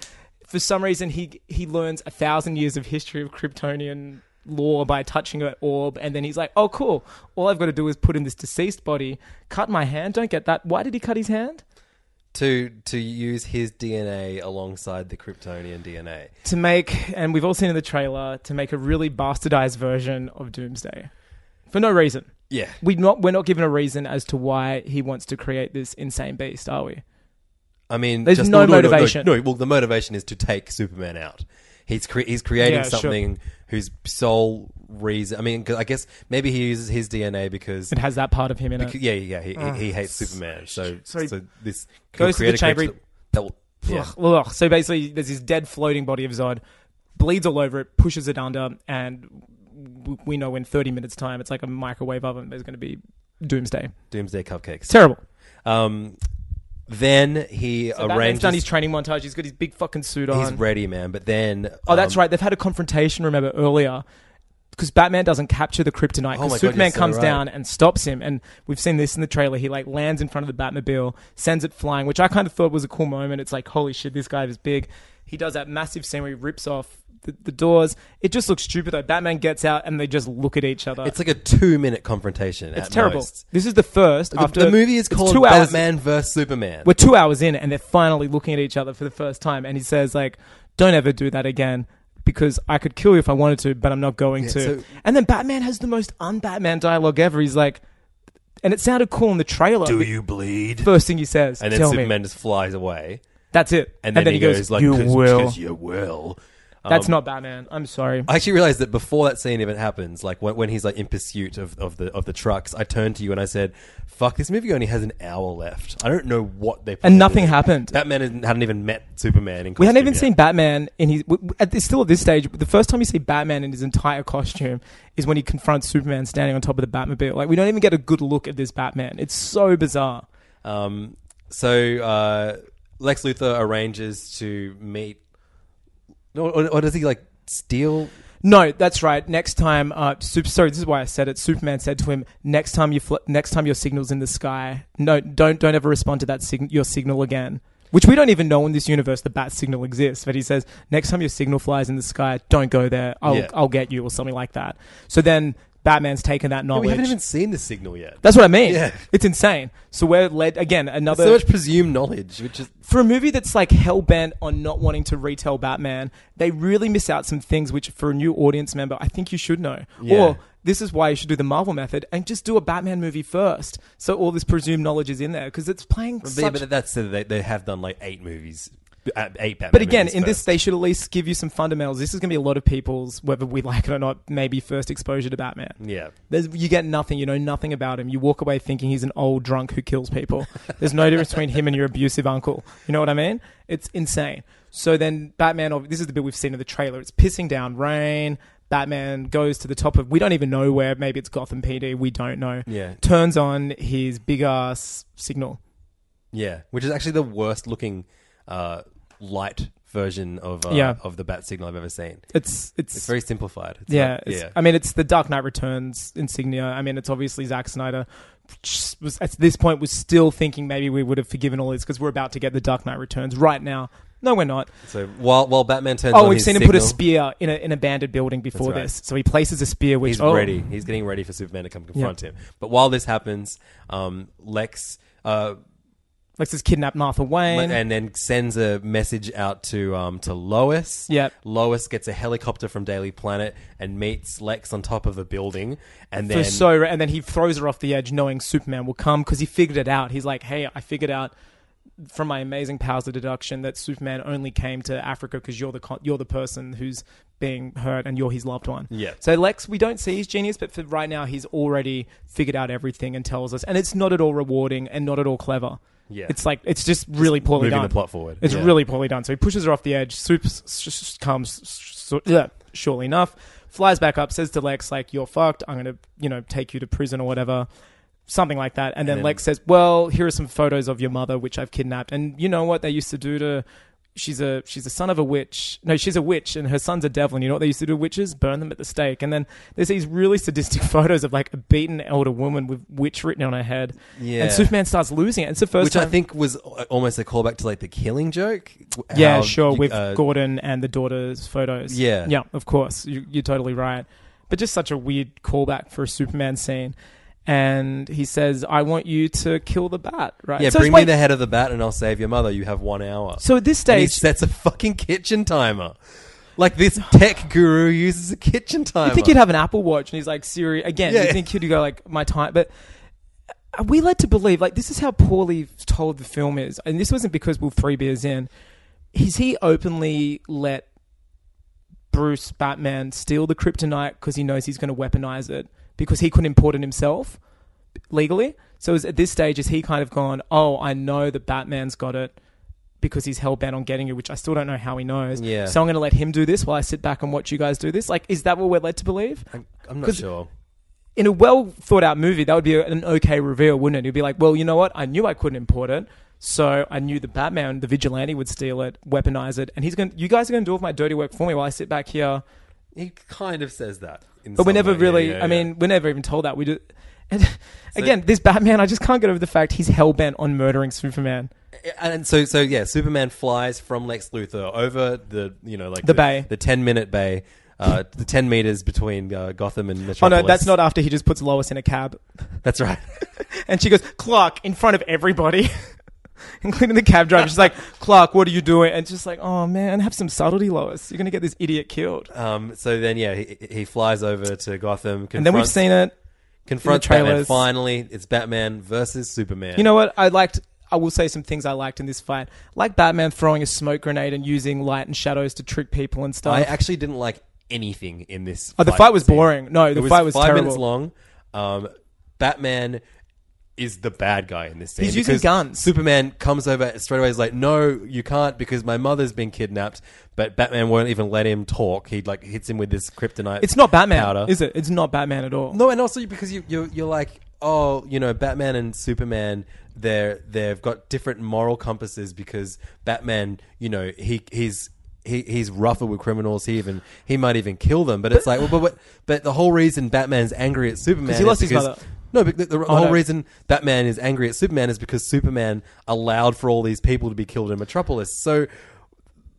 S2: for some reason, he he learns a thousand years of history of Kryptonian lore by touching an orb, and then he's like, "Oh, cool! All I've got to do is put in this deceased body, cut my hand. Don't get that. Why did he cut his hand?
S1: To to use his DNA alongside the Kryptonian DNA.
S2: To make, and we've all seen in the trailer, to make a really bastardized version of Doomsday, for no reason.
S1: Yeah.
S2: We not we're not given a reason as to why he wants to create this insane beast, are we?
S1: I mean,
S2: There's no motivation.
S1: No, well, the motivation is to take Superman out. He's cre- he's creating
S2: Yeah, sure.
S1: something whose sole reason. I mean, 'cause I guess maybe he uses his DNA because
S2: It has that part of him in it.
S1: Becau- yeah, yeah, he, he he hates Superman. So, so,
S2: uh, so he
S1: this
S2: goes to
S1: creator
S2: the chamber,
S1: creates the- that will- yeah.
S2: Ugh, ugh. So basically, there's this dead floating body of Zod, bleeds all over it, pushes it under, and w- we know in 30 minutes' time, it's like a microwave oven. There's going to be doomsday.
S1: Doomsday cupcakes.
S2: It's terrible.
S1: Um, then he
S2: So Batman's
S1: arranges.
S2: done his training montage. He's got his big fucking suit on.
S1: he's ready, man. But then
S2: oh, that's
S1: um,
S2: right. They've had a confrontation. Remember earlier. Because Batman doesn't capture the
S1: Oh
S2: kryptonite.
S1: my
S2: Because
S1: God,
S2: Superman
S1: you're so
S2: comes
S1: right.
S2: down and stops him, and we've seen this in the trailer. He like lands in front of the Batmobile, sends it flying, which I kind of thought was a cool moment. It's like, holy shit, this guy is big. He does that massive scene where he rips off the, the doors. It just looks stupid though. Batman gets out, and they just look at each other.
S1: It's like a two-minute confrontation.
S2: It's
S1: at
S2: terrible.
S1: most.
S2: This is the first
S1: The,
S2: after
S1: the movie is
S2: it's
S1: called
S2: two hours-
S1: Batman vs Superman.
S2: we're two hours in and they're finally looking at each other for the first time and he says like don't ever do that again because i could kill you if i wanted to but i'm not going
S1: Yeah,
S2: to
S1: so-
S2: and then batman has the most un-batman dialogue ever he's like and it sounded cool in the trailer
S1: Do
S2: the
S1: you bleed?
S2: first thing he says
S1: And then
S2: tell
S1: Superman
S2: me
S1: just flies away.
S2: that's it
S1: And then, he, goes, like,
S2: you
S1: 'Cause-
S2: will
S1: 'cause you will.
S2: That's not Batman. I'm sorry.
S1: I actually realized that before that scene even happens, like when, when he's like in pursuit of, of the of the trucks, I turned to you and I said, "Fuck, this movie only has an hour left. I don't know what they planned
S2: nothing
S1: with it."
S2: happened.
S1: Batman hadn't hadn't even met Superman. In
S2: we hadn't
S1: costume
S2: even
S1: yet.
S2: seen Batman in his. w- w- At this, still at this stage, the first time you see Batman in his entire costume is when he confronts Superman standing on top of the Batmobile. Like we don't even get a good look at this Batman. It's so bizarre.
S1: Um, so uh, Lex Luthor arranges to meet, or, or- or does he like steal?
S2: No, that's right. Next time, uh, Sup- sorry, this is why I said it. Superman said to him, "Next time you, fl- next time your signal's in the sky, no, don't, don't ever respond to that sig- your signal again." Which we don't even know in this universe the bat signal exists. But he says, "Next time your signal flies in the sky, don't go there. I'll,
S1: Yeah.
S2: I'll get you," or something like that. So then Batman's taken that
S1: Yeah,
S2: knowledge.
S1: we haven't even seen the signal yet.
S2: that's what I mean.
S1: Yeah.
S2: It's insane. So we're led again another
S1: so much presumed knowledge, which is
S2: for a movie that's like hell bent on not wanting to retell Batman, they really miss out some things which, for a new audience member, I think you should know.
S1: Yeah.
S2: Or this is why you should do the Marvel method and just do a Batman movie first, so all this presumed knowledge is in there because it's playing. such-
S1: but that's they, they have done like eight movies, uh, eight Batman.
S2: but again,
S1: movies
S2: in this,
S1: first.
S2: they should at least give you some fundamentals. This is going to be a lot of people's, whether we like it or not, maybe first exposure to Batman.
S1: yeah,
S2: There's, you get nothing. You know nothing about him. You walk away thinking he's an old drunk who kills people. There's no difference between him and your abusive uncle. You know what I mean? It's insane. So then Batman. ob- This is the bit we've seen in the trailer. It's pissing down rain. Batman goes to the top of. We don't even know where. Maybe it's Gotham PD. We don't know.
S1: Yeah.
S2: Turns on his big ass signal.
S1: yeah, which is actually the worst looking uh, light version of uh,
S2: Yeah.
S1: of the bat signal I've ever seen.
S2: It's it's,
S1: It's very simplified. It's
S2: yeah,
S1: like-
S2: it's-
S1: yeah.
S2: I mean, it's the Dark Knight Returns insignia. I mean, it's obviously Zack Snyder. which Was at this point was still thinking maybe we would have forgiven all this because we're about to get the Dark Knight Returns right now. No, we're not.
S1: so while while Batman turns,
S2: Oh,
S1: on
S2: we've
S1: his
S2: seen him put a
S1: signal,
S2: spear in an abandoned building before
S1: right.
S2: this, so he places a spear which
S1: He's
S2: oh,
S1: ready. He's getting ready for Superman to come confront him. But while this happens, um, Lex uh,
S2: Lex has kidnapped Martha Wayne.
S1: and, then sends a message out to um, to Lois.
S2: Yep.
S1: Lois gets a helicopter from Daily Planet and meets Lex on top of a building, and
S2: for
S1: then
S2: so ra- and then he throws her off the edge knowing Superman will come because he figured it out. He's like, "Hey, I figured out from my amazing powers of deduction that Superman only came to Africa because you're the con- you're the person who's being hurt and you're his loved one."
S1: Yeah.
S2: So Lex, we don't see his genius, but for right now, he's already figured out everything and tells us, and it's not at all rewarding and not at all clever.
S1: Yeah.
S2: It's like it's just really poorly
S1: moving
S2: done.
S1: the plot forward.
S2: It's
S1: Yeah.
S2: really poorly done. So he pushes her off the edge. Soup s- s- comes, s- s- yeah, surely enough, flies back up, says to Lex, like, "You're fucked. I'm gonna, you know, take you to prison or whatever." Something like that, and, then,
S1: then-
S2: Lex says, "Well, here are some photos of your mother, which I've kidnapped, and you know what they used to do to? She's a she's a son of a witch. No, she's a witch, and her son's a devil. And you know what they used to do to witches? Burn them at the stake. And then there's these really sadistic photos of like a beaten elder woman with witch written on her head.
S1: Yeah.
S2: and Superman starts losing it. It's the first
S1: which
S2: time
S1: I think was a- almost a callback to like the Killing Joke.
S2: yeah,
S1: How
S2: sure.
S1: you-
S2: with
S1: uh,
S2: Gordon and the daughter's photos.
S1: Yeah.
S2: Yeah, of course. You, you're totally right. But just such a weird callback for a Superman scene. And he says, I want you to kill the bat, right?
S1: yeah,
S2: so it's
S1: bring me
S2: like-
S1: the head of the bat, and I'll save your mother. You have one hour.
S2: So at this
S1: and he
S2: stage,
S1: sets a fucking kitchen timer. Like this tech guru uses a kitchen timer.
S2: you think he'd have an Apple Watch, and he's like Siri again.
S1: Yeah.
S2: You think he'd go like my time, but are we led to believe like this is how poorly told the film is, and this wasn't because we're three beers in. Is he openly let Bruce Batman steal the kryptonite because he knows he's going to weaponize it because he couldn't import it himself legally? So is, at this stage, is he kind of gone? Oh, I know that Batman's got it. Because he's hell bent on getting it, which I still don't know how he knows.
S1: Yeah.
S2: So I'm going to let him do this while I sit back and watch you guys do this. Like, is that what we're led to believe?
S1: I'm, I'm not
S2: 'Cause-
S1: sure.
S2: in a well thought out movie, that would be an okay reveal, wouldn't it? It'd be like, well, you know what? I knew I couldn't import it, so I knew the Batman, the vigilante, would steal it, weaponize it, and he's going. to You guys are going to do all of my dirty work for me while I sit back here.
S1: He kind of says that, in
S2: But
S1: some
S2: we're never
S1: way. Yeah,
S2: really.
S1: yeah, yeah.
S2: I mean, we're never even told that. We do. And again, this Batman, I just can't get over the fact he's hell bent on murdering Superman.
S1: and so so yeah, Superman flies from Lex Luthor over the you know like
S2: The bay.
S1: the ten minute bay, uh, the ten meters between uh, Gotham and
S2: Oh
S1: Metropolis.
S2: no, that's not after he just puts Lois in a cab,
S1: That's right.
S2: and she goes Clark in front of everybody. Including the cab driver, she's like, "Clark, what are you doing?" And just like, "Oh man, have some subtlety, Lois. You're gonna get this idiot killed."
S1: Um, so then yeah, he, he flies over to Gotham. Confronts,
S2: and then we've seen it.
S1: confronts
S2: in the
S1: Batman.
S2: trailers.
S1: Finally, it's Batman versus Superman.
S2: You know what? I liked. I will say some things I liked in this fight, like Batman throwing a smoke grenade and using light and shadows to trick people and stuff.
S1: I actually didn't like anything in this.
S2: Oh, the fight was boring. No, the
S1: it was
S2: fight was
S1: five minutes
S2: terrible.
S1: long. Um, Batman is the bad guy in this scene.
S2: He's using
S1: because
S2: guns.
S1: Superman comes over straight away. Is like, no, you can't because my mother's been kidnapped. But Batman won't even let him talk. He like hits him with this kryptonite.
S2: it's not Batman,
S1: powder.
S2: is it? It's not Batman at all.
S1: No, and also because you you're, you're like, oh, you know, Batman and Superman, they're they've got different moral compasses because Batman, you know, he he's. He, he's rougher with criminals. He even he might even kill them. But it's like, well, but what, but the whole reason Batman's angry at Superman
S2: 'Cause he
S1: is
S2: lost his
S1: because-
S2: mother. Oh,
S1: No, but the, the, the whole
S2: no.
S1: reason Batman is angry at Superman is because Superman allowed for all these people to be killed in Metropolis. So,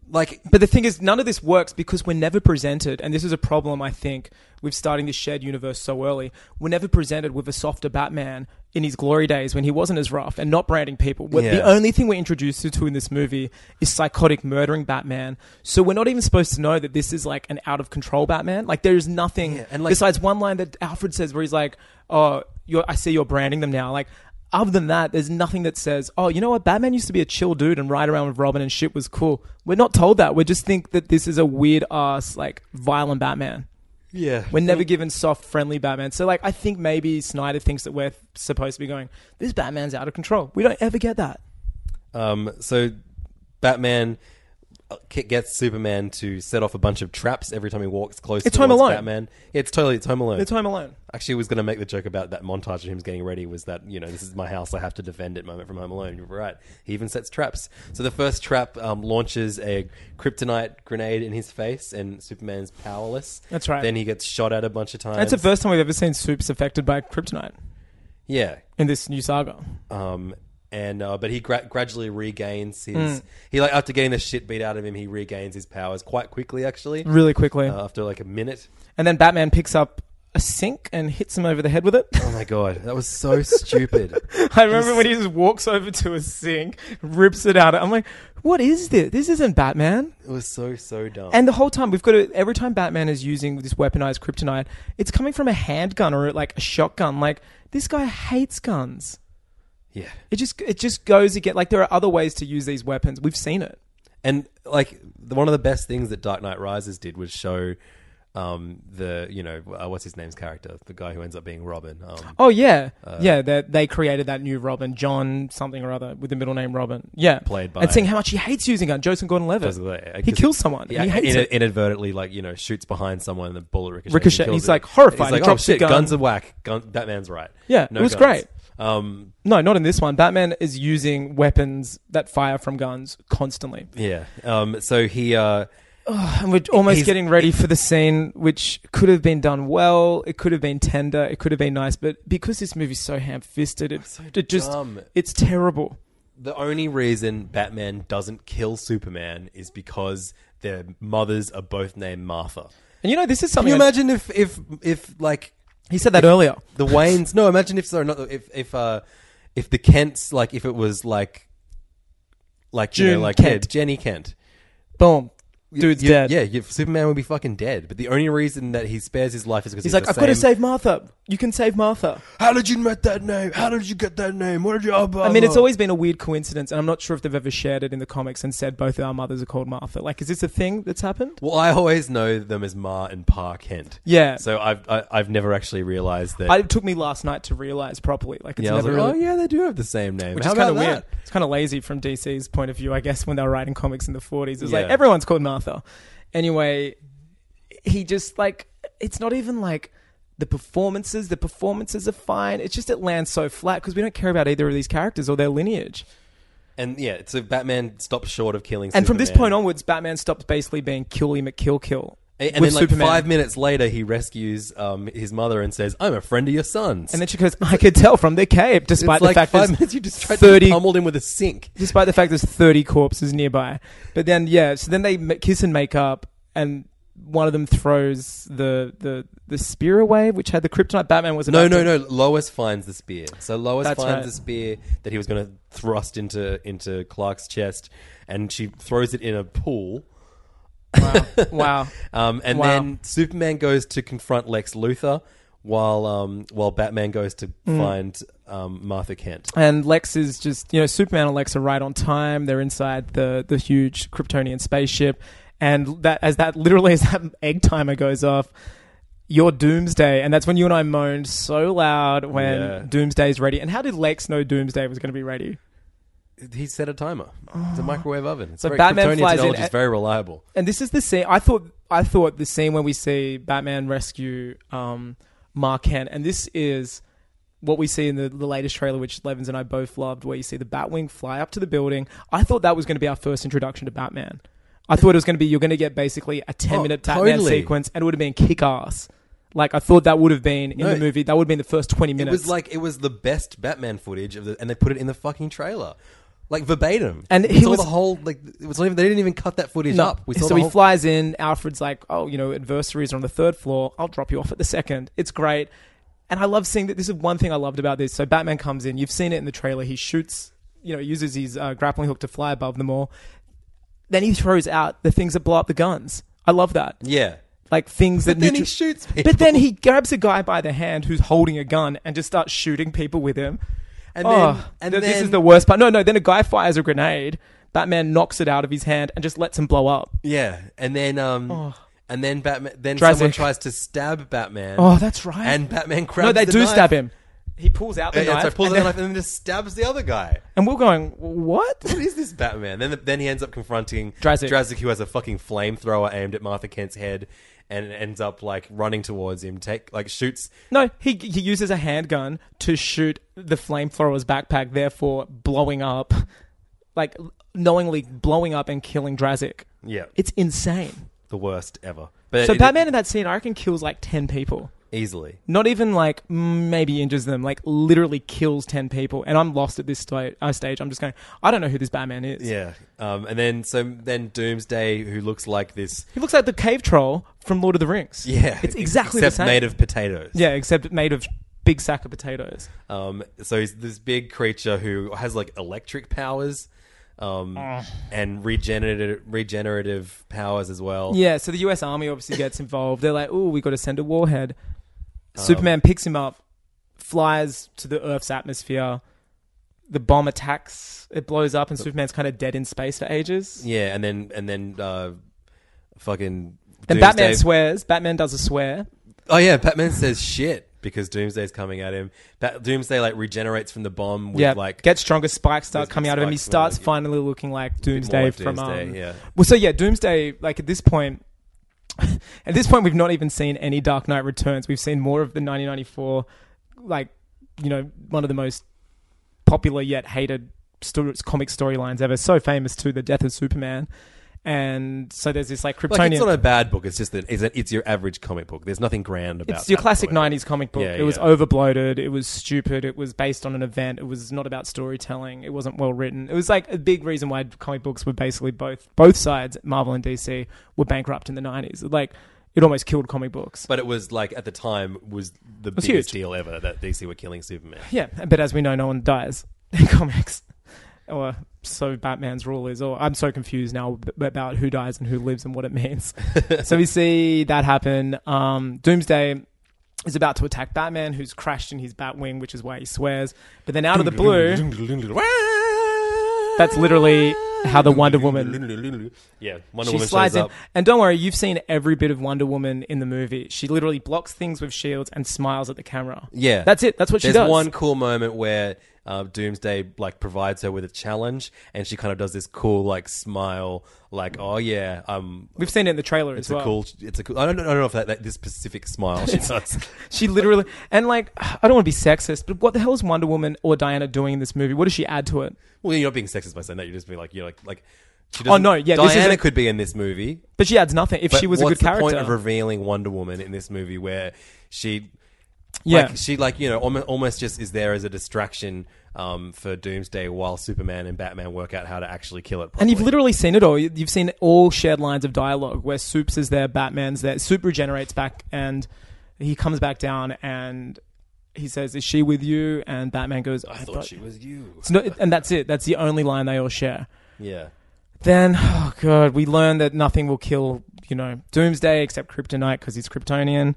S1: like,
S2: But the thing is, none of this works because we're never presented, and this is a problem I think with starting this shared universe so early. We're never presented with a softer Batman in his glory days when he wasn't as rough and not branding people. We're- The
S1: Yeah.
S2: only thing we're introduced to in this movie is psychotic murdering Batman. So we're not even supposed to know that this is like an out of control Batman. Like there is nothing
S1: and, like-
S2: besides one line that Alfred says where he's like, "Oh, you're, I see you're branding them now." Like. Other than that, there's nothing that says, "Oh, you know what? Batman used to be a chill dude and ride around with Robin and shit was cool." We're not told that. We just think that this is a weird ass, like violent Batman.
S1: yeah,
S2: We're never given soft, friendly Batman. So, like, I think maybe Snyder thinks that we're supposed to be going, "This Batman's out of control." We don't ever get that.
S1: Um, so Batman uh, ki- gets Superman to set off a bunch of traps every time he walks close.
S2: It's
S1: towards
S2: Home Alone.
S1: Batman. Yeah, it's totally it's Home Alone.
S2: The time alone.
S1: Actually, I was going to make the joke about that montage of him getting ready. Was that you know this is my house, I have to defend it moment from Home Alone. You're right. He even sets traps. So the first trap um, launches a kryptonite grenade in his face, and Superman's powerless.
S2: That's right.
S1: Then he gets shot at a bunch of times.
S2: That's the first time we've ever seen Supes affected by kryptonite
S1: Yeah,
S2: in this new saga.
S1: Um, and uh, but he gra- gradually regains his
S2: Hmm.
S1: he like after getting the shit beat out of him, he regains his powers quite quickly actually.
S2: Really quickly.
S1: Uh, after like a minute.
S2: And then Batman picks up a sink and hits him over the head with it.
S1: Oh my god, that was so stupid.
S2: I remember when he just walks over to a sink, rips it out. I'm like, what is this? This isn't Batman.
S1: It was so so dumb.
S2: And the whole time we've got to, every time Batman is using this weaponized kryptonite, it's coming from a handgun or like a shotgun. Like this guy hates guns.
S1: yeah.
S2: It just it just goes again. Like there are other ways to use these weapons. We've seen it.
S1: And like the, one of the best things that Dark Knight Rises did was show um the you know uh, what's his name's character the guy who ends up being Robin um
S2: Oh yeah, yeah. That they created that new Robin, John something or other, with the middle name Robin. Yeah,
S1: Played by-
S2: and seeing how much he hates using gun. Joseph Gordon-Levitt.
S1: Basically,
S2: He
S1: 'cause
S2: kills someone. and he hates
S1: in-
S2: it.
S1: Inadvertently, like you know, shoots behind someone and the bullet ricochets.
S2: Ricochet-
S1: and kills
S2: he's,
S1: it.
S2: like, horrified.
S1: He's
S2: He
S1: like, oh
S2: drops the
S1: shit,
S2: gun.
S1: guns are whack. Gun- Batman's right.
S2: Yeah,
S1: No
S2: it was
S1: guns.
S2: great.
S1: Um,
S2: No, not in this one. Batman is using weapons that fire from guns constantly.
S1: yeah. Um, so he, uh,
S2: And we're almost
S1: He's-
S2: getting ready for the scene, which could have been done well. It could have been tender. It could have been nice. But because this movie's so ham fisted, it, it just,
S1: dumb.
S2: it's terrible.
S1: the only reason Batman doesn't kill Superman is because their mothers are both named Martha.
S2: And you know, this is
S1: Can you
S2: something. I-
S1: imagine if, if, if like
S2: he said that earlier.
S1: the Waynes? No, imagine if sorry, not the- if if uh, if the Kents, like if it was like, like you know,
S2: June
S1: like
S2: Kent.
S1: yeah, Jenny Kent.
S2: Boom. Dude's
S1: you-
S2: dead.
S1: Yeah, you, Superman would be fucking dead. But the only reason that he spares his life is because
S2: He's
S1: he's,
S2: like,
S1: the
S2: I've got to
S1: same-
S2: save Martha. You can save Martha.
S1: How did you make that name? How did you get that name? What did you? Oh, blah,
S2: I mean, it's
S1: blah."
S2: always been a weird coincidence, and I'm not sure if they've ever shared it in the comics and said both our mothers are called Martha. Like, is this a thing that's happened?
S1: Well, I always know them as Ma and Pa Kent.
S2: Yeah.
S1: So I've I, I've never actually realized that.
S2: I, it took me last night to realize properly. Like, it's
S1: yeah, I was
S2: never
S1: like,
S2: really.
S1: oh yeah, they do have the same name.
S2: Which
S1: How
S2: is kind of
S1: about that?
S2: weird. It's kind of lazy from DC's point of view, I guess, when they were writing comics in the 40s. It was like,
S1: Yeah.
S2: everyone's called Martha. Anyway, he just, like, it's not even like the performances. The performances are fine. It's just it lands so flat because we don't care about either of these characters or their lineage.
S1: And yeah, so Batman stops short of killing.
S2: And from this
S1: Superman.
S2: point onwards, Batman stops basically being Killy McKillkill.
S1: And, and
S2: with
S1: then, like
S2: Superman.
S1: five minutes later, he rescues um, his mother and says, "I'm a friend of your son's."
S2: And then she goes, I could tell from the cape,
S1: it's
S2: despite the
S1: like
S2: fact
S1: five
S2: that
S1: minutes you just tried to
S2: 30
S1: pummel him with a sink.
S2: despite the fact there's 30 corpses nearby. But then, yeah, so then they m- kiss and make up, and one of them throws the the, the spear away, which had the kryptonite. Batman was
S1: No,
S2: about
S1: no,
S2: to-
S1: no. Lois finds the spear. So Lois
S2: That's
S1: finds
S2: right.
S1: the spear that he was going to thrust into into Clark's chest, and she throws it in a pool.
S2: Wow.
S1: Um, and
S2: Wow.
S1: then
S2: Mm.
S1: Superman goes to confront Lex Luthor, while um, while Batman goes to find um, Martha Kent.
S2: And Lex is just, you know, Superman and Lex are right on time. They're inside the the huge Kryptonian spaceship, and that as that literally as that egg timer goes off, your Doomsday, and that's when you and I moaned so loud when
S1: Yeah.
S2: Doomsday's ready. And how did Lex know Doomsday was going to be ready?
S1: He set a timer. It's a microwave oven. It's
S2: So
S1: very,
S2: Oh. Batman
S1: Kryptonian
S2: flies in
S1: technology is
S2: at-
S1: very reliable.
S2: And this is the scene. I thought I thought the scene when we see Batman rescue um, Mark Kent, and this is what we see in the, the latest trailer, which Levins and I both loved, where you see the Batwing fly up to the building. I thought that was going to be our first introduction to Batman. I thought it was going to be you're going to get basically a ten
S1: Oh,
S2: minute Batman
S1: totally.
S2: sequence, and it would have been kick ass. Like I thought that would have been in
S1: No,
S2: the movie. That would have been the first twenty
S1: It
S2: minutes.
S1: was like it was the best Batman footage of the, and they put it in the fucking trailer, like verbatim.
S2: And
S1: we
S2: he
S1: saw
S2: was-
S1: the whole like it was not even they didn't even cut that footage
S2: No.
S1: up. We saw
S2: so
S1: the
S2: he
S1: whole,
S2: flies in. Alfred's like, "Oh, you know, adversaries are on the third floor. I'll drop you off at the second. It's great." And I love seeing that. This is one thing I loved about this. So Batman comes in. You've seen it in the trailer. He shoots. You know, uses his uh, grappling hook to fly above them all. Then he throws out the things that blow up the guns. I love that.
S1: yeah.
S2: Like things that.
S1: But then he
S2: neutral-
S1: shoots people.
S2: But then he grabs a guy by the hand who's holding a gun and just starts shooting people with him.
S1: And
S2: Oh,
S1: then and
S2: th- this
S1: then-
S2: is the worst part. No, no. Then a guy fires a grenade. Batman knocks it out of his hand and just lets him blow up.
S1: yeah, and then um
S2: Oh.
S1: and then Batman then
S2: Drazik.
S1: someone tries to stab Batman.
S2: Oh, that's right.
S1: and Batman grabs.
S2: no, they
S1: the
S2: do
S1: knife.
S2: stab him. He pulls out the
S1: Yeah, yeah,
S2: knife,
S1: so pulls out
S2: and,
S1: the
S2: then-
S1: knife and then just stabs the other guy.
S2: and we're going, what?
S1: What is this Batman? Then, then he ends up confronting
S2: Drazik.
S1: who has a fucking flamethrower aimed at Martha Kent's head, and ends up like running towards him. Take like shoots
S2: No, he he uses a handgun to shoot the flamethrower's backpack, therefore blowing up, like knowingly blowing up and killing Drazik.
S1: Yeah.
S2: It's insane.
S1: the worst ever. But
S2: So
S1: Uh, it-
S2: Batman in that scene, I reckon, kills like ten people.
S1: easily.
S2: Not even like maybe injures them, like literally kills ten people. And I'm lost at this sto- uh, stage. I'm just going, I don't know who this Batman is.
S1: Yeah. Um, and then so then Doomsday, who looks like this.
S2: He looks like the cave troll from Lord of the Rings.
S1: Yeah.
S2: it's exactly
S1: except
S2: the same.
S1: made of potatoes.
S2: Yeah, except made of big sack of potatoes.
S1: Um, so he's this big creature who has like electric powers, um, and regenerative regenerative powers as well.
S2: Yeah, so the US Army obviously gets involved. They're like, oh, we got to send a warhead. Superman picks him up, flies to the Earth's atmosphere. The bomb attacks, it blows up, and Superman's kind of dead in space for ages.
S1: Yeah. And then and then uh, fucking.
S2: Then
S1: Doomsday-
S2: Batman swears. Batman does a swear.
S1: Oh yeah, Batman says shit because Doomsday's coming at him. Bat- Doomsday like regenerates from the bomb with
S2: yeah,
S1: like
S2: get stronger spikes start
S1: with
S2: coming out of him. He
S1: spikes,
S2: starts
S1: like-
S2: finally looking like
S1: bit
S2: Doomsday
S1: more like
S2: from
S1: Doomsday,
S2: um,
S1: yeah.
S2: Well, so yeah, Doomsday. Like at this point, at this point, we've not even seen any Dark Knight Returns. We've seen more of the 1994, like you know, one of the most popular yet hated sto- comic storylines ever. So famous too, the death of Superman. And so there's this like Kryptonian.
S1: Like, it's not a bad book. It's just that it's, a, it's your average comic book. There's nothing grand about
S2: It's your
S1: that
S2: classic
S1: comic book.
S2: '90s comic book.
S1: Yeah,
S2: it was
S1: yeah.
S2: overbloated. It was stupid. It was based on an event. It was not about storytelling. It wasn't well written. It was like a big reason why comic books were basically both both sides, Marvel and DC, were bankrupt in the '90s. Like it almost killed comic books.
S1: But it was like at the time was the
S2: was
S1: biggest
S2: huge.
S1: deal ever that DC were killing Superman.
S2: Yeah, but as we know, no one dies in comics, or so Batman's rule is. Or I'm so confused now b- about who dies and who lives and what it means. so we see that happen. Um, Doomsday is about to attack Batman, who's crashed in his Batwing, which is why he swears. But then out of the blue, that's literally how the Wonder Woman.
S1: Yeah, Wonder
S2: She
S1: Woman
S2: slides
S1: shows
S2: in,
S1: up.
S2: and don't worry, you've seen every bit of Wonder Woman in the movie. She literally blocks things with shields and smiles at the camera.
S1: Yeah,
S2: that's it. That's what she
S1: There's
S2: does.
S1: one cool moment where uh, Doomsday like provides her with a challenge, and she kind of does this cool like smile, like "Oh yeah, um,
S2: We've seen it in the trailer
S1: it's
S2: as well.
S1: a cool, it's a cool." I don't, I don't know if that, that this specific smile she does.
S2: She literally and like I don't want to be sexist, but what the hell is Wonder Woman or Diana doing in this movie? What does she add to it?
S1: Well, you're not being sexist by saying that. You're just being like you're like like. She
S2: Oh,
S1: doesn't-
S2: no, yeah, this
S1: Diana
S2: isn't-
S1: could be in this movie.
S2: But she adds nothing. If
S1: But
S2: she was a
S1: what's
S2: good character,
S1: the point of revealing Wonder Woman in this movie where she,
S2: yeah,
S1: like, she like you know almost, almost just is there as a distraction um, for Doomsday while Superman and Batman work out how to actually kill it. Properly.
S2: and you've literally seen it all. You- You've seen all shared lines of dialogue where Supes is there, Batman's there. Soup regenerates back and he comes back down and he says, "Is she with you?" And Batman goes, "I,
S1: thought she was you.
S2: So no- and that's it. That's the only line they all share.
S1: Yeah,
S2: Then, oh god, we learn that nothing will kill, you know, Doomsday except kryptonite because he's Kryptonian.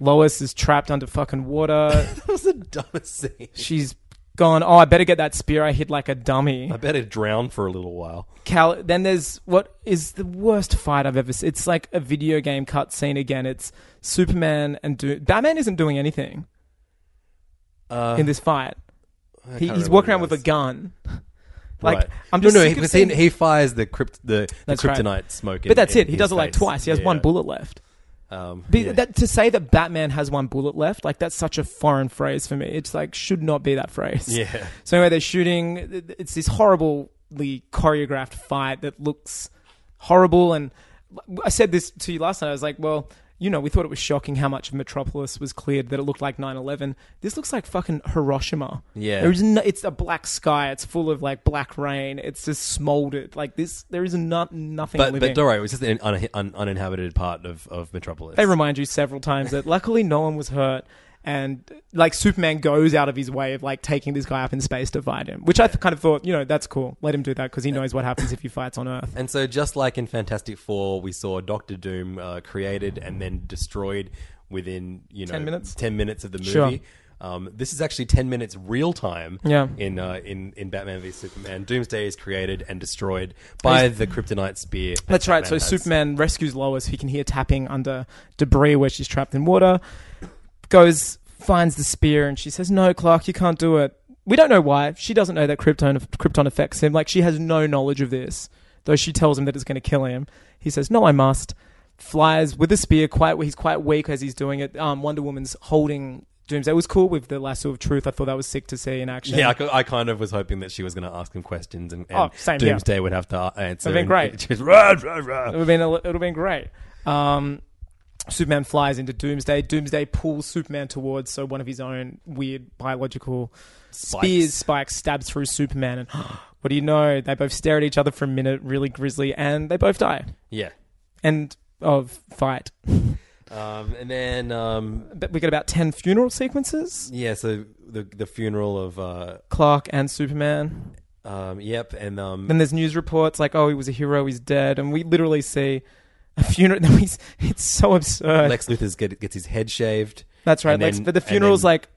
S2: Lois is trapped under fucking water.
S1: that was the dumbest scene.
S2: She's gone, oh, I better get that spear I hid like a dummy.
S1: I better drown for a little while.
S2: Cal- then there's what is the worst fight I've ever seen. It's like a video game cutscene again. It's Superman and Do- Batman isn't doing anything
S1: Uh,
S2: in this fight.
S1: I
S2: He,
S1: can't
S2: he's
S1: remember
S2: walking
S1: what
S2: around
S1: it
S2: with a
S1: is.
S2: gun. Like
S1: Right.
S2: I'm just
S1: no, no.
S2: sick
S1: He,
S2: of
S1: but
S2: seeing-
S1: he, he fires the crypt the, the
S2: That's right.
S1: kryptonite smoke. in-
S2: but that's
S1: in
S2: it. He
S1: his
S2: does it like
S1: face.
S2: twice. He has
S1: Yeah.
S2: one bullet left.
S1: Um,
S2: Be-
S1: yeah.
S2: that, to say that Batman has one bullet left, like that's such a foreign phrase for me. It's like should not be that phrase.
S1: Yeah.
S2: So anyway, they're shooting. It's this horribly choreographed fight that looks horrible. And I said this to you last night. I was like, well, you know, we thought it was shocking how much of Metropolis was cleared. That it looked like 9/11. This looks like fucking Hiroshima.
S1: Yeah.
S2: There is no, it's a black sky. It's full of like black rain. It's just smoldered. Like this. There is not nothing.
S1: But
S2: living.
S1: but Doro was just an un, un, uninhabited part of, of Metropolis.
S2: They remind you several times that luckily no one was hurt. And like Superman goes out of his way of like taking this guy up in space to fight him, which I th- kind of thought, you know, that's cool. Let him do that because he knows what happens if he fights on Earth.
S1: And so, just like in Fantastic Four, we saw Doctor Doom uh, created and then destroyed within you know
S2: 10 minutes?
S1: ten minutes of the movie.
S2: Sure.
S1: Um, this is actually ten minutes real time.
S2: Yeah.
S1: In uh, in in Batman v Superman, Doomsday is created and destroyed by the kryptonite spear. that
S2: That's right. So
S1: Batman has.
S2: Superman rescues Lois, who he can hear tapping under debris where she's trapped in water. Goes finds the spear, and she says, "No, Clark, you can't do it." We don't know why. She doesn't know that Krypton Krypton affects him. Like she has no knowledge of this, though she tells him that it's going to kill him. He says, "No, I must." Flies with a spear. Quite he's quite weak as he's doing it. Um, Wonder Woman's holding. Doomsday It was cool with the lasso of truth. I thought that was sick to see in action.
S1: Yeah, I, ki- I kind of was hoping that she was going to ask him questions, and, and
S2: Oh, same here.
S1: Doomsday would have to answer.
S2: That'd been
S1: and
S2: great.
S1: She was, rah, rah, rah.
S2: It would have been, it would have been great. Um, Superman flies into Doomsday. Doomsday pulls Superman towards, so one of his own weird biological spears, spikes, stabs through Superman. And what do you know? They both stare at each other for a minute, really grisly, and they both die.
S1: Yeah.
S2: End of fight.
S1: Um, and then um,
S2: But we get about 10 funeral sequences
S1: yeah, so the the funeral of uh,
S2: Clark and Superman.
S1: um, yep, and um,
S2: Then there's news reports like, oh, he was a hero, he's dead. And we literally see a funeral. It's so absurd.
S1: Lex Luthor's get, gets his head shaved.
S2: That's right.
S1: And
S2: Lex,
S1: then-
S2: but the
S1: and
S2: funeral's
S1: then-
S2: like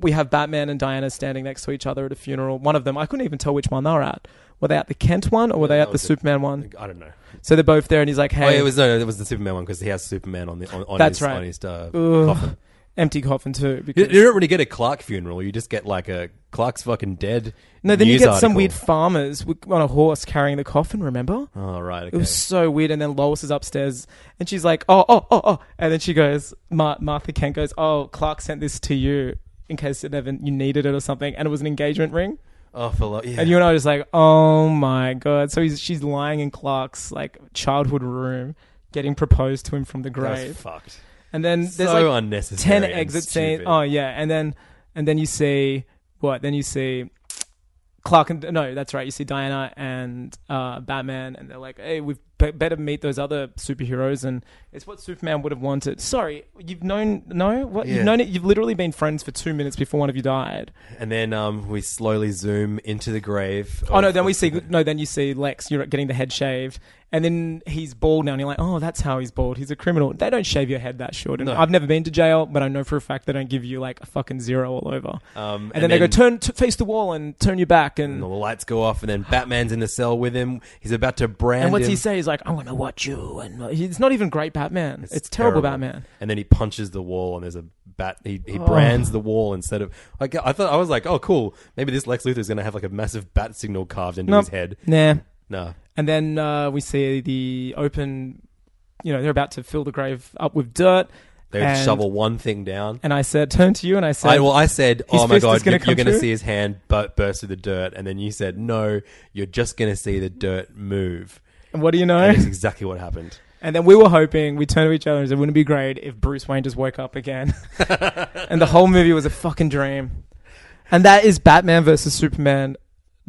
S2: we have Batman and Diana standing next to each other at a funeral. One of them, I couldn't even tell which one they were at. Were they at the Kent one or were they
S1: that
S2: at the
S1: was it.
S2: Superman one?
S1: I don't know.
S2: So they're both there, and he's like,
S1: Oh,
S2: "Hey,
S1: it was no, it was the Superman one because he has Superman on the on, on
S2: That's
S1: his,
S2: right.
S1: on his uh,
S2: ugh,
S1: coffin.
S2: empty coffin too."
S1: You,
S2: Because
S1: you don't really get a Clark funeral. You just get like a Clark's fucking dead.
S2: no, then you
S1: news
S2: get some
S1: article.
S2: weird farmers wi- on a horse carrying the coffin. Remember?
S1: Oh right, okay.
S2: It was so weird. And then Lois is upstairs and she's like, oh, oh, oh, oh. And then she goes, Mar- Martha Kent goes, oh, Clark sent this to you in case it ever, you needed it or something. And it was an engagement ring.
S1: oh, for lo- yeah.
S2: And you and I were just like, oh my god. So he's, she's lying in Clark's like childhood room, getting proposed to him from the
S1: That was
S2: grave.
S1: fucked.
S2: And then there's
S1: so
S2: like
S1: unnecessary.
S2: ten
S1: and
S2: exit
S1: stupid.
S2: scenes. Oh yeah, and then and then you see what? Then you see Clark and no, that's right. You see Diana and uh, Batman, and they're like, hey, we've be- better meet those other superheroes, and it's what Superman would have wanted. Sorry, you've known no, what
S1: Yeah.
S2: you've known it. You've literally been friends for two minutes before one of you died.
S1: And then um, we slowly zoom into the grave.
S2: Oh
S1: of-
S2: no! Then we
S1: of
S2: see
S1: Superman.
S2: no. Then you see Lex. You're getting the head shaved, and then he's bald now. And you're like, oh, that's how he's bald. He's a criminal. They don't shave your head that short. And
S1: No.
S2: I've never been to jail, but I know for a fact they don't give you like a fucking zero all over.
S1: Um,
S2: and, then, they go turn t- face the wall and turn your back.
S1: And
S2: And
S1: the lights go off, and then Batman's in the cell with him. He's about to brand.
S2: and what's
S1: him.
S2: he say? He's like, I'm gonna watch you. And uh, he's not even great Batman. It's, terrible, Batman.
S1: And then he punches the wall, and there's a bat. He,
S2: Oh.
S1: he brands the wall instead of. Like, I thought I was like, oh, cool. Maybe this Lex Luthor's gonna have like a massive bat signal carved into
S2: Nope.
S1: his head.
S2: Nah.
S1: No,
S2: And then uh, we see the open. You know they're about to fill the grave up with dirt.
S1: they
S2: and,
S1: shovel one thing down.
S2: And I said, turn to you, and I said,
S1: I, well, I said,
S2: His
S1: oh my
S2: fist is
S1: god,
S2: gonna
S1: you- you're
S2: come
S1: gonna
S2: through?
S1: see his hand bu- burst through the dirt, and then you said, no, you're just gonna see the dirt move.
S2: what do you know?
S1: And that's exactly what happened.
S2: And then we were hoping, we turned to each other and said, wouldn't it be great if Bruce Wayne just woke up again? and the whole movie was a fucking dream. And that is Batman versus Superman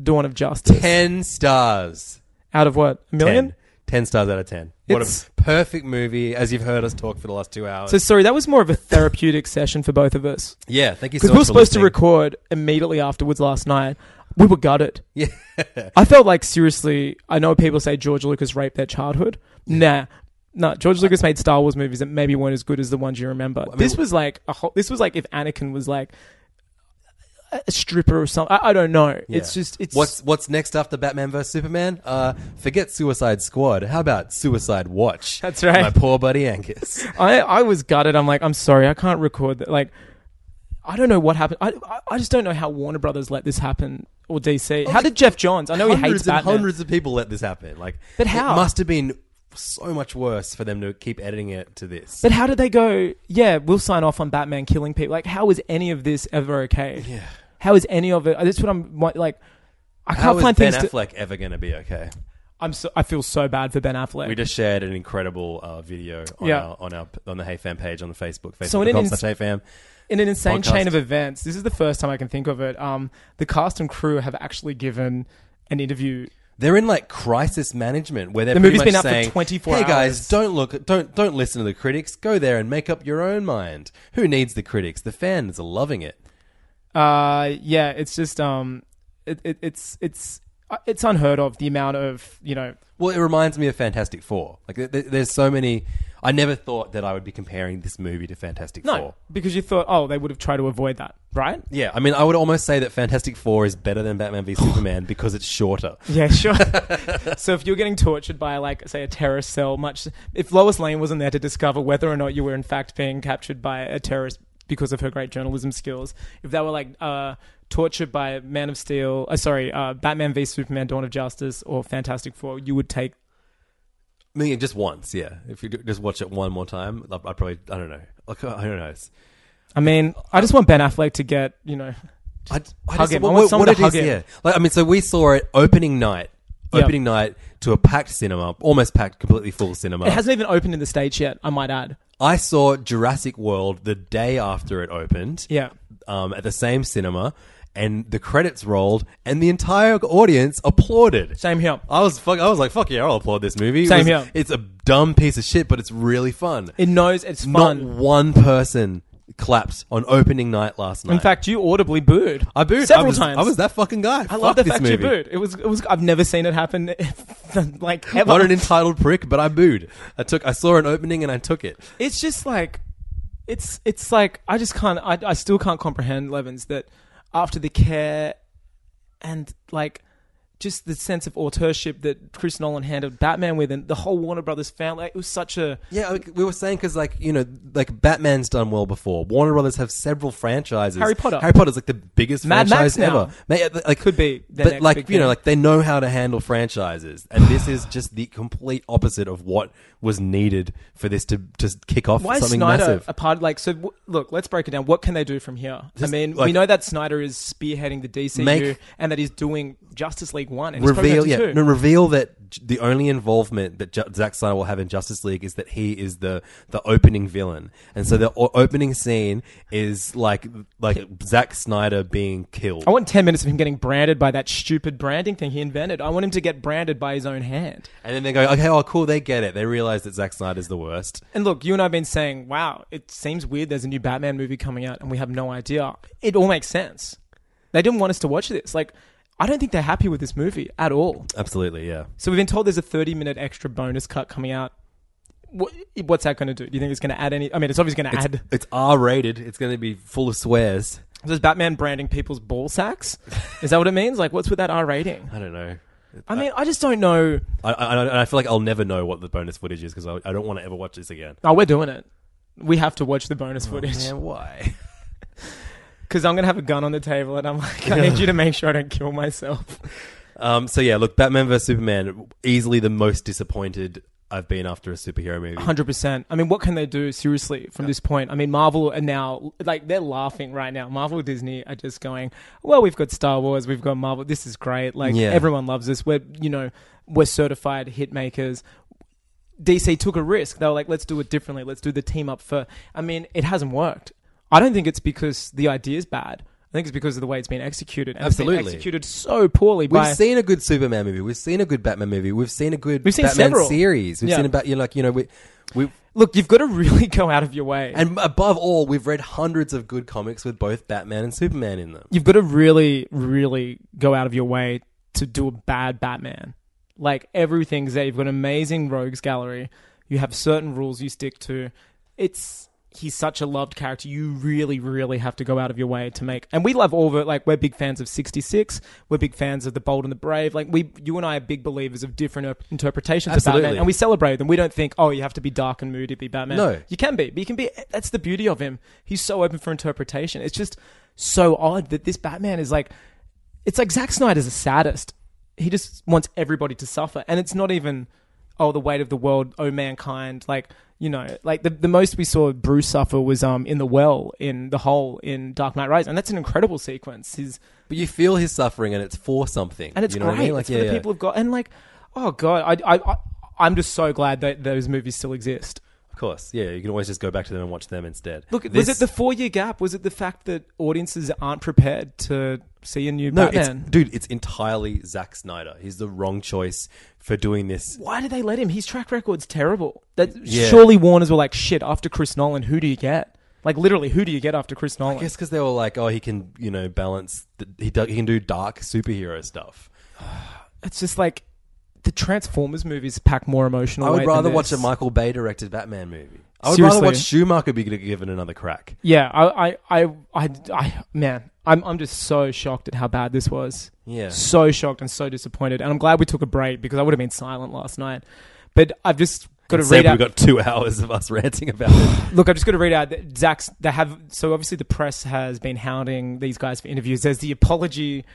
S2: Dawn of Justice.
S1: Ten stars.
S2: Out of what? A million?
S1: 10. 10 stars out of 10. What
S2: It's-
S1: a perfect movie, as you've heard us talk for the last two hours.
S2: So sorry, that was more of a therapeutic session for both of us.
S1: yeah, thank you so
S2: Because
S1: much.
S2: we were
S1: for
S2: supposed to
S1: listening.
S2: record immediately afterwards last night. We were gutted.
S1: Yeah.
S2: I felt like seriously, I know people say George Lucas raped their childhood. Nah. No, George Lucas made Star Wars movies that maybe weren't as good as the ones you remember. this was like a whole, this was like if Anakin was like a stripper or something. I, I don't know.
S1: Yeah.
S2: It's just it's
S1: what's what's next after Batman vs Superman? Uh, forget Suicide Squad. How about Suicide Watch?
S2: That's right.
S1: My poor buddy Ankus.
S2: I, I was gutted. I'm like, I'm sorry, I can't record that. Like, I don't know what happened. I, I- I just don't know how Warner Brothers let this happen or DC. how did Jeff Johns? I know he hates
S1: hundreds and
S2: Batman.
S1: hundreds of people let this happen. Like,
S2: But how?
S1: It must have been so much worse for them to keep editing it to this.
S2: But how did they go? Yeah, we'll sign off on Batman killing people. Like, how is any of this ever okay? Yeah. How is any of it? That's what I'm my- like. I
S1: How
S2: can't
S1: is
S2: find
S1: Ben
S2: things. to-
S1: Affleck ever going to be okay?
S2: I'm so, I feel so bad for Ben Affleck.
S1: We just shared an incredible uh, video on,
S2: Yeah.
S1: our, on our on the HeyFam page on the Facebook. Facebook. So
S2: So in an
S1: slash HeyFam.
S2: in an insane
S1: Podcast.
S2: chain of events, this is the first time I can think of it. Um, the cast and crew have actually given an interview.
S1: They're in like crisis management where they're
S2: The
S1: pretty
S2: movie's been
S1: much
S2: out for
S1: saying,
S2: 24
S1: Hey
S2: hours."
S1: guys, don't look, don't don't listen to the critics. Go there and make up your own mind. Who needs the critics? The fans are loving it.
S2: Uh, yeah, it's just um, it, it, it's it's uh, it's unheard of the amount of you know.
S1: Well, it reminds me of Fantastic Four. Like, th- th- there's so many. I never thought that I would be comparing this movie to Fantastic Four.
S2: because you thought, oh, they would have tried to avoid that, right?
S1: Yeah, I mean, I would almost say that Fantastic Four is better than Batman v Superman because it's shorter.
S2: Yeah, sure. so if you're getting tortured by like say a terrorist cell, much if Lois Lane wasn't there to discover whether or not you were in fact being captured by a terrorist because of her great journalism skills, if they were like uh, tortured by Man of Steel, uh, sorry, uh, Batman v Superman: Dawn of Justice or Fantastic Four, you would take.
S1: I mean, just once, yeah. If you d- just watch it one more time, I, I probably, I don't know. Like, I don't know. It's,
S2: I mean, I just want Ben Affleck to get you know.
S1: I, I
S2: Hug
S1: just,
S2: him. I
S1: What,
S2: want someone
S1: what
S2: to
S1: it is,
S2: hug him.
S1: yeah. Like, I mean, so we saw it opening night,
S2: Yep.
S1: opening night to a packed cinema, almost packed, completely full cinema.
S2: It hasn't even opened in the states yet. I might add.
S1: I saw Jurassic World the day after it opened.
S2: Yeah.
S1: Um, at the same cinema, and the credits rolled, and the entire audience applauded.
S2: Same here.
S1: I was fuck. I was like, "Fuck yeah, I'll applaud this movie." It
S2: Same
S1: was-
S2: here.
S1: It's a dumb piece of shit, but it's really fun.
S2: It knows it's
S1: Not
S2: fun.
S1: one person clapped on opening night last night.
S2: in fact, you audibly booed.
S1: I booed
S2: several
S1: I was,
S2: times.
S1: I was that fucking guy.
S2: I love the
S1: this
S2: fact
S1: movie.
S2: you booed. It was it was I've never seen it happen like ever.
S1: What an entitled prick! But I booed. I took. I saw an opening and I took it.
S2: it's just like it's it's like I just can't I I still can't comprehend Levins that after the care and like just the sense of authorship that Chris Nolan handled Batman with and the whole Warner Brothers family it was such a
S1: Yeah, like, we were saying because like you know, like Batman's done well before. Warner Brothers have several franchises.
S2: Harry Potter.
S1: Harry Potter's like the biggest
S2: Mad Max
S1: franchise
S2: now.
S1: ever. May- uh, Like
S2: Could be their
S1: but
S2: next
S1: like
S2: big
S1: you know,
S2: thing.
S1: like they know how to handle franchises, and this is just the complete opposite of what was needed for this to just kick off
S2: why is
S1: something
S2: Snyder
S1: massive.
S2: a part like so w- look let's break it down what can they do from here I
S1: Just,
S2: mean we
S1: like-
S2: know that Snyder is spearheading the DCU
S1: Make-
S2: and that he's doing Justice League 1 and he's
S1: reveal,
S2: probably
S1: yeah,
S2: gonna do
S1: no,
S2: two.
S1: reveal that j- the only involvement that Ju- Zack Snyder will have in Justice League is that he is the the opening villain, and so the o- opening scene is like like Zack Snyder being killed.
S2: I want 10 minutes of him getting branded by that stupid branding thing he invented. I want him to get branded by his own hand.
S1: And then they go, okay, oh, cool, they get it. They realize that Zack Snyder's the worst.
S2: And look, you and I have been saying, wow, it seems weird there's a new Batman movie coming out and we have no idea. It all makes sense. They didn't want us to watch this. Like, I don't think they're happy with this movie at all.
S1: Absolutely, yeah.
S2: So we've been told there's a 30 minute extra bonus cut coming out. What, what's that going to do? Do you think it's going to add any? I mean, it's obviously going to add.
S1: It's R rated. It's going to be full of swears.
S2: Does Batman branding people's ball sacks? Is that what it means? Like, what's with that R rating?
S1: I don't know.
S2: I mean, I just don't know.
S1: I, I, I- and I feel like I'll never know what the bonus footage is because I, I don't want to ever watch this again.
S2: Oh, we're doing it. We have to watch the bonus footage.
S1: Oh, Man, why?
S2: because I'm gonna have a gun on the table, and I'm like, I need you to make sure I don't kill myself.
S1: Um, so yeah, look, Batman vs Superman, easily the most disappointed I've been after a superhero movie.
S2: Hundred percent. I mean, what can they do seriously from this point? I mean, Marvel are now like they're laughing right now. Marvel, Disney are just going, well, we've got Star Wars, we've got Marvel. This is great. Like
S1: Yeah.
S2: everyone loves this. We're you know we're certified hit makers. DC took a risk. They were like, let's do it differently. Let's do the team up for. I mean, it hasn't worked. I don't think it's because the idea's bad. I think it's because of the way it's been executed. And It's
S1: Absolutely.
S2: been executed so poorly.
S1: We've
S2: by,
S1: seen a good Superman movie. We've seen a good Batman movie. We've seen a good
S2: We've seen
S1: Batman
S2: several.
S1: series. We've
S2: Yeah.
S1: seen about you know, like you know we we
S2: Look, you've got to really go out of your way.
S1: and above all, we've read hundreds of good comics with both Batman and Superman in them.
S2: you've got to really, really go out of your way to do a bad Batman. Like everything's there. You've got an amazing rogues gallery. You have certain rules you stick to. It's he's such a loved character. You really, really have to go out of your way to make. And we love all of it. Like we're big fans of '66. We're big fans of The Bold and the Brave. Like we, you and I are big believers of different uh, interpretations of
S1: Absolutely.
S2: Batman, and we celebrate them. We don't think, oh, you have to be dark and moody to be Batman.
S1: No.
S2: you can be, but you can be. That's the beauty of him. He's so open for interpretation. It's just so odd that this Batman is like, it's like Zack Snyder's a saddest. He just wants everybody to suffer, and it's not even oh the weight of the world oh mankind like you know like the, the most we saw bruce suffer was um in the well in the hole in dark knight rises and that's an incredible sequence his
S1: But you feel his suffering, and it's for something.
S2: and it's
S1: you know
S2: great
S1: What I mean? Like
S2: it's
S1: yeah,
S2: what the
S1: yeah.
S2: people have got and like oh god i i, I i'm just so glad that those movies still exist
S1: of course. Yeah, you can always just go back to them and watch them instead.
S2: look
S1: This-
S2: was it the four year gap was it the fact that audiences aren't prepared to see a new
S1: no, it's,
S2: batman
S1: dude, it's entirely Zack Snyder. He's the wrong choice for doing this.
S2: why did they let him? His track record's terrible. That
S1: Yeah.
S2: surely Warners were like, shit. After Chris Nolan, who do you get? Like literally, who do you get after Chris Nolan?
S1: I guess because they were like, oh, he can, you know, balance. The, he do, he can do dark superhero stuff.
S2: it's just like the Transformers movies pack more emotional.
S1: I
S2: weight
S1: would
S2: than
S1: rather watch a
S2: this.
S1: Michael Bay directed Batman movie. I would rather
S2: Seriously.
S1: watch Schumacher be given another crack.
S2: Yeah, I, I, I, I, I man, I'm, I'm just so shocked at how bad this was.
S1: Yeah.
S2: so shocked and so disappointed. And I'm glad we took a break because I would have been silent last night. But I've just got to
S1: Except
S2: read
S1: we
S2: out.
S1: got two hours of us ranting about it.
S2: look, I've just got to read out that Zach's. They have so obviously the press has been hounding these guys for interviews. There's the apology,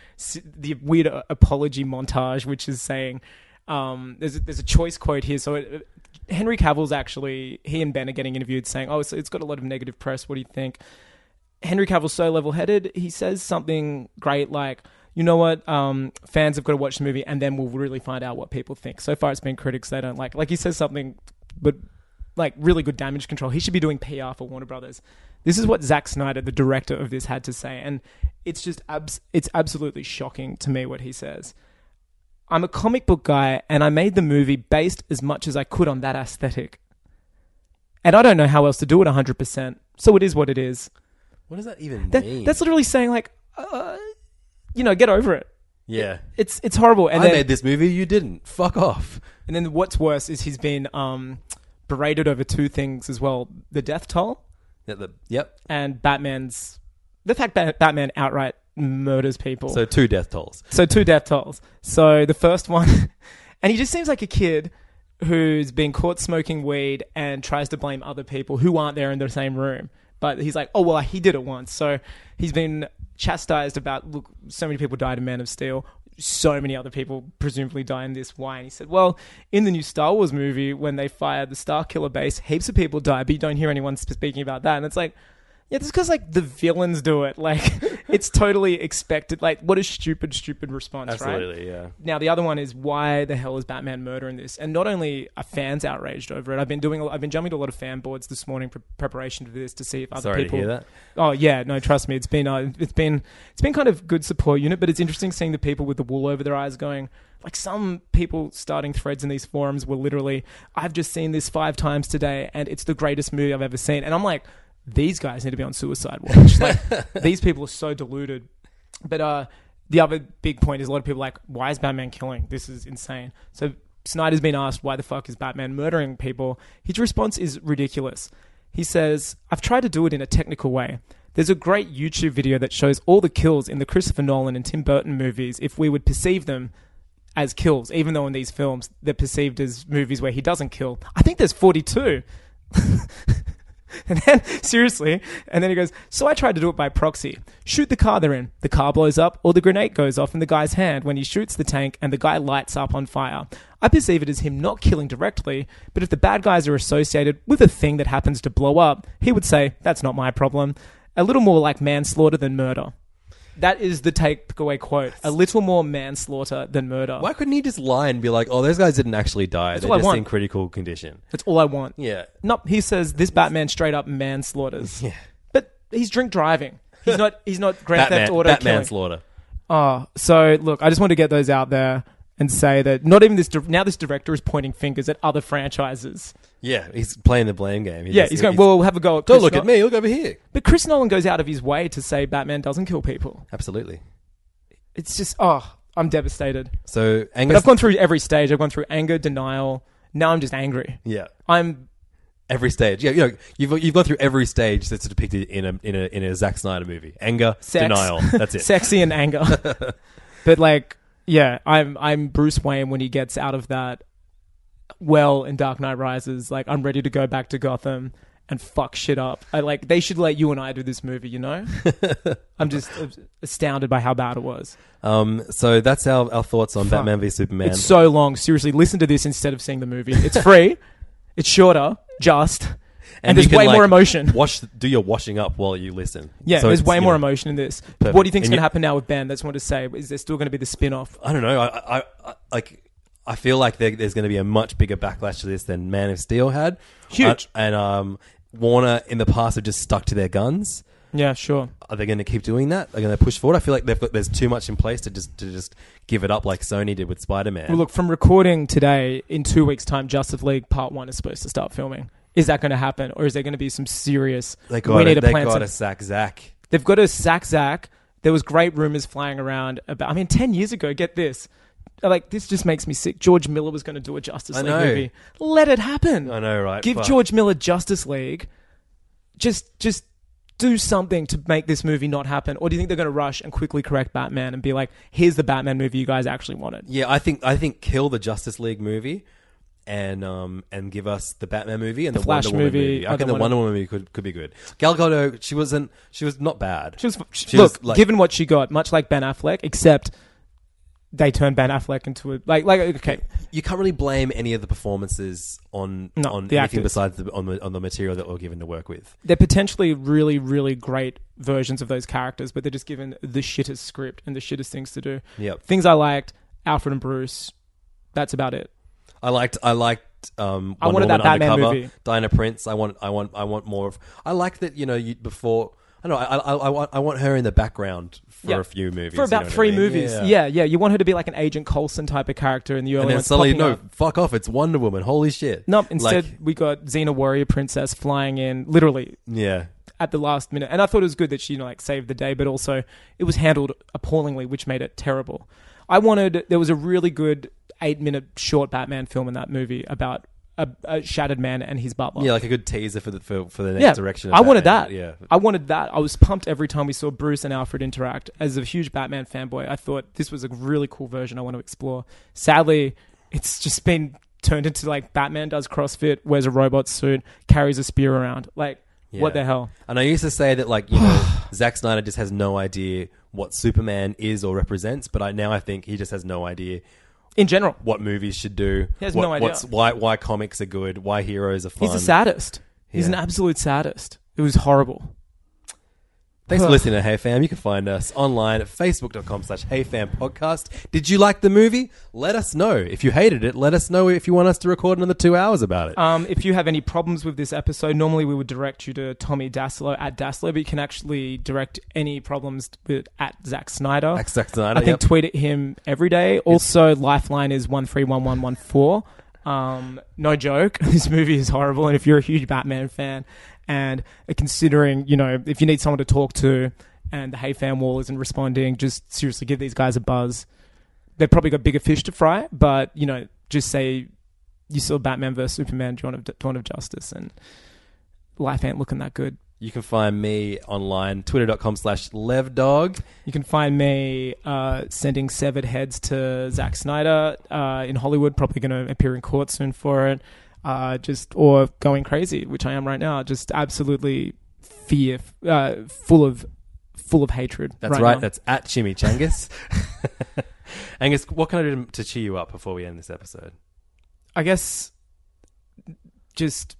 S2: the weird uh, apology montage, which is saying, um, there's a, there's a choice quote here. So it, Henry Cavill's actually he and Ben are getting interviewed, saying, "Oh, so it's got a lot of negative press. What do you think?" Henry Cavill's so level headed. He says something great like, you know what? Um, fans have got to watch the movie and then we'll really find out what people think. So far, it's been critics they don't like. Like, he says something, but like really good damage control. He should be doing PR for Warner Brothers. This is what Zack Snyder, the director of this, had to say. And it's just, abs- it's absolutely shocking to me what he says. I'm a comic book guy and I made the movie based as much as I could on that aesthetic. And I don't know how else to do it 100%. So it is what it is.
S1: What does that even
S2: That-
S1: mean?
S2: that's literally saying like, uh, you know, get over it.
S1: yeah.
S2: It's it's horrible. And
S1: I
S2: then
S1: made this movie. You didn't. Fuck off.
S2: and then what's worse is he's been um, berated over two things as well: the death toll
S1: Yeah, the- yep.
S2: and Batman's the fact that Batman outright murders people.
S1: So two death tolls.
S2: So two death tolls. So the first one, and he just seems like a kid who's been caught smoking weed and tries to blame other people who aren't there in the same room. But he's like, oh well, he did it once. So he's been chastised about look, so many people died in Man of Steel. So many other people presumably die in this. Why? And he said, well, in the new Star Wars movie, when they fired the Star Killer base, heaps of people die, but you don't hear anyone sp- speaking about that. And it's like, yeah, it's because like the villains do it. Like it's totally expected. Like what a stupid, stupid response, right?
S1: Absolutely. Yeah.
S2: Now the other one is why the hell is Batman murdering this? And not only are fans outraged over it, I've been doing, a- I've been jumping to a lot of fan boards this morning pre- preparation for this to see if other
S1: Sorry
S2: people.
S1: to hear that.
S2: Oh yeah, no, trust me, it's been, uh, it's been, it's been kind of good support unit, but it's interesting seeing the people with the wool over their eyes going. Like some people starting threads in these forums were literally, I've just seen this five times today, and it's the greatest movie I've ever seen. And I'm like, these guys need to be on suicide watch. like these people are so deluded. But uh, the other big point is a lot of people are like, why is Batman killing? This is insane. So Snyder's been asked, why the fuck is Batman murdering people? His response is ridiculous. He says, I've tried to do it in a technical way. There's a great YouTube video that shows all the kills in the Christopher Nolan and Tim Burton movies if we would perceive them as kills, even though in these films they're perceived as movies where he doesn't kill. I think there's 42. And then, seriously, and then he goes, So I tried to do it by proxy. Shoot the car they're in. The car blows up, or the grenade goes off in the guy's hand when he shoots the tank and the guy lights up on fire. I perceive it as him not killing directly, but if the bad guys are associated with a thing that happens to blow up, he would say, That's not my problem. A little more like manslaughter than murder. That is the takeaway quote. A little more manslaughter than murder.
S1: Why couldn't he just lie and be like, "Oh, those guys didn't actually die. They're
S2: all I
S1: just
S2: want.
S1: in critical condition."
S2: That's all I want.
S1: Yeah.
S2: Nope. He says this Batman straight up manslaughters.
S1: Yeah.
S2: But he's drink driving. He's not. He's not Grand Theft
S1: Batman.
S2: Auto
S1: Batman
S2: killing.
S1: slaughter.
S2: Oh, so look, I just want to get those out there and say that not even this. dir- Now this director is pointing fingers at other franchises.
S1: Yeah, he's playing the blame game. He
S2: Yeah,
S1: just-
S2: he's going. Well, we'll have a go. At
S1: Don't
S2: Chris
S1: look
S2: Nol-"
S1: at me. Look over here.
S2: But Chris Nolan goes out of his way to say Batman doesn't kill people.
S1: Absolutely.
S2: It's just oh, I'm devastated.
S1: So
S2: But
S1: Angus.
S2: I've gone through every stage. I've gone through anger, denial. Now I'm just angry.
S1: yeah.
S2: I'm
S1: every stage. Yeah, you know, you've you've gone through every stage that's depicted in a in a in a Zack Snyder movie. Anger,
S2: Sex.
S1: denial. That's it.
S2: Sexy and anger. but like, yeah, I'm I'm Bruce Wayne when he gets out of that well in Dark Knight Rises. Like, I'm ready to go back to Gotham and fuck shit up. I like they should let you and I do this movie. You know, I'm just astounded by how bad it was.
S1: Um, so that's our, our thoughts on Batman v Superman.
S2: It's so long. Seriously, listen to this instead of seeing the movie. It's free. it's shorter. Just. And,
S1: you
S2: there's
S1: can,
S2: way
S1: like,
S2: more emotion.
S1: Wash, do your washing up while you listen.
S2: Yeah,
S1: So
S2: there's
S1: it's,
S2: way
S1: you
S2: more
S1: know,
S2: emotion in this.
S1: perfect.
S2: What do you think's
S1: And
S2: going
S1: you-
S2: to happen now with Ben? That's what I want to say. Is there still going to be the spin-off?
S1: I don't know. I, I, I like. I feel like there, there's going to be a much bigger backlash to this than Man of Steel had.
S2: Huge.
S1: Uh, and um, Warner in the past have just stuck to their guns.
S2: Yeah, sure.
S1: Are they going to keep doing that? Are they going to push forward? I feel like they've got there's too much in place to just to just give it up like Sony did with Spider Man.
S2: Well, look, from recording today, in two weeks' time, Justice League Part One is supposed to start filming. Is that going to happen, or is there going to be some serious?
S1: they got
S2: we need
S1: it.
S2: a
S1: They
S2: plan.
S1: got
S2: some-
S1: to sack Zach.
S2: They've got to sack Zach. There was great rumors flying around about. I mean, ten years ago, get this. Like this just makes me sick. George Miller was going to do a Justice
S1: I
S2: League
S1: know.
S2: movie. Let it happen.
S1: I know, right?
S2: Give
S1: Fuck.
S2: George Miller Justice League. Just just do something to make this movie not happen. Or do you think they're going to rush and quickly correct Batman and be like, "Here's the Batman movie you guys actually wanted."
S1: Yeah, I think I think kill the Justice League movie, and um and give us the Batman movie and the,
S2: Flash
S1: Wonder Woman
S2: movie,
S1: movie. I
S2: other
S1: reckon the
S2: one-
S1: Wonder Woman movie could could be good. Gal Gadot, she wasn't. She was not bad.
S2: She was, she,
S1: She
S2: look,
S1: was, like-
S2: given what she got, much like Ben Affleck, except they turned Ben Affleck into a like like okay,
S1: you can't really blame any of the performances on
S2: No,
S1: on
S2: the
S1: anything
S2: actors.
S1: besides the, on the on the material that we're given to work with.
S2: they're potentially really really great versions of those characters, but they're just given the shittest script and the shittest things to do.
S1: Yep.
S2: Things I liked, Alfred and Bruce. That's about it.
S1: I liked I liked um
S2: I
S1: Wonder
S2: wanted that
S1: Woman
S2: Batman
S1: Undercover,
S2: movie.
S1: Dinah Prince. I want I want I want more of. I like that you know you before. I don't know. I, I, I want I want her in the background for
S2: Yeah.
S1: a few movies you
S2: for
S1: know
S2: about
S1: what I
S2: three
S1: mean?
S2: movies. Yeah. yeah, You want her to be like an Agent Coulson type of character in the early
S1: And then
S2: ones
S1: suddenly,
S2: popping
S1: no,
S2: up.
S1: fuck off! It's Wonder Woman. Holy shit!
S2: Nope. Instead,
S1: Like,
S2: we got Xena Warrior Princess flying in literally
S1: yeah,
S2: at the last minute, and I thought it was good that she you know, like saved the day, but also it was handled appallingly, which made it terrible. I wanted there was a really good eight minute short Batman film in that movie about a, a shattered man and his butler.
S1: Yeah, like a good teaser for the for, for the next
S2: yeah,
S1: direction.
S2: I
S1: of
S2: wanted that.
S1: Batman. Yeah,
S2: I wanted that. I was pumped every time we saw Bruce and Alfred interact. As a huge Batman fanboy, I thought this was a really cool version I want to explore. Sadly, it's just been turned into like Batman does CrossFit, wears a robot suit, carries a spear around. Like, what
S1: Yeah.
S2: the hell?
S1: and I used to say that like you know Zack Snyder just has no idea what Superman is or represents, but I now I think he just has no idea
S2: In general,
S1: what movies should do.
S2: He has
S1: what-
S2: no idea.
S1: what's, why why comics are good, why heroes are fun.
S2: he's a saddest. He's an
S1: Yeah.
S2: absolute saddest. It was horrible.
S1: Thanks for listening to Hey Fam. You can find us online at facebook.com slash Hey Fam Podcast. Did you like the movie? Let us know. If you hated it, let us know if you want us to record another two hours about it.
S2: Um, if you have any problems with this episode, normally we would direct you to Tommy Daslow at Daslow, but you can actually direct any problems with, at Zack Snyder.
S1: At Zack Snyder,
S2: I
S1: yep.
S2: think tweet at him every day. Also, Lifeline is one three one one one four. Um, no joke, this movie is horrible, and if you're a huge Batman fan, and considering you know if you need someone to talk to, and the Hey Fan wall isn't responding, just seriously give these guys a buzz. They've probably got bigger fish to fry, but you know, just say you saw Batman vs Superman: Dawn of Dawn of Justice, and life ain't looking that good.
S1: you can find me online, twitter.com slash levdog.
S2: You can find me uh, sending severed heads to Zack Snyder uh, in Hollywood. Probably going to appear in court soon for it. Uh, just or going crazy, which I am right now. Just absolutely fear, uh, full of full of hatred.
S1: That's right.
S2: now.
S1: That's at Chimichangas. Angus, what can I do to cheer you up before we end this episode?
S2: I guess just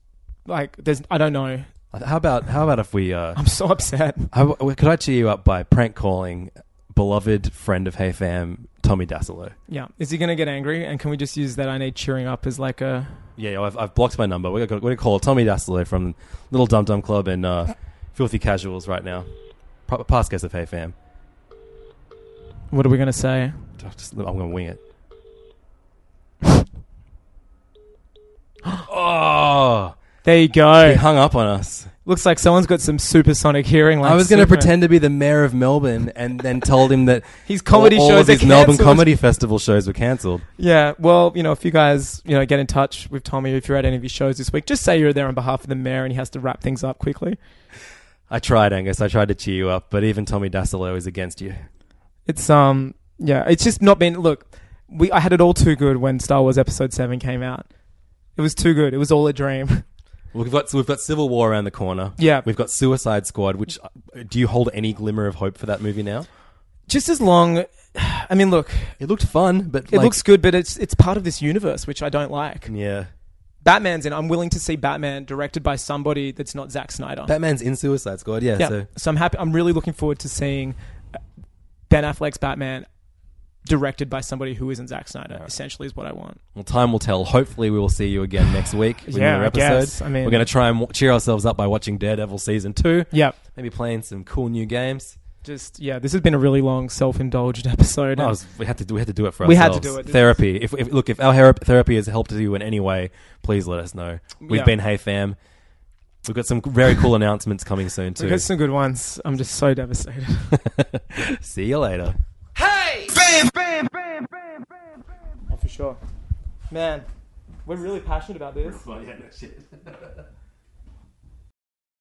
S2: like there's. I don't know.
S1: How about how about if we uh,
S2: I'm so upset.
S1: how, could I cheer you up by prank calling beloved friend of Hey Fam Tommy Dasilo?
S2: Yeah. Is he going to get angry? And can we just use that I need cheering up as like a
S1: Yeah, I've, I've blocked my number. We're gonna, we're gonna call Tommy Dasilo from Little Dum Dum Club and uh, Filthy Casuals right now. Pro- past guest of Hey Fam.
S2: what are we going to say?
S1: I'll just- I'm gonna wing it. oh,
S2: There you go.
S1: Oh! he hung up on us.
S2: Looks like someone's got some supersonic hearing. Like
S1: I was going to
S2: Superman.
S1: pretend to be the mayor of Melbourne and then told him that
S2: His comedy
S1: all, all of
S2: shows are
S1: his Melbourne
S2: cancelled.
S1: comedy festival shows were cancelled.
S2: Yeah, well, you know, if you guys, you know, get in touch with Tommy if you're at any of his shows this week, just say you're there on behalf of the mayor and he has to wrap things up quickly.
S1: I tried, Angus. I tried to cheer you up, but even Tommy Dasilo is against you.
S2: It's um yeah, it's just not been look, we I had it all too good when Star Wars episode 7 came out. It was too good. It was all a dream.
S1: We've got so we've got Civil War around the corner.
S2: Yeah.
S1: we've got Suicide Squad. Which uh, do you hold any glimmer of hope for that movie now?
S2: Just as long I mean, look,
S1: It looked fun, but
S2: it
S1: like-
S2: looks good, but it's it's part of this universe which I don't like.
S1: yeah.
S2: Batman's in. I'm willing to see Batman directed by somebody that's not Zack Snyder.
S1: Batman's in Suicide Squad. Yeah,
S2: yeah.
S1: so
S2: So. I'm happy. I'm really looking forward to seeing uh, Ben Affleck's Batman directed by somebody who isn't Zack Snyder. Essentially, is what I want.
S1: well, time will tell. Hopefully, we will see you again next week with
S2: Yeah,
S1: another
S2: I
S1: episode.
S2: guess. I mean-
S1: we're going to try and w- cheer ourselves up by watching Daredevil season two.
S2: Yeah.
S1: maybe playing some cool new games.
S2: Just yeah. This has been a really long, self-indulged episode.
S1: No, it was- we had to do. We had to do it for
S2: We had to
S1: ourselves.
S2: do it. This
S1: Therapy. If, if look, if our her- therapy has helped you in any way, please let us know. We've
S2: Yeah.
S1: been hey fam. We've got some very cool announcements coming soon
S2: we
S1: too.
S2: got some good ones. I'm just so devastated.
S1: See you later.
S4: Bam, bam, bam, bam, bam, bam.
S2: Oh, for sure, man. We're really passionate about this.